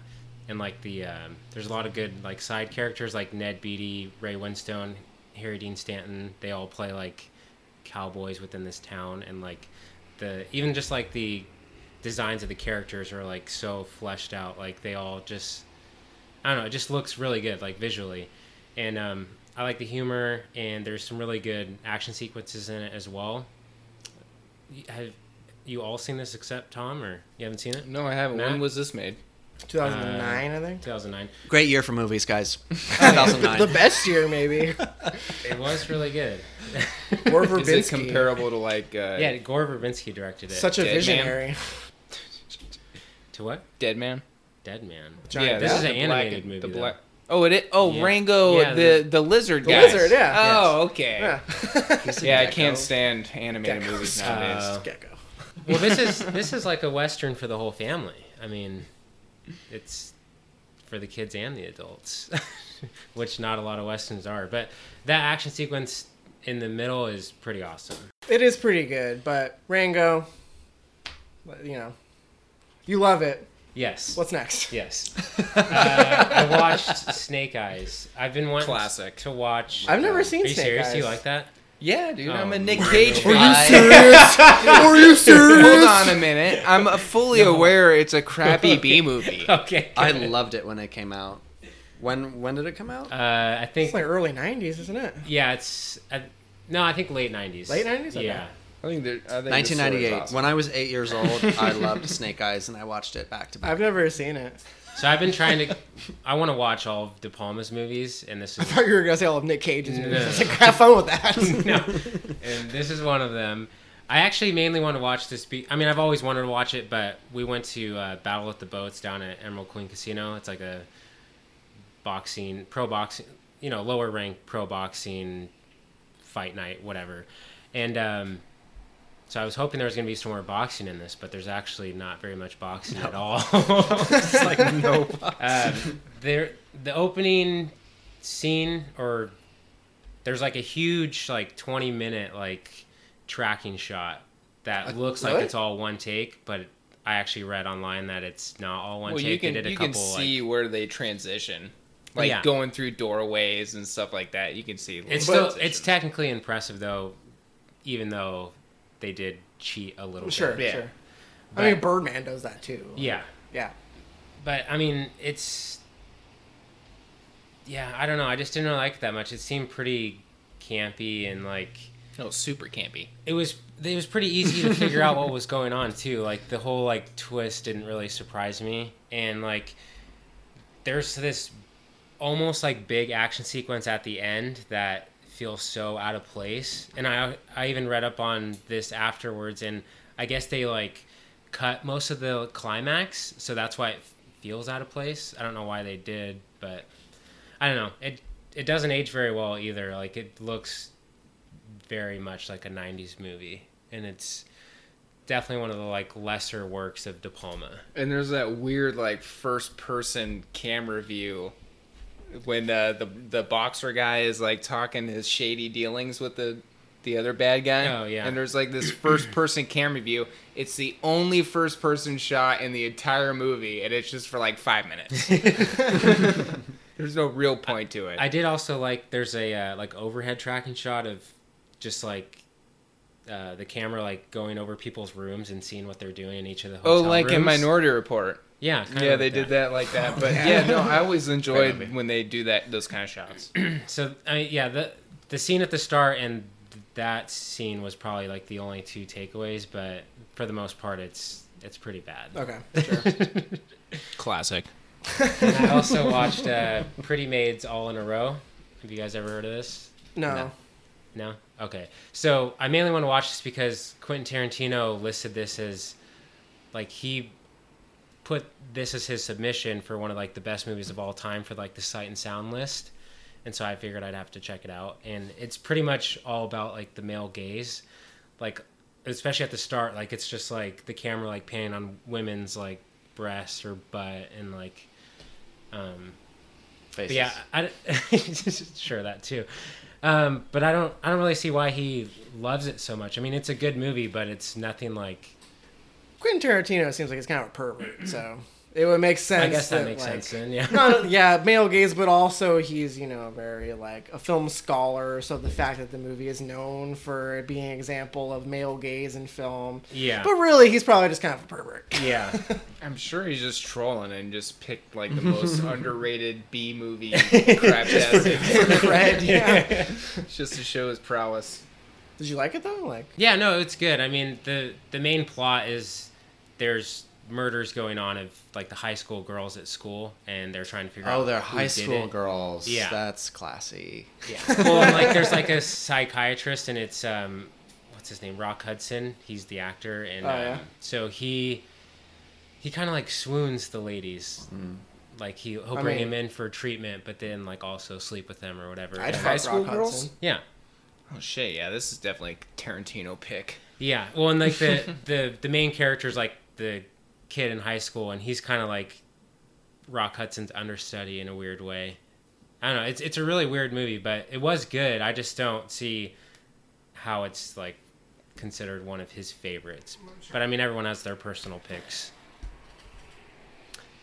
And like the um, there's a lot of good like side characters like Ned Beatty, Ray Winstone, Harry Dean Stanton. They all play like cowboys within this town, and like the even just like the designs of the characters are like so fleshed out. Like they all just I don't know. It just looks really good, like visually, and um, I like the humor. And there's some really good action sequences in it as well. Y- Have you all seen this except Tom, or you haven't seen it?
No, I haven't.
Matt?
When was this made?
Uh,
2009, I think.
2009.
Great year for movies, guys. 2009.
the best year maybe.
It was really good.
Or
Is it
Verbinski.
comparable to like uh,
Yeah, Gore Verbinski directed it.
Such a
Dead Man?
visionary.
to what?
Dead Man?
Dead Man.
Giant
yeah,
this
that's
is
an
the
animated
black,
movie,
The
though.
black. Oh, it. Is, oh,
Yeah.
Rango,
Yeah,
the, the lizard
The
guy.
lizard, yeah.
Oh, okay.
Yeah.
Yeah, I can't stand animated
Geckos.
movies nowadays.
Uh,
Gecko.
Well, this is this is like a western for the whole family. I mean, it's for the kids and the adults, which not a lot of westerns are. But that action sequence in the middle is pretty awesome.
It is pretty good, but Rango you know. You love it.
Yes.
What's next?
Yes. Uh, I watched Snake Eyes. I've been wanting
Classic.
to watch.
I've never seen
Are you
Snake
serious? Do you
Eyes.
like that?
yeah, dude, I'm
Oh,
a Nick
my
Cage
God.
guy.
serious? Are you serious?
Hold on a minute. I'm uh, fully aware it's a crappy B movie.
Okay.
I
good.
loved it when it came out. When when did it come out?
Uh, I think.
It's like early 90s, isn't it?
Yeah, it's. Uh, no, I think late '90s.
Late 90s? Okay.
Yeah.
I think that- I think the story's
1998.
awesome.
When I was eight years old, I loved Snake Eyes and I watched it back to back.
I've never seen it.
So I've been trying to. I want to watch all of De Palma's movies, and this is
I thought you were gonna say all of Nick Cage's movies.
No.
I was like, have fun with that.
no. And this is one of them. I actually mainly want to watch this. Be- I mean, I've always wanted to watch it, but we went to uh, Battle at the Boats down at Emerald Queen Casino. It's like a boxing, pro boxing, you know, lower rank pro boxing fight night, whatever. And um, so I was hoping there was going to be some more boxing in this, but there's actually not very much boxing at all. it's like no. Um, there, the opening scene or there's like a huge like 20 minute like tracking shot that
Uh,
looks like
what?
it's all one take but i actually read online that it's not all one
Well,
take
you can
they did a
you
couple
can see
like
where they transition, like
Yeah.
going through doorways and stuff like that. You can see.
it's still
little
it's
transitions.
technically impressive though even though they did cheat a little
Sure,
bit
Yeah.
sure.
But-
I mean, Birdman does that too.
yeah
Yeah.
but I mean, it's yeah, I don't know. I just didn't like it that much. It seemed pretty campy and like
no super campy.
it was it was pretty easy to figure out what was going on too. Like the whole like twist didn't really surprise me, and like there's this almost like big action sequence at the end that feels so out of place. And I I even read up on this afterwards, and I guess they like cut most of the climax, so that's why it feels out of place. I don't know why they did, but I don't know. It it doesn't age very well either. Like it looks very much like a 90s movie and it's definitely one of the like lesser works of de palma
And there's that weird like first person camera view when uh, the, the the boxer guy is like talking his shady dealings with the the other bad guy.
Oh, yeah.
And there's like this first person camera view. It's the only first person shot in the entire movie, and it's just for like five minutes. there's no real point to it.
i did also like there's a uh, like overhead tracking shot of just like uh, the camera like going over people's rooms and seeing what they're doing in each of the
oh,
hotel
like in
rooms.
Minority Report.
yeah kinda
yeah,
like
they did that like that. But yeah, no, I always enjoyed when they do that those kind of shots.
so I mean, yeah the the scene at the start and th- that scene was probably like the only two takeaways but for the most part it's it's pretty bad
Okay.
Classic.
and i also watched uh, pretty maids all in a row have you guys ever heard of this
No.
No. No. Okay. So I mainly want to watch this because Quentin Tarantino listed this as, like, he put this as his submission for one of like the best movies of all time for like the sight and sound list, and so I figured I'd have to check it out. And it's pretty much all about like the male gaze, like especially at the start, like it's just like the camera like panning on women's like breasts or butt and like, um, but
Faces.
yeah, I, sure that too. Um, but I don't I don't really see why he loves it so much. I mean, it's a good movie, but it's nothing like
Quentin Tarantino seems like he's kind of a pervert, so it would make sense.
I guess that, makes
like,
sense then. Yeah.
Not, yeah, male gaze, but also he's you know very like a film scholar. So the fact that the movie is known for it being an example of male gaze in film,
Yeah.
but really he's probably just kind of a pervert.
Yeah.
I'm sure he's just trolling and just picked like the most underrated B movie crap ass
Fred, yeah.
just to show his prowess.
Did you like it though? Like,
Yeah, no, it's good. I mean, the the main plot is there's murders going on of like the high school girls at school and they're trying to figure out
Oh, they're
who
high
did
school
it.
girls.
Yeah.
That's classy.
well, and, like there's like a psychiatrist, and it's um, what's his name, Rock Hudson. He's the actor, and
Oh,
um,
yeah.
so he he kind of like swoons the ladies. Like he, he'll
I
bring
mean-
him in for treatment, but then like also sleep with them or whatever.
I'd
And-
fuck
school
Rock
girls?
Hudson.
yeah,
Oh shit, yeah, this is definitely a Tarantino pick.
yeah. Well, and like the the the main character is like the kid in high school, and he's kind of like Rock Hudson's understudy in a weird way. I don't know. It's it's a really weird movie, but it was good. I just don't see how it's like considered one of his favorites. But I mean, everyone has their personal picks.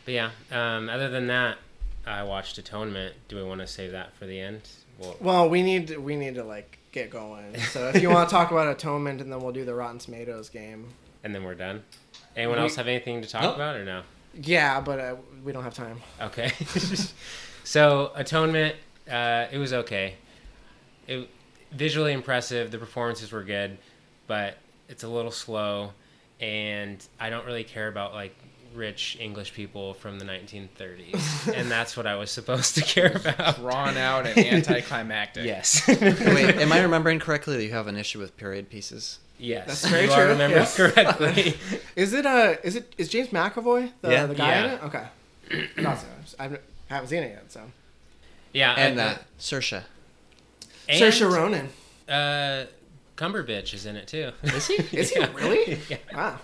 But yeah, um, other than that, I watched Atonement. Do we want to save that for the end? Well,
Well, we need we need to like get going. So if you want to talk about Atonement, and then we'll do the Rotten Tomatoes game.
and then we're done. Anyone else have anything to talk
Nope.
about or no?
Yeah, but uh, we don't have time.
Okay. so Atonement, uh, it was okay. It visually impressive. The performances were good, but it's a little slow, and I don't really care about like rich English people from the 1930s, and that's what I was supposed to care about.
Drawn out and anticlimactic.
Yes.
Wait, am I remembering correctly that you have an issue with period pieces?
Yes,
That's very
you are
true,
remembering
yes.
correctly.
Is it uh is it is James McAvoy the,
Yeah.
the guy in
Yeah.
it? Okay. I thought so. I've- I haven't seen it yet, so.
yeah,
and
I-
uh, Sersha.
and,
Saoirse Ronan.
Uh, Cumberbitch is in it too. Is he?
Is he really? Wow.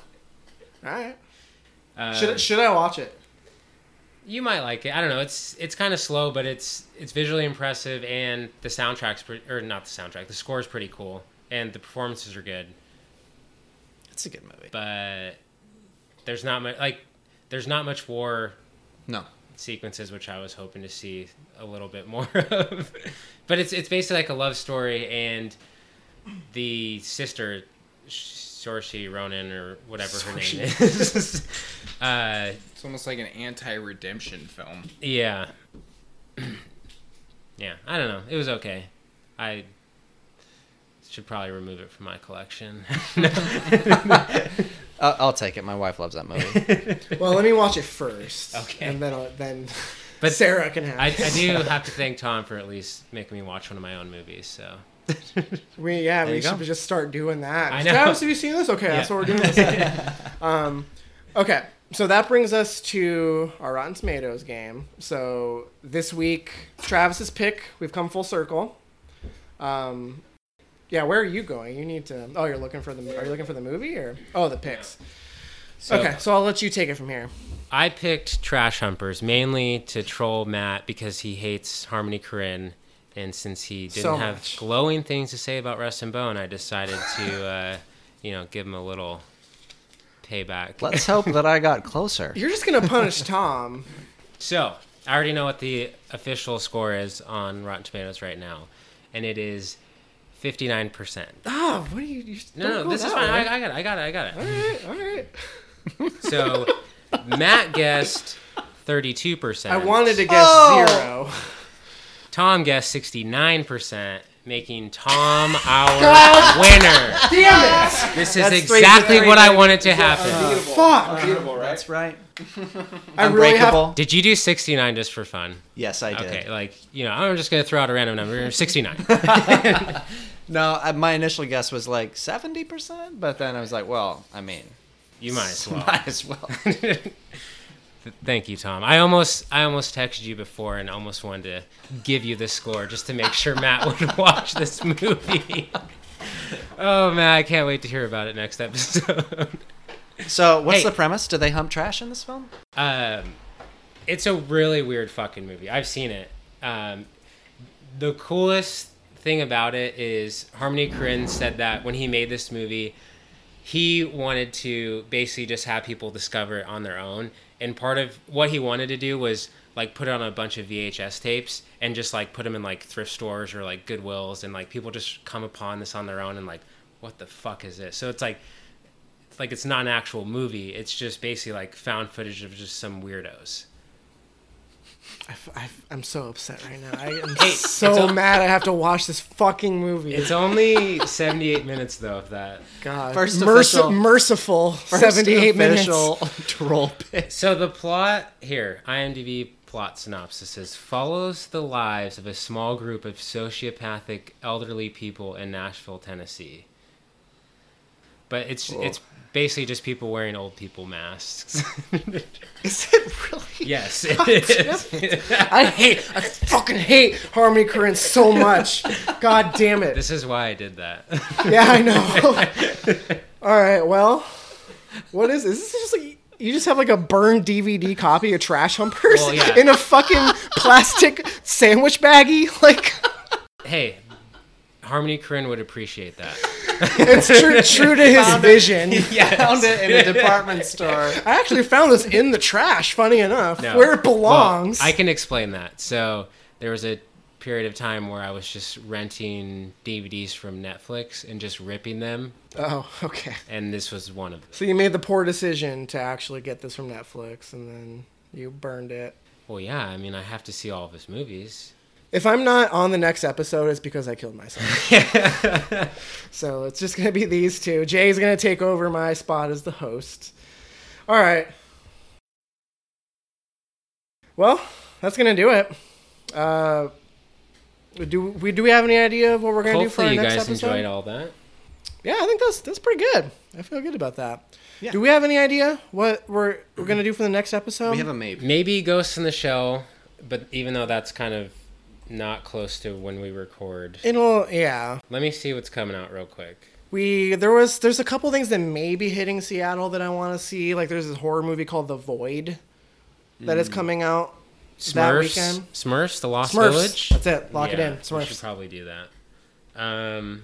All right.
Uh,
Should should I watch it?
You might like it. I don't know. It's it's kind of slow, but it's it's visually impressive, and the soundtrack's pre- or not the soundtrack. The score's pretty cool, and the performances are good.
It's a good movie.
But there's not much like there's not much war
no.
sequences, which I was hoping to see a little bit more of. but it's it's basically like a love story, and the sister, Sorshi Ronan or whatever her name is. uh,
It's almost like an anti-redemption film.
yeah, yeah. I don't know. It was okay. I should probably remove it from my collection.
Uh, I'll, I'll take it. My wife loves that movie.
Well, let me watch it first.
Okay.
And then I'll, then
But
Sarah can have
I,
it.
I do have to thank Tom for at least making me watch one of my own movies. So
We yeah,
There
we
you go.
should just start doing that.
I
I
know.
have you seen this? Okay, that's
Yeah.
what we're doing. This time. um, okay, so that brings us to our Rotten Tomatoes game. So this week, Travis's pick. We've come full circle. Um, yeah, where are you going? You need to. Oh, you're looking for the. Are you looking for the movie or? Oh, the picks.
So-
okay, so I'll let you take it from here.
I picked Trash Humpers mainly to troll Matt because he hates Harmony Korine, and since he didn't
So
have
much.
glowing things to say about Rust and Bone, I decided to, uh, you know, give him a little payback.
Let's hope that I got closer.
You're just gonna punish Tom.
So I already know what the official score is on Rotten Tomatoes right now, and it is fifty-nine percent.
Oh, what are you? you
No,
don't
no,
go
this is
that
fine.
way.
I, I got it. I got it. I got it.
all right, all right.
So Matt guessed thirty-two percent.
I wanted to guess zero.
Tom guessed 69%, making Tom our winner.
Damn it!
This is
That's three for
exactly
three,
what I
baby.
wanted to
uh,
happen.
Fuck!
That's right.
I really have.
Unbreakable.
Did you do 69 just for fun?
Yes, I did.
Okay, like, you know, I'm just going to throw out a random number 69.
No, I, my initial guess was like seventy percent, but then I was like, well, I mean,
You might as well.
might as well.
Thank you, Tom. I almost I almost texted you before and almost wanted to give you the score just to make sure Matt would watch this movie. Oh man, I can't wait to hear about it next episode.
So, what's
Hey.
the premise? Do they hump trash in this film?
Um, it's a really weird fucking movie. I've seen it. Um, the coolest thing about it is Harmony Korine said that when he made this movie, he wanted to basically just have people discover it on their own. And part of what he wanted to do was like put it on a bunch of VHS tapes and just like put them in like thrift stores or like Goodwills and like people just come upon this on their own and like, what the fuck is this? So it's like it's like it's not an actual movie. It's just basically like found footage of just some weirdos.
I, am so upset right now. I am
Hey, it's
so
all-
mad. I have to watch this fucking movie.
It's only 78 minutes though of that.
God,
First
Merci-
official-
merciful. Seventy-eight minutes.
troll pick.
So the plot here, IMDb plot synopsis is follows the lives of a small group of sociopathic elderly people in Nashville, Tennessee. But it's it's basically just people wearing old people masks.
Is it really?
yes, it is.
I hate. I fucking hate Harmony Korine so much. God damn it.
this is why I did that.
Yeah, I know. All right. Well, what is is this? Just like you just have like a burned DVD copy of Trash Humpers
Well, yeah.
in a fucking plastic sandwich baggie. Like
hey, Harmony Korine would appreciate that.
it's true, true to his vision.
Yeah, found it in a department store.
I actually found this in the trash, funny enough,
No.
where it belongs.
Well, I can explain that. So there was a period of time where I was just renting DVDs from Netflix and just ripping them,
Oh, okay.
and this was one of them.
So you made the poor decision to actually get this from Netflix and then you burned it.
Well, yeah, I mean, I have to see all of his movies.
If I'm not on the next episode, it's because I killed myself. so it's just going to be these two. Jay's going to take over my spot as the host. All right. Well, that's going to do it. Uh, do we do we have any idea of what we're going to do for
Hopefully,
our
you
next
guys
episode?
enjoyed all that.
Yeah, I think that's that's pretty good. I feel good about that.
Yeah.
Do we have any idea what we're we're gonna do for the next episode?
We have a maybe.
Maybe Ghost in the Shell, but even though that's kind of not close to when we record.
It'll yeah.
Let me see what's coming out real quick.
We there was there's a couple things that may be hitting Seattle that I want to see. Like there's this horror movie called The Void that
Mm.
is coming out that
Smurfs,
weekend.
Smurfs, The Lost
Smurfs.
Village.
That's it. Lock it in.
We
Smurfs.
should probably do that. Um,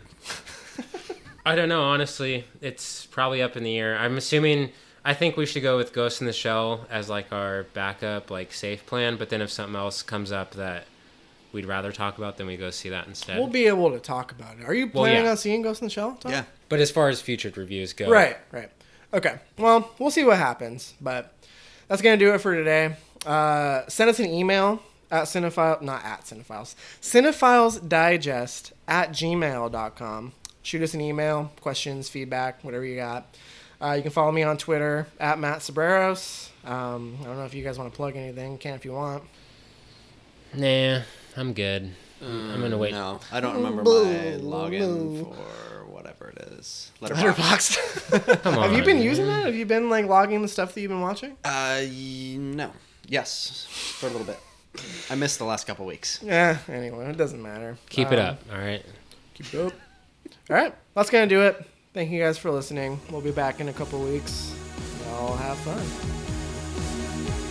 I don't know. Honestly, it's probably up in the air. I'm assuming. I think we should go with Ghost in the Shell as like our backup, like safe plan. But then if something else comes up that we'd rather talk about, then we go see that instead.
We'll be able to talk about it. Are you
Well,
planning
yeah.
on seeing Ghost in the Shell? Tom?
Yeah.
but as far as featured reviews go,
Right, right. Okay. Well, we'll see what happens, but that's going to do it for today. Uh, send us an email at cinephile, not at cinephiles, cinephilesdigest at gmail.com. Shoot us an email, questions, feedback, whatever you got. Uh, you can follow me on Twitter at Matt Sabreros. Um, I don't know if you guys want to plug anything. Can if you want.
Nah, I'm good. I'm gonna wait.
No, I don't remember my login for whatever it is. Letterboxd.
Letterboxd.
Come on.
Have you been using that? Have you been like logging the stuff that you've been watching?
Uh, y- no. Yes, for a little bit. I missed the last couple weeks.
Yeah. Anyway, it doesn't matter. Um,
Keep it up. All right.
All right, that's gonna do it. Thank you guys for listening. We'll be back in a couple weeks. Y'all have fun.